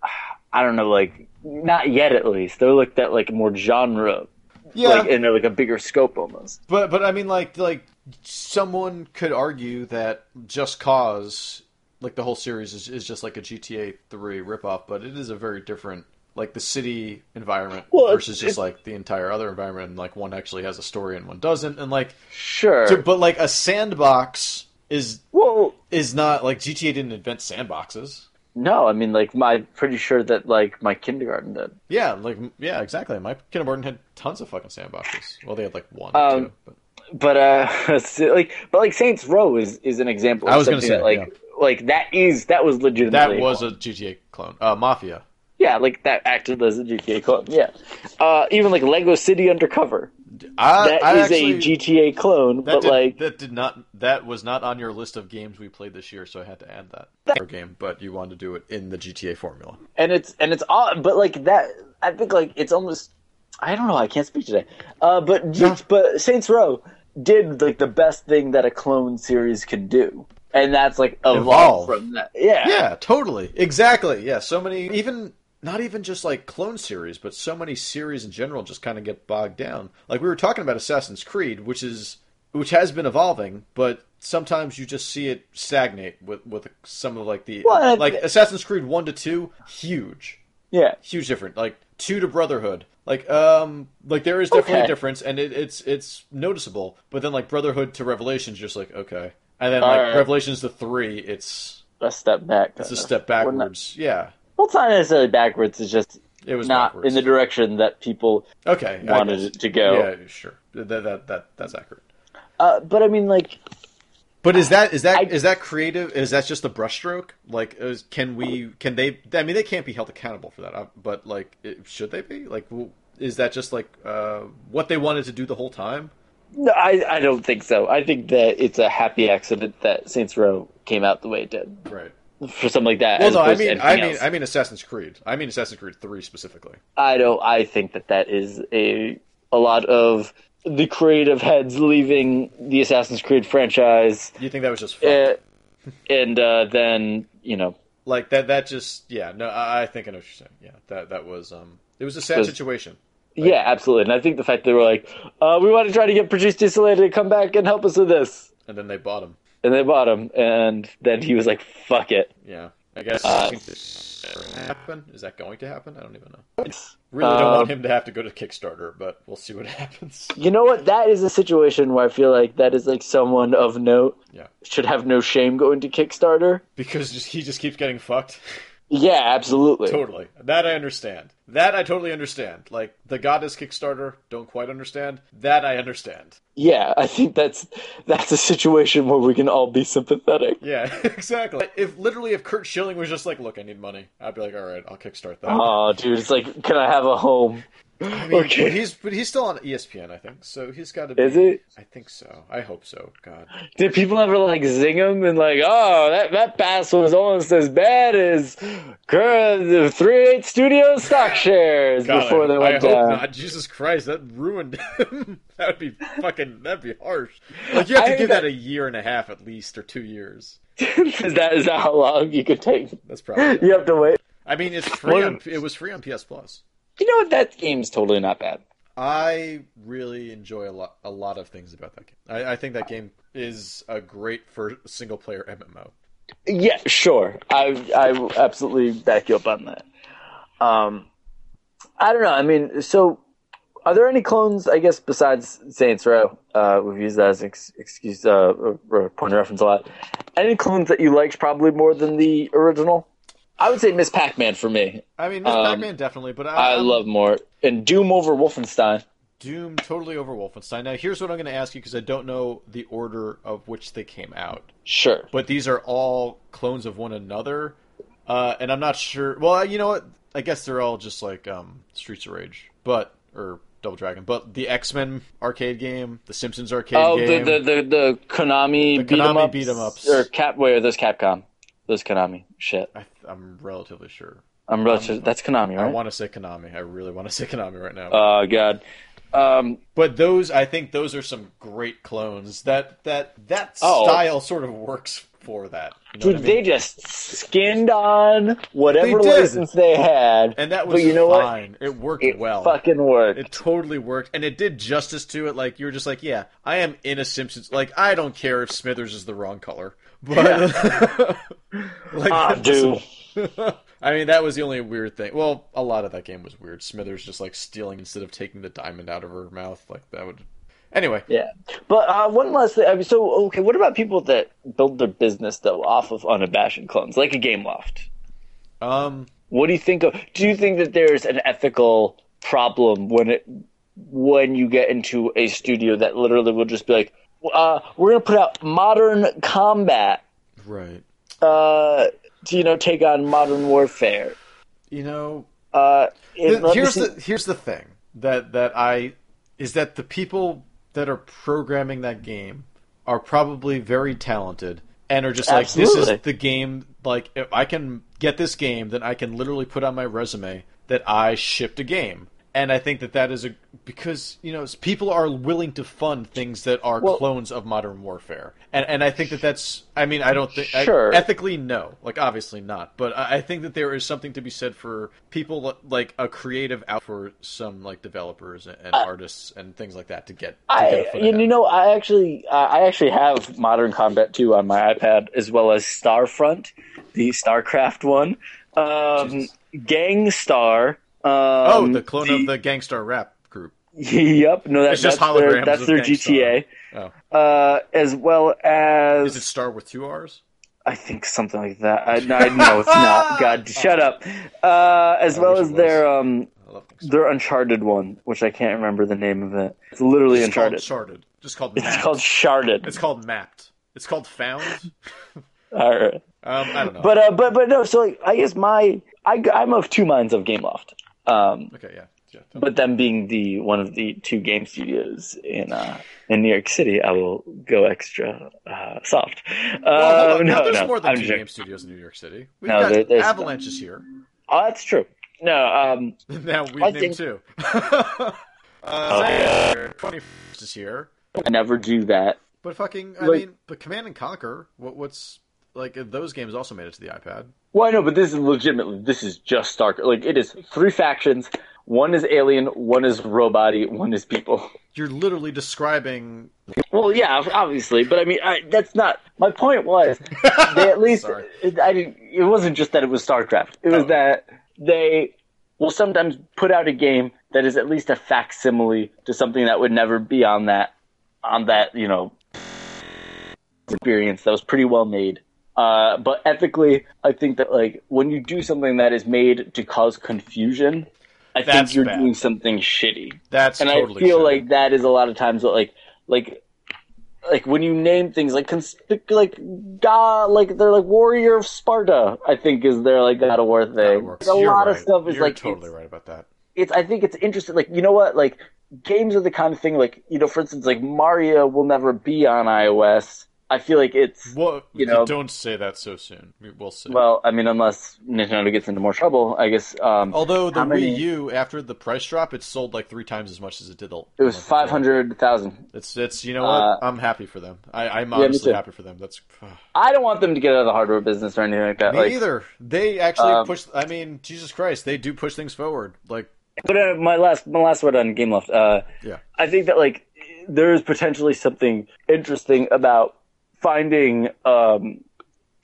I don't know, like not yet at least. They're looked at like more genre Yeah. like in a, like a bigger scope almost. But but I mean like like someone could argue that Just Cause like the whole series is, is just like a GTA 3 ripoff, but it is a very different like the city environment Well, it's- versus just like the entire other environment and like one actually has a story and one doesn't and like Sure. so- but like a sandbox is well, is not like GTA didn't invent sandboxes. no, I mean like my I'm pretty sure that like my kindergarten did. Yeah, like yeah, exactly. My kindergarten had tons of fucking sandboxes. Well, they had like one, Um, two, but but uh so, like but like saints row is is an example of I was gonna something say, that like like that is that was that legitimately was a GTA clone. Uh, Mafia. yeah like that acted as a gta clone yeah uh even like lego city undercover I, that is I actually, a gta clone That but did, like that did not that was not on your list of games we played this year, so I had to add that, That- Our game. But you wanted to do it in the GTA formula. and it's and it's odd but like that i think like it's almost i don't know i can't speak today uh but G- but saints row did like the best thing that a clone series can do and that's like evolve, Evolve. from that yeah Yeah, totally, exactly. Yeah, so many even not even just like clone series, but so many series in general just kind of get bogged down. Like we were talking about Assassin's Creed, which is which has been evolving, but sometimes you just see it stagnate with with some of like the Well, and- like Assassin's Creed one to two, huge. yeah huge difference. Like two to Brotherhood. Like um, like there is definitely a Okay. difference, and it, it's it's noticeable. But then like Brotherhood to Revelations, just like okay, and then All like right. Revelations to three, it's a step back it's a step backwards. Yeah, Well, it's not necessarily backwards. It's just it was not backwards. in the direction that people okay, I wanted guess. it to go. Yeah, sure. That, that that that's accurate. Uh, but I mean, like, But is that is that is I- that creative? Is that just a brushstroke? Like, is, can we? Can they? I mean, they can't be held accountable for that. uh, But like, it, should they be? Like, w- is that just like uh, what they wanted to do the whole time? no, I, I don't think so. I think that it's a happy accident that Saints Row came out the way it did Right. for something like that. Well, as no, I opposed to mean, I anything mean, else. I mean, Assassin's Creed. I mean, Assassin's Creed Three specifically. I don't. I think that that is a a lot of the creative heads leaving the Assassin's Creed franchise, You think that was just fun? uh, and uh, then you know, like that? That just yeah. No, I, I think I know what you're saying. Yeah, that that was um, it was a sad Was- situation. yeah, absolutely. And I think the fact that they were like, uh, we want to try to get Produce Distillate to come back and help us with this. And then they bought him. and they bought him, and then he was like, "Fuck it." Yeah, I guess. Uh, happen? Is that going to happen? I don't even know. Really don't Uh, want him to have to go to Kickstarter, but we'll see what happens. You know what? That is a situation where I feel like that is like someone of note Yeah. should have no shame going to Kickstarter. Because just, he just keeps getting fucked. Yeah, absolutely. totally. That I understand. That I totally understand. Like the Goddess Kickstarter, don't quite understand. That I understand. Yeah, I think that's that's a situation where we can all be sympathetic. Yeah, exactly. If literally if Kurt Schilling was just like, "Look, I need money," I'd be like, "All right, I'll kickstart that." Oh, dude, it's like, can I have a home? I mean, okay. but he's but he's still on E ESPN, I think. So he's got to. be... Is he? I think so. I hope so. God. Did people ever like zing him and like, oh, that that pass was almost as bad as Cur- the three eight studio stock shares God, before I, they I went hope down? not. Jesus Christ, that ruined him. that would be fucking. That'd be harsh. Like you have I- to give that a year and a half at least, or two years. is that is that how long you could take? That's probably. You have to wait. I mean, it's free. Well, On, it was free on PS Plus. You know what? That game's totally not bad. I really enjoy a lot, a lot of things about that game. I, I think that game is a great for single player MMO. Yeah, sure. I I will absolutely back you up on that. Um, I don't know. I mean, so are there any clones? I guess besides Saints Row, uh, we've used that as an ex- excuse uh, or, or point of reference a lot. Any clones that you liked probably more than the original? I would say Miss Pac-Man for me. I mean, Miss Um, Pac-Man definitely, but I, I I'm love more and Doom over Wolfenstein. Doom totally over Wolfenstein. Now, here's what I'm going to ask you because I don't know the order of which they came out, Sure. but these are all clones of one another, uh, and I'm not sure. Well, you know what? I guess they're all just like um, Streets of Rage, but or Double Dragon, but the X-Men arcade game, the Simpsons arcade Oh, the, game. the the the Konami The beat 'em Konami ups, beat 'em ups. or Cap. Wait, those Capcom, those Konami shit. I, I'm relatively sure. I'm relative. That's Konami, Um, I right? want to say Konami. I really want to say Konami right now. Oh god, Um, But those, I think, those are some great clones. That that that Oh. style sort of works for that. You know dude, what I mean? they just skinned on whatever They did. license they had, and that but was you know what? fine. It worked it well. fucking worked. It totally worked, and it did justice to it. Like you were just like, yeah, I am in a Simpsons. Like I don't care if Smithers is the wrong color, but like, ah, that doesn't- dude. I mean, that was the only weird thing. Well, a lot of that game was weird. Smithers just like stealing instead of taking the diamond out of her mouth. Like that would. Anyway, Yeah, but uh, one last thing. I mean, so okay, what about people that build their business though off of unabashed clones, like a Game Loft? um, What do you think of? Do you think that there's an ethical problem when it when you get into a studio that literally will just be like, uh, "We're gonna put out modern combat," right. uh, to you know take on modern warfare. You know, Uh, and Th- let me here's see- the here's the thing that that I is that the people that are programming that game are probably very talented and are just like this Absolutely. is the game like if I can get this game then I can literally put on my resume that I shipped a game and I think that that is a because you know s- people are willing to fund things that are Well- clones of modern warfare and and I think that that's I mean I don't think I- Sure. ethically no like obviously not but I, I think that there is something to be said for people li- like a creative out for some like developers and, and artists and things like that to get, to get I, a foot you ahead. know, I actually, I I actually have Modern Combat 2 on my iPad as well as Starfront, the StarCraft one, um, Jesus. Gangstar. Um, oh the clone of the gangstar rap group Yep, no, that, It's just that's their, holograms that's of their Gangstar. GTA. oh Uh, as well as is it star with two r's I think something like that. I, no, I- no, it's not. God, shut up. Uh, as I well wish as it their um, i love gangstar. their Uncharted one, which I can't remember the name of it. It's literally it's called Uncharted. charted just called it's mapped. called Sharded. it's called mapped it's called found All right. um i don't know But uh, but but no. So like, I guess my I, I'm of two minds of Gameloft, um, okay yeah, yeah totally. but them being the one of the two game studios in uh, in New York City, I will go extra uh, soft. Um, Well, hold on. no, now, there's no, more than I'm two joking. game studios in New York City. We've No, got there- there's- Avalanche is here. Oh, that's true. No, um, now we've I named think- Oh, two. uh, yeah. Twenty First is here. I never do that. But fucking, I Like- mean, but Command and Conquer. What, what's like those games also made it to the iPad. Well, I know, but this is legitimately this is just Stark. Like it is three factions. One is alien, one is robot, one is people. You're literally describing. Well, yeah, obviously, but I mean, I, that's not my point. Was they at least? Sorry. It, I didn't. It wasn't just that it was StarCraft. It was Oh. that they will sometimes put out a game that is at least a facsimile to something that would never be on that on that you know experience that was pretty well made. Uh, but ethically, I think that like when you do something that is made to cause confusion, I That's think you're bad. doing something shitty That's and totally. I feel true. like that is a lot of times what like like like when you name things like conspic like god like they're like warrior of Sparta I think is their like God of War That thing. works. Like, a You're lot of right. stuff is You're like totally right about that. it's, it's I think it's interesting like you know what like games are the kind of thing like you know for instance like Mario will never be on iOS. I feel like it's Well, you know- don't say that so soon. We- We'll see. well I mean unless Nintendo gets into more trouble I guess um, Although the how many- Wii U, after the price drop, it sold like three times as much as it did the. it was five hundred thousand It's it's you know what Uh, I'm happy for them. I, I'm me honestly too. happy for them. That's I don't want them to get out of the hardware business or anything like that Me like either. They actually Um, push. I mean, Jesus Christ, they do push things forward. Like, But uh, my last my last word on Game Loft. Uh, Yeah. I think that like there is potentially something interesting about finding um,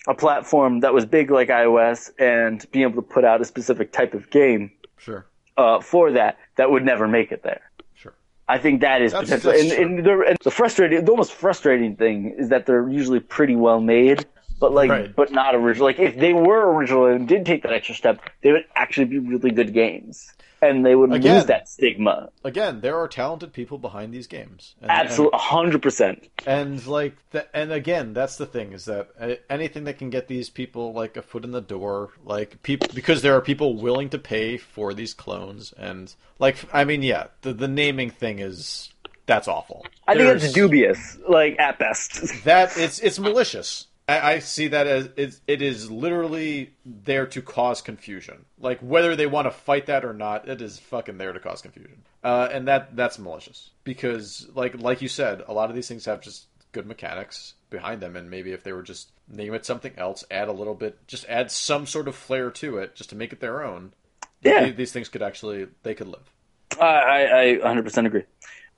a platform that was big like iOS and being able to put out a specific type of game sure, uh, for that that would never make it there. sure. I think that is That's- potential. that's And, true. and, the, and the frustrating, the almost frustrating thing is that they're usually pretty well made, but like, Right. but not original. Like, if they were original and did take that extra step, they would actually be really good games, and they would Again. lose that stigma. Again, there are talented people behind these games. And, Absolutely, hundred percent. And, and, like, th- and again, that's the thing is that uh, anything that can get these people like a foot in the door, like people, because there are people willing to pay for these clones, and like, I mean, yeah, the the naming thing is that's awful. I think There's- it's dubious, like at best. That it's it's malicious. I, I see that as it, it is literally there to cause confusion. Like whether they want to fight that or not, it is fucking there to cause confusion. Uh, and that that's malicious because, like like you said, a lot of these things have just good mechanics behind them, and maybe if they were just name it something else, add a little bit, just add some sort of flair to it, just to make it their own. Yeah. th- these things could actually they could live. I, I, I 100% agree.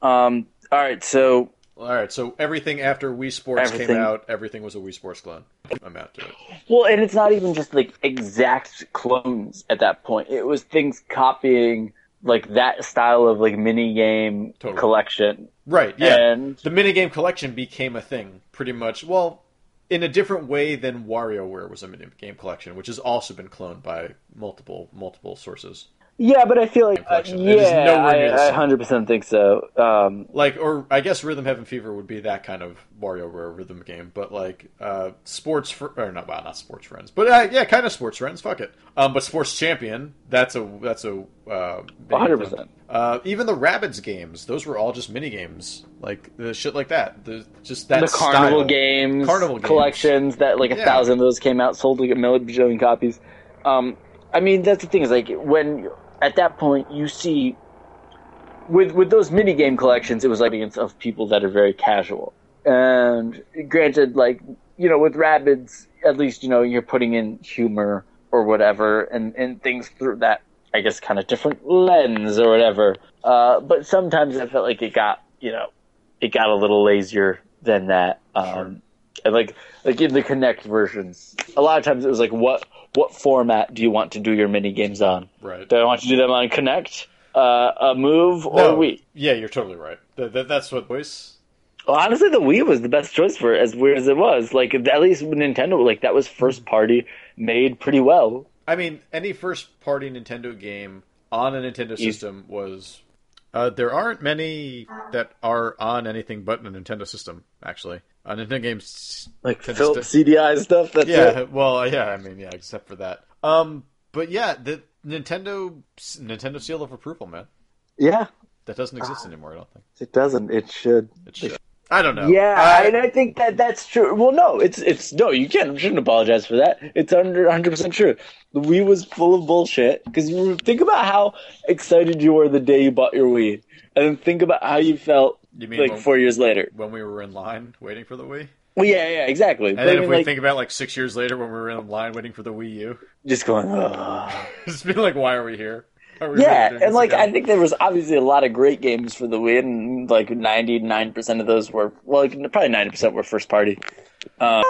Um, all right, so All right, so everything after Wii Sports Everything. came out, everything was a Wii Sports clone. I'm out to it. well, and it's not even just like exact clones at that point. It was things copying like that style of like mini game Totally. collection, Right, yeah. and The minigame collection became a thing, pretty much. Well, in a different way than WarioWare was a minigame collection, which has also been cloned by multiple multiple sources. yeah, but I feel like uh, Collection. It is yeah, nowhere near the I, I same. 100% think so. Um, Like, or I guess Rhythm Heaven Fever would be that kind of WarioWare rhythm game, but like uh, sports fr- or not, well, not sports friends, but uh, yeah, kind of sports friends. Fuck it. Um, but Sports Champion, that's a that's a uh, minigame 100%. clone. Uh, even the Rabbids games, those were all just minigames, like the shit like that. The, just that the carnival style. games, Carnival games. collections that like a Yeah. thousand of those came out, sold like a million billion copies. Um, I mean, that's the thing is like when at that point you see with with those mini game collections, it was like against of people that are very casual. And granted, like you know, with Rabbids, at least you know you're putting in humor or whatever, and and things through that I guess kind of different lens or whatever. Uh, but sometimes I felt like it got you know it got a little lazier than that. Um, and like like in the Connect versions, a lot of times it was like what what format do you want to do your mini games on? Right. Do I want to do them on Connect, uh, a Move, or No, Wii? Yeah, you're totally right. That, that, that's what voice. Well, honestly, the Wii was the best choice for it, as weird as it was. Like at least with Nintendo, like that was first party made pretty well. I mean, any first party Nintendo game on a Nintendo You- system was. Uh, there aren't many that are on anything but a Nintendo system, actually. Uh, Nintendo games. Like Kinda Philip stiff. CDI stuff. That's Yeah, it. well, uh, yeah, I mean, yeah, except for that. Um, but yeah, the Nintendo Nintendo seal of approval, man, Yeah, that doesn't exist anymore. I don't think it doesn't. It should. it should. I don't know. Yeah, I- and I think that that's true. Well, no, it's it's no, you can't you shouldn't apologize for that. It's under 100 percent true. The Wii was full of bullshit because you think about how excited you were the day you bought your Wii, and then think about how you felt you mean like when, four years later. when we were in line waiting for the Wii, Well, yeah, yeah, exactly. But and I then mean, if we like, think about like six years later when we were in line waiting for the Wii U. just going, "Ugh." just be like, why are we here? Are we really yeah, doing and this like I again? think there was obviously a lot of great games for the Wii, and like 99 percent of those were well, like, probably 90 percent were first party. Um,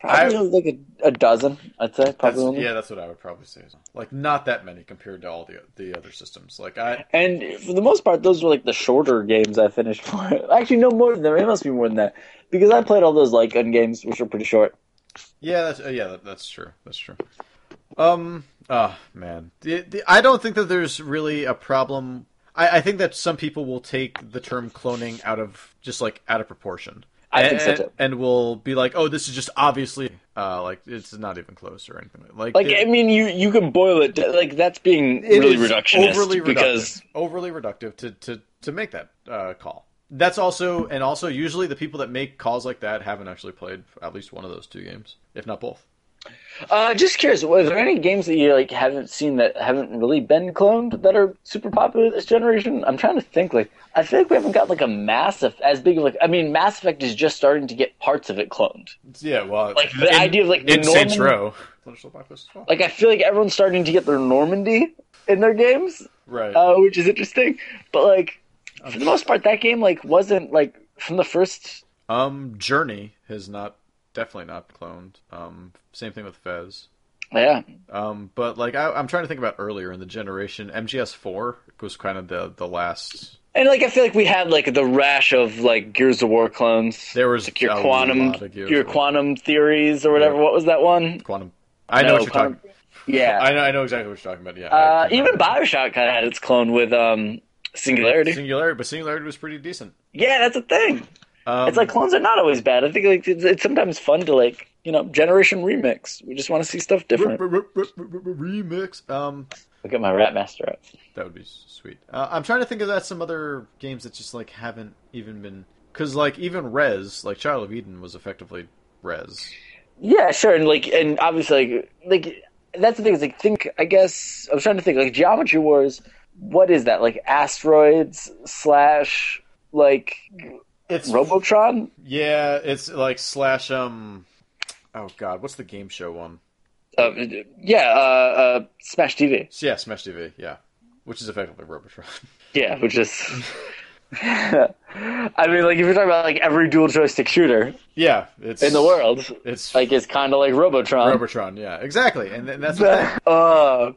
probably I- like a, a dozen, I'd say That's- probably. only. yeah, that's what I would probably say. Like, not that many compared to all the the other systems. Like, I And for the most part, those were like the shorter games I finished for. Actually, no more than that. It must be more than that because I played all those light gun games, which were pretty short. yeah, that's, uh, yeah, that, that's true. That's true. Um, oh man, the, the, I don't think that there's really a problem. I, I think that some people will take the term cloning out of just like out of proportion. I think so, and, too. and will be like, "Oh, this is just obviously uh, like it's not even close or anything like Like the- I mean, you you can boil it. down- Like that's being It really is reductionist overly because reductive, overly reductive to to to make that uh, call. That's also and also usually the people that make calls like that haven't actually played at least one of those two games, if not both. uh, just curious, were there any games that you like haven't seen that haven't really been cloned that are super popular this generation? I'm trying to think. Like I feel like we haven't got like a Mass Effect as big of like I mean, Mass Effect is just starting to get parts of it cloned. Yeah, well, Like, the idea of, like, the in Saints Norman- Row, Like I feel like everyone's starting to get their Normandy in their games. right? uh, which is interesting. But like for the most part, that game like wasn't like from the first. um, Journey has not definitely not cloned. Um, same thing with Fez. Yeah, Um, but like I, I'm trying to think about earlier in the generation, MGS4 was kind of the the last. and like I feel like we had like the rash of like Gears of War clones. There was like your a quantum, lot of Gears your of War. quantum theories or whatever. Yeah. What was that one? Quantum. I know No, what you're Quantum- talking. Yeah, I know. I know exactly what you're talking about. Yeah. I uh, can't even remember. Bioshock kind of had its clone with um Singularity. Singularity, but Singularity was pretty decent. Yeah, that's a thing. Um, It's like clones are not always bad. I think like it's, it's sometimes fun to like you know generation remix. We just want to see stuff different. remix. Um, Look at my Rat Master up. that would be s- sweet. Uh, I'm trying to think of that some other games that just like haven't even been because like even Res, like Child of Eden, was effectively Res. Yeah, sure, and like, and obviously, like, like that's the thing is like, think. I guess I was trying to think like Geometry Wars. What is that like? Asteroids slash like It's Robotron? yeah, it's like slash um. Oh God, what's the game show one? Uh, yeah, uh, uh, Smash TV. So, yeah, Smash TV. Yeah, which is effectively Robotron. Yeah, which is. I mean, like if you're talking about like every dual joystick shooter yeah, it's in the world, It's like um, it's kind of like Robotron. Robotron. Yeah, exactly. And, and that's uh,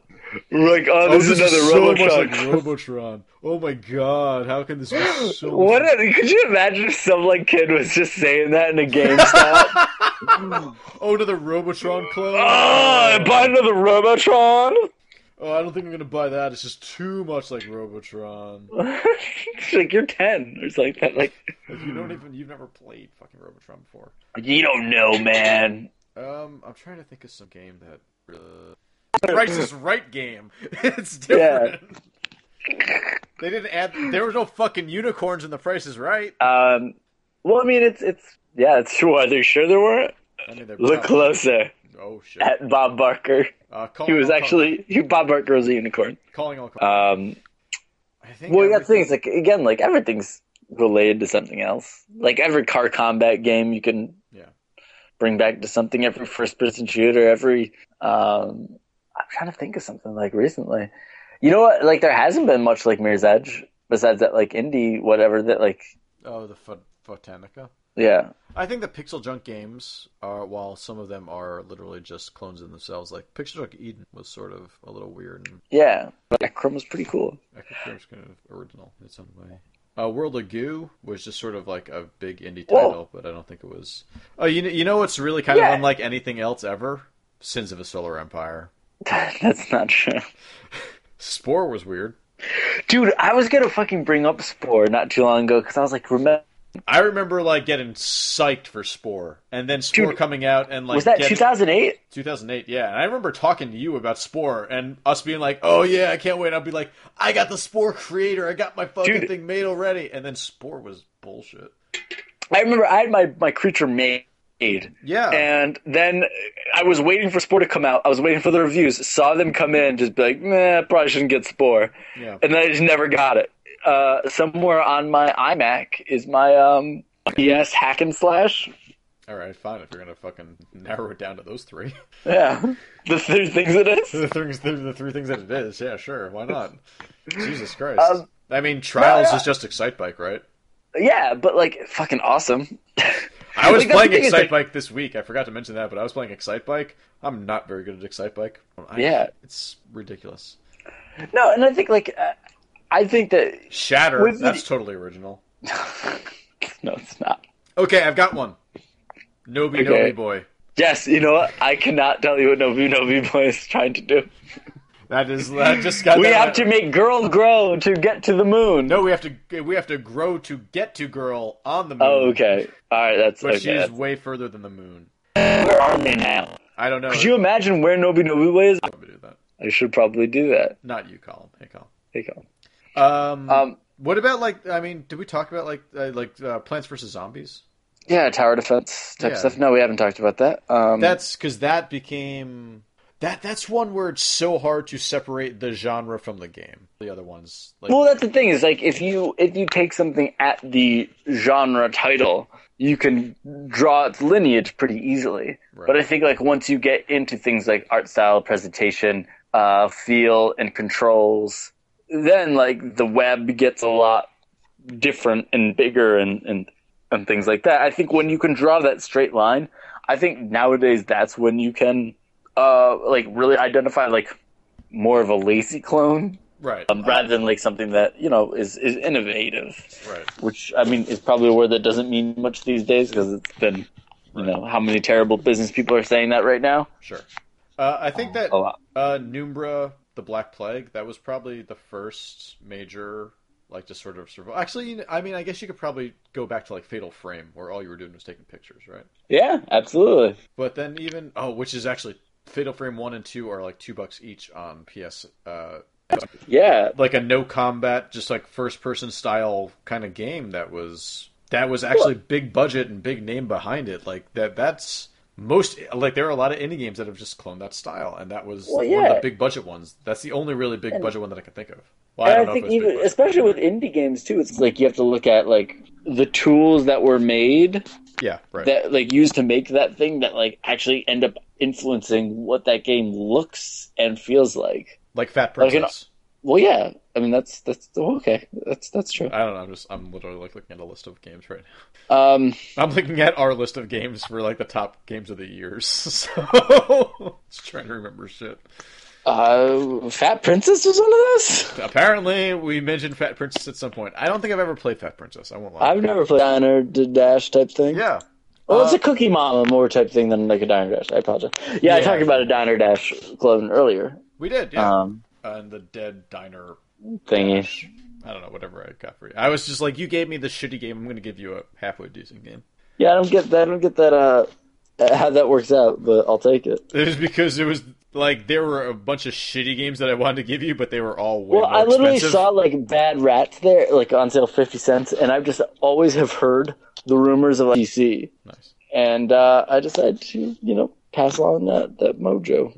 like oh, this is another Robotron. Robotron. Oh my God, how can this be so? What a, could you imagine if some like kid was just saying that in a GameStop? Oh, to the Robotron clone. Ah, Oh. buy another Robotron. Oh, I don't think I'm gonna buy that. It's just too much like Robotron. It's like you're ten or something like that. Like Like, you don't even you've never played fucking Robotron before. you don't know, man. Um, I'm trying to think of some game that. Uh... Price is Right game. It's different. They didn't add. There was no fucking unicorns in the Price is Right. Um, well, I mean, it's it's yeah, it's true. Are you sure there weren't? I mean, they're Look probably- closer Oh shit. at Bob Barker. Uh, He calling was all- actually he, Bob Barker was a unicorn. calling all. Um, I think well, that's the everything- thing. It's like again, like everything's related to something else. Like every car combat game, you can Yeah. bring back to something. Every first-person shooter, every um, I'm trying to think of something like recently. You know what? Like there hasn't been much like Mirror's Edge besides that like indie whatever that like Oh, the Phot- Photanica. yeah I think the Pixel Junk games are, while some of them are literally just clones of themselves, like Pixel Junk Eden was sort of a little weird and yeah. Ekrom was pretty cool. Echo was kind of original in some way. Uh, World of Goo was just sort of like a big indie Whoa. title, but I don't think it was. Oh, you know, you know what's really kind Yeah. of unlike anything else ever? Sins of a Solar Empire. that's not true. Spore was weird. Dude, I was gonna fucking bring up Spore not too long ago because I was like, remember I remember like getting psyched for Spore, and then Spore Dude, coming out and like was that getting- 2008? 2008, yeah. And I remember talking to you about Spore and us being like, oh, yeah, I can't wait. I'll be like, I got the Spore creator. I got my fucking Dude. thing made already. And then Spore was bullshit. I remember I had my my creature made. Yeah. And then I was waiting for Spore to come out. I was waiting for the reviews. Saw them come in, just be like, "Nah, probably shouldn't get Spore." yeah. And then I just never got it. Uh, somewhere on my iMac is my um, PS hack and slash. All right, fine. If you're going to fucking narrow it down to those three, Yeah, the three things it is. the, things, the, the three things that it is, yeah, sure. Why not? Jesus Christ. Um, I mean, Trials no, is just Excitebike, right? Yeah, but like fucking awesome. I Like, that's was the playing thing is, like- Excitebike this week. I forgot to mention that, but I was playing Excitebike. I'm not very good at Excitebike. I- Yeah. It's ridiculous. No, and I think like uh, I think that Shatter, With the- that's totally original. no, it's not. Okay, I've got one. Nobi Okay. Nobi boy. Yes, you know what? I cannot tell you what Nobu Nobu Boy is trying to do. That is that just got. We that- have to make girl grow to get to the moon. No, we have to. We have to grow to get to girl on the moon. Oh, okay. All right, that's But okay. she's way further than the moon. Where are they now? I don't know. Could you imagine where Nobu Nobu is? I don't do that. I should probably do that. Not you, Colin. Hey, Colin. Hey, Colin. Um, Um, what about like? I mean, did we talk about like uh, like uh, Plants vs Zombies? yeah, tower defense type Yeah. stuff. No, we haven't talked about that. Um, That's because that became that. That's one where it's so hard to separate the genre from the game. The other ones, like well, that's the thing is like if you if you take something at the genre title, you can draw its lineage pretty easily. Right. But I think like once you get into things like art style, presentation, uh, feel, and controls, then like the web gets a lot different and bigger and and and things like that. I think when you can draw that straight line, I think nowadays that's when you can uh like really identify like more of a lazy clone right, um, rather than like something that you know is is innovative, right. which I mean is probably a word that doesn't mean much these days because it's been you know how many terrible business people are saying that right now. Sure. Uh, I think that A lot. uh, Numbra, the Black Plague, that was probably the first major, like, just sort of survival. Actually, you know, I mean, I guess you could probably go back to like Fatal Frame, where all you were doing was taking pictures, right? Yeah, absolutely. But then even oh, which is actually Fatal Frame one and two are like two bucks each on PS. Uh, Yeah, like a no combat, just like first person style kind of game that was that was actually big budget and big name behind it. Like that that's most like there are a lot of indie games that have just cloned that style, and that was Well, one of yeah. the big budget ones. That's the only really big And- budget one that I can think of. Well, I don't and know I if think it's big even budget. especially with indie games too, it's like you have to look at like the tools that were made yeah, right. that like used to make that thing that like actually end up influencing what that game looks and feels like. like Fat like an- Princess. Well, yeah, I mean that's that's okay. That's that's true. I don't know. I'm just I'm literally like looking at a list of games right now. Um, I'm looking at our list of games for like the top games of the years. So just trying to remember shit. uh, Fat Princess was one of those. Apparently, we mentioned Fat Princess at some point. I don't think I've ever played Fat Princess. I won't lie. I've never played Diner to Dash type thing. Yeah, Well, it's Uh, a Cookie Mama more type thing than like a Diner Dash. I apologize. Yeah, I Yeah. talked about a Diner Dash clone earlier. we did. Yeah, Uh, Um, and the Dead Diner thingy. I don't know, whatever I got for you. I was just like, you gave me the shitty game. I'm going to give you a halfway decent game. Yeah, I don't get that. I don't get that. Uh, how that works out, but I'll take it. It was because it was like there were a bunch of shitty games that I wanted to give you, but they were all way Well, more I literally expensive. saw like bad rats there, like on sale fifty cents, and I just always have heard the rumors of like, DC, Nice. and uh, I decided to, you know, pass along that that mojo.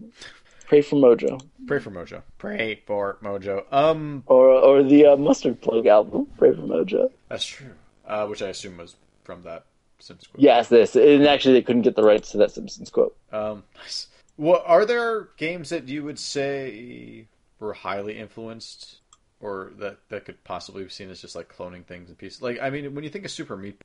Pray for mojo, Pray for Mojo. Pray for Mojo. Um, or or the uh, mustard plug album. Pray for mojo. that's true. Uh, which I assume was from that Simpsons quote. Yes, this and actually they couldn't get the rights to that Simpsons quote. Um, nice. What are there games that you would say were highly influenced, or that that could possibly be seen as just like cloning things and pieces? Like, I mean, when you think of Super Meat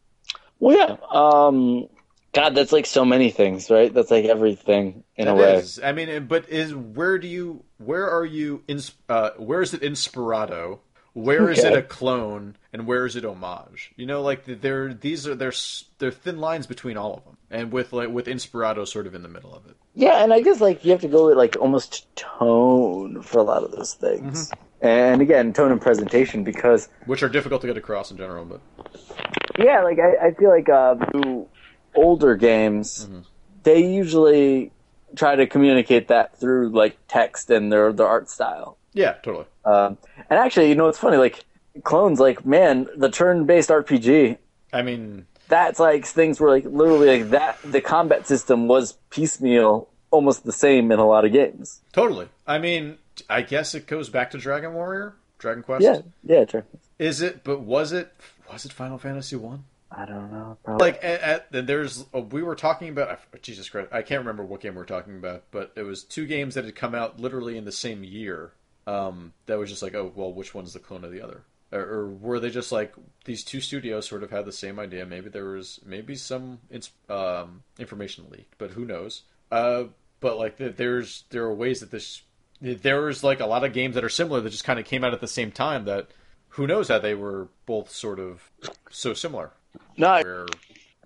Well, yeah. Um, God, that's like so many things, right? That's like everything in a That way. is. I mean, but is where do you where are you in uh, where is it inspirado? Where is it Okay. a clone and where is it homage? You know, like there these are there's there are thin lines between all of them, and with like with inspirado sort of in the middle of it. Yeah, and I guess like you have to go with like almost tone for a lot of those things. And again, tone and presentation because Which are difficult to get across in general, but yeah, like I, I feel like uh, the older games they usually try to communicate that through like text and their their art style. yeah, totally. Um, and actually, you know, it's funny like clones like man the turn based RPG I mean, that's like things where like literally like that the combat system was piecemeal almost the same in a lot of games. totally. I mean, I guess it goes back to Dragon Warrior, Dragon Quest. Yeah, yeah, sure. Is it? But was it? Was it Final Fantasy One? I don't know. Probably. like at, at, then there's uh, we were talking about I- jesus christ i can't remember what game we were talking about but it was two games that had come out literally in the same year um, that was just like oh well which one's the clone of the other or, or were they just like these two studios sort of had the same idea maybe there was maybe some ins- um, information leaked but who knows uh, but like th- there's there are ways that this there's like a lot of games that are similar that just kind of came out at the same time that who knows how they were both sort of so similar no, I- where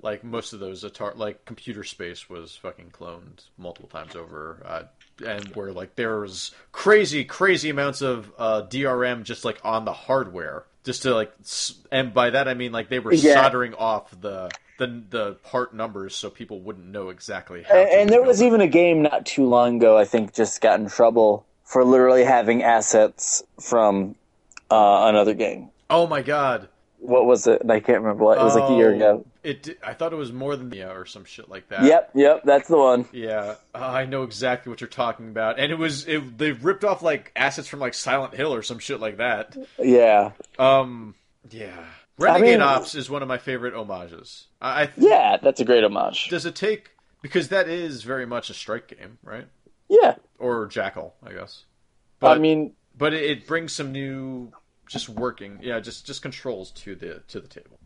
like most of those Atari, like computer space was fucking cloned multiple times over uh, and where like there was crazy crazy amounts of uh, drm just like on the hardware just to like s- and by that i mean like they were Yeah. soldering off the the, the part numbers so people wouldn't know exactly how and, to and there was build even a game not too long ago I think just got in trouble for literally having assets from uh, another game. it. oh my god What was it? I can't remember what. It was like a year Oh, ago. it di- i thought it was more than yeah or some shit like that Yep, yep, that's the one. Yeah, uh, I know exactly what you're talking about, and it was it, they ripped off like assets from like Silent Hill or some shit like that. Yeah. Um, yeah, Renegade mean- Ops is one of my favorite homages. I, I th- Yeah, that's a great homage. does it take because that is very much a strike game, right? yeah. Or Jackal, I guess. I mean, but it, it brings some new just working, yeah, just just controls to the to the table.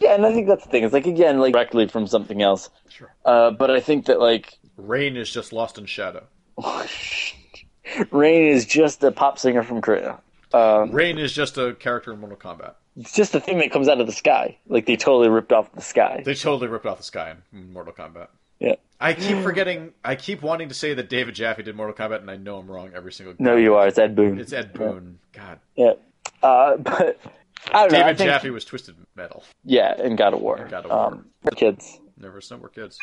yeah, and I think that's the thing. It's like again like directly from something else. Sure, Uh, but I think that like Rain is just lost in shadow. Rain is just a pop singer from Korea. Um, Rain is just a character in Mortal Kombat. it's just a thing that comes out of the sky. Like they totally ripped off the sky. They totally ripped off the sky in Mortal Kombat. Yeah. I keep forgetting. I keep wanting to say that David Jaffe did Mortal Kombat, and I know I'm wrong every single. No, you are. It's Ed Boon. It's Ed Boon. God, Yeah. Uh, but I don't know. I David think, Jaffe was Twisted Metal. Yeah, and God of War. God of War. Um, for kids. Never snow we're kids.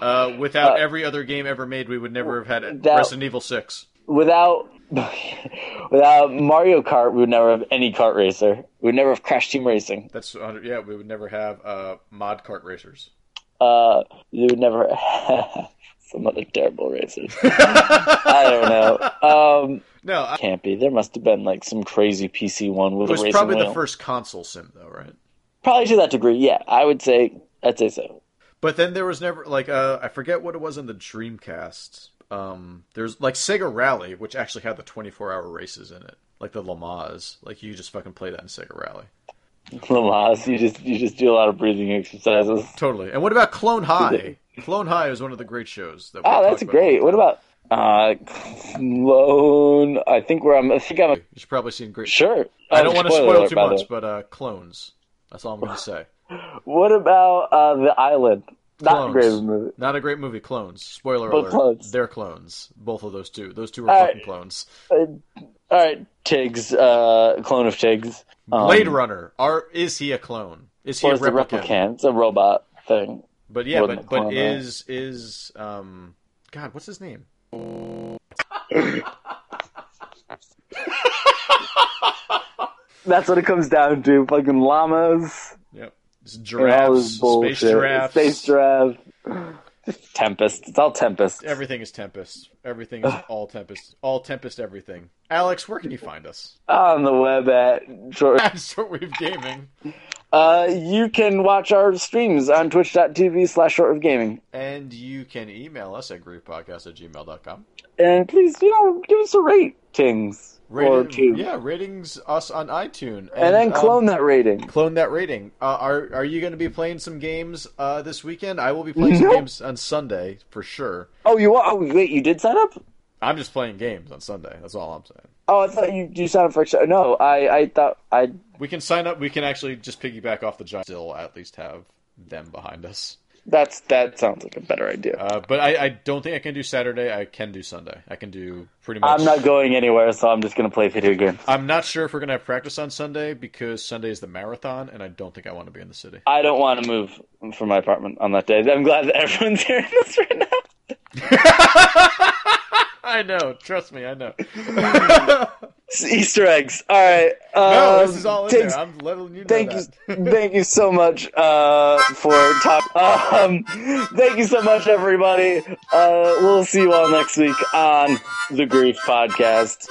Uh, without Uh, every other game ever made, we would never have had that- Resident Evil Six. without without Mario Kart, we would never have any kart racer. We would never have Crash Team Racing. That's 100 yeah. We would never have uh, mod kart racers. Uh, we would never have some other terrible racers. I don't know. Um, No, I, can't be. There must have been like some crazy PC one it with a was racing probably wheel. the first console sim though, right? Probably to that degree. Yeah, I would say. I'd say so. But then there was never like uh, I forget what it was in the Dreamcast. Um, there's like Sega Rally, which actually had the 24 hour races in it, like the Lamas. Like you just fucking play that in Sega Rally. Lamas, you just you just do a lot of breathing exercises. Totally. And what about Clone High? Clone High is one of the great shows. That we Oh, talk that's about great. all What the about uh clone? I think where I'm. I think I'm. time. You should probably seen great. Sure. I don't Um, want to spoiler spoil alert, too by the much, way. but uh, clones. That's all I'm going to say. What about uh the island? Not Clones. great of a movie. Not a great movie. Clones. Spoiler But alert. clones. They're clones. Both of those two. Those two are All right. fucking clones. All right, Tiggs. Uh, clone of Tiggs. Um, Blade Runner. Are is he a clone? Is he or a it's a replicant? replicant. It's a robot thing. But yeah, More than but a but clone, right? is is um God, what's his name? That's what it comes down to. Fucking llamas. Yep. It's and all this Giraffes, space bullshit. giraffes, Space giraffe. Tempest. It's all Tempest. Everything is Tempest. Everything is all Tempest. All Tempest. Everything. Alex, where can you find us? On the web at George. At Shortwave Gaming. Uh, you can watch our streams on twitch.tv slash short of gaming. And you can email us at griefpodcast at gmail.com. And please, you know, give us a ratings or two. Rating, yeah, ratings us on iTunes. and, then um, clone that rating. clone that rating. Uh, are are you going to be playing some games uh, this weekend? I will be playing some No. games on Sunday for sure. Oh, you are? Oh, wait, you did sign up? I'm just playing games on Sunday. That's all I'm saying. Oh, I thought you, you signed up for extra. No, I, I thought I. We can sign up. We can actually just piggyback off the Giants. Still, at least have them behind us. That's that sounds like a better idea. Uh, but I, I don't think I can do Saturday. I can do Sunday. I can do pretty much. I'm not going anywhere, so I'm just gonna play video games. I'm not sure if we're gonna have practice on Sunday because Sunday is the marathon, and I don't think I want to be in the city. I don't want to move from my apartment on that day. I'm glad that everyone's hearing this right now. I know. Trust me, I know. It's Easter eggs. All right. no, um, this is all in thanks- there. I'm letting you know thank that. you thank you so much uh for talk um thank you so much everybody uh we'll see you all next week on the grief podcast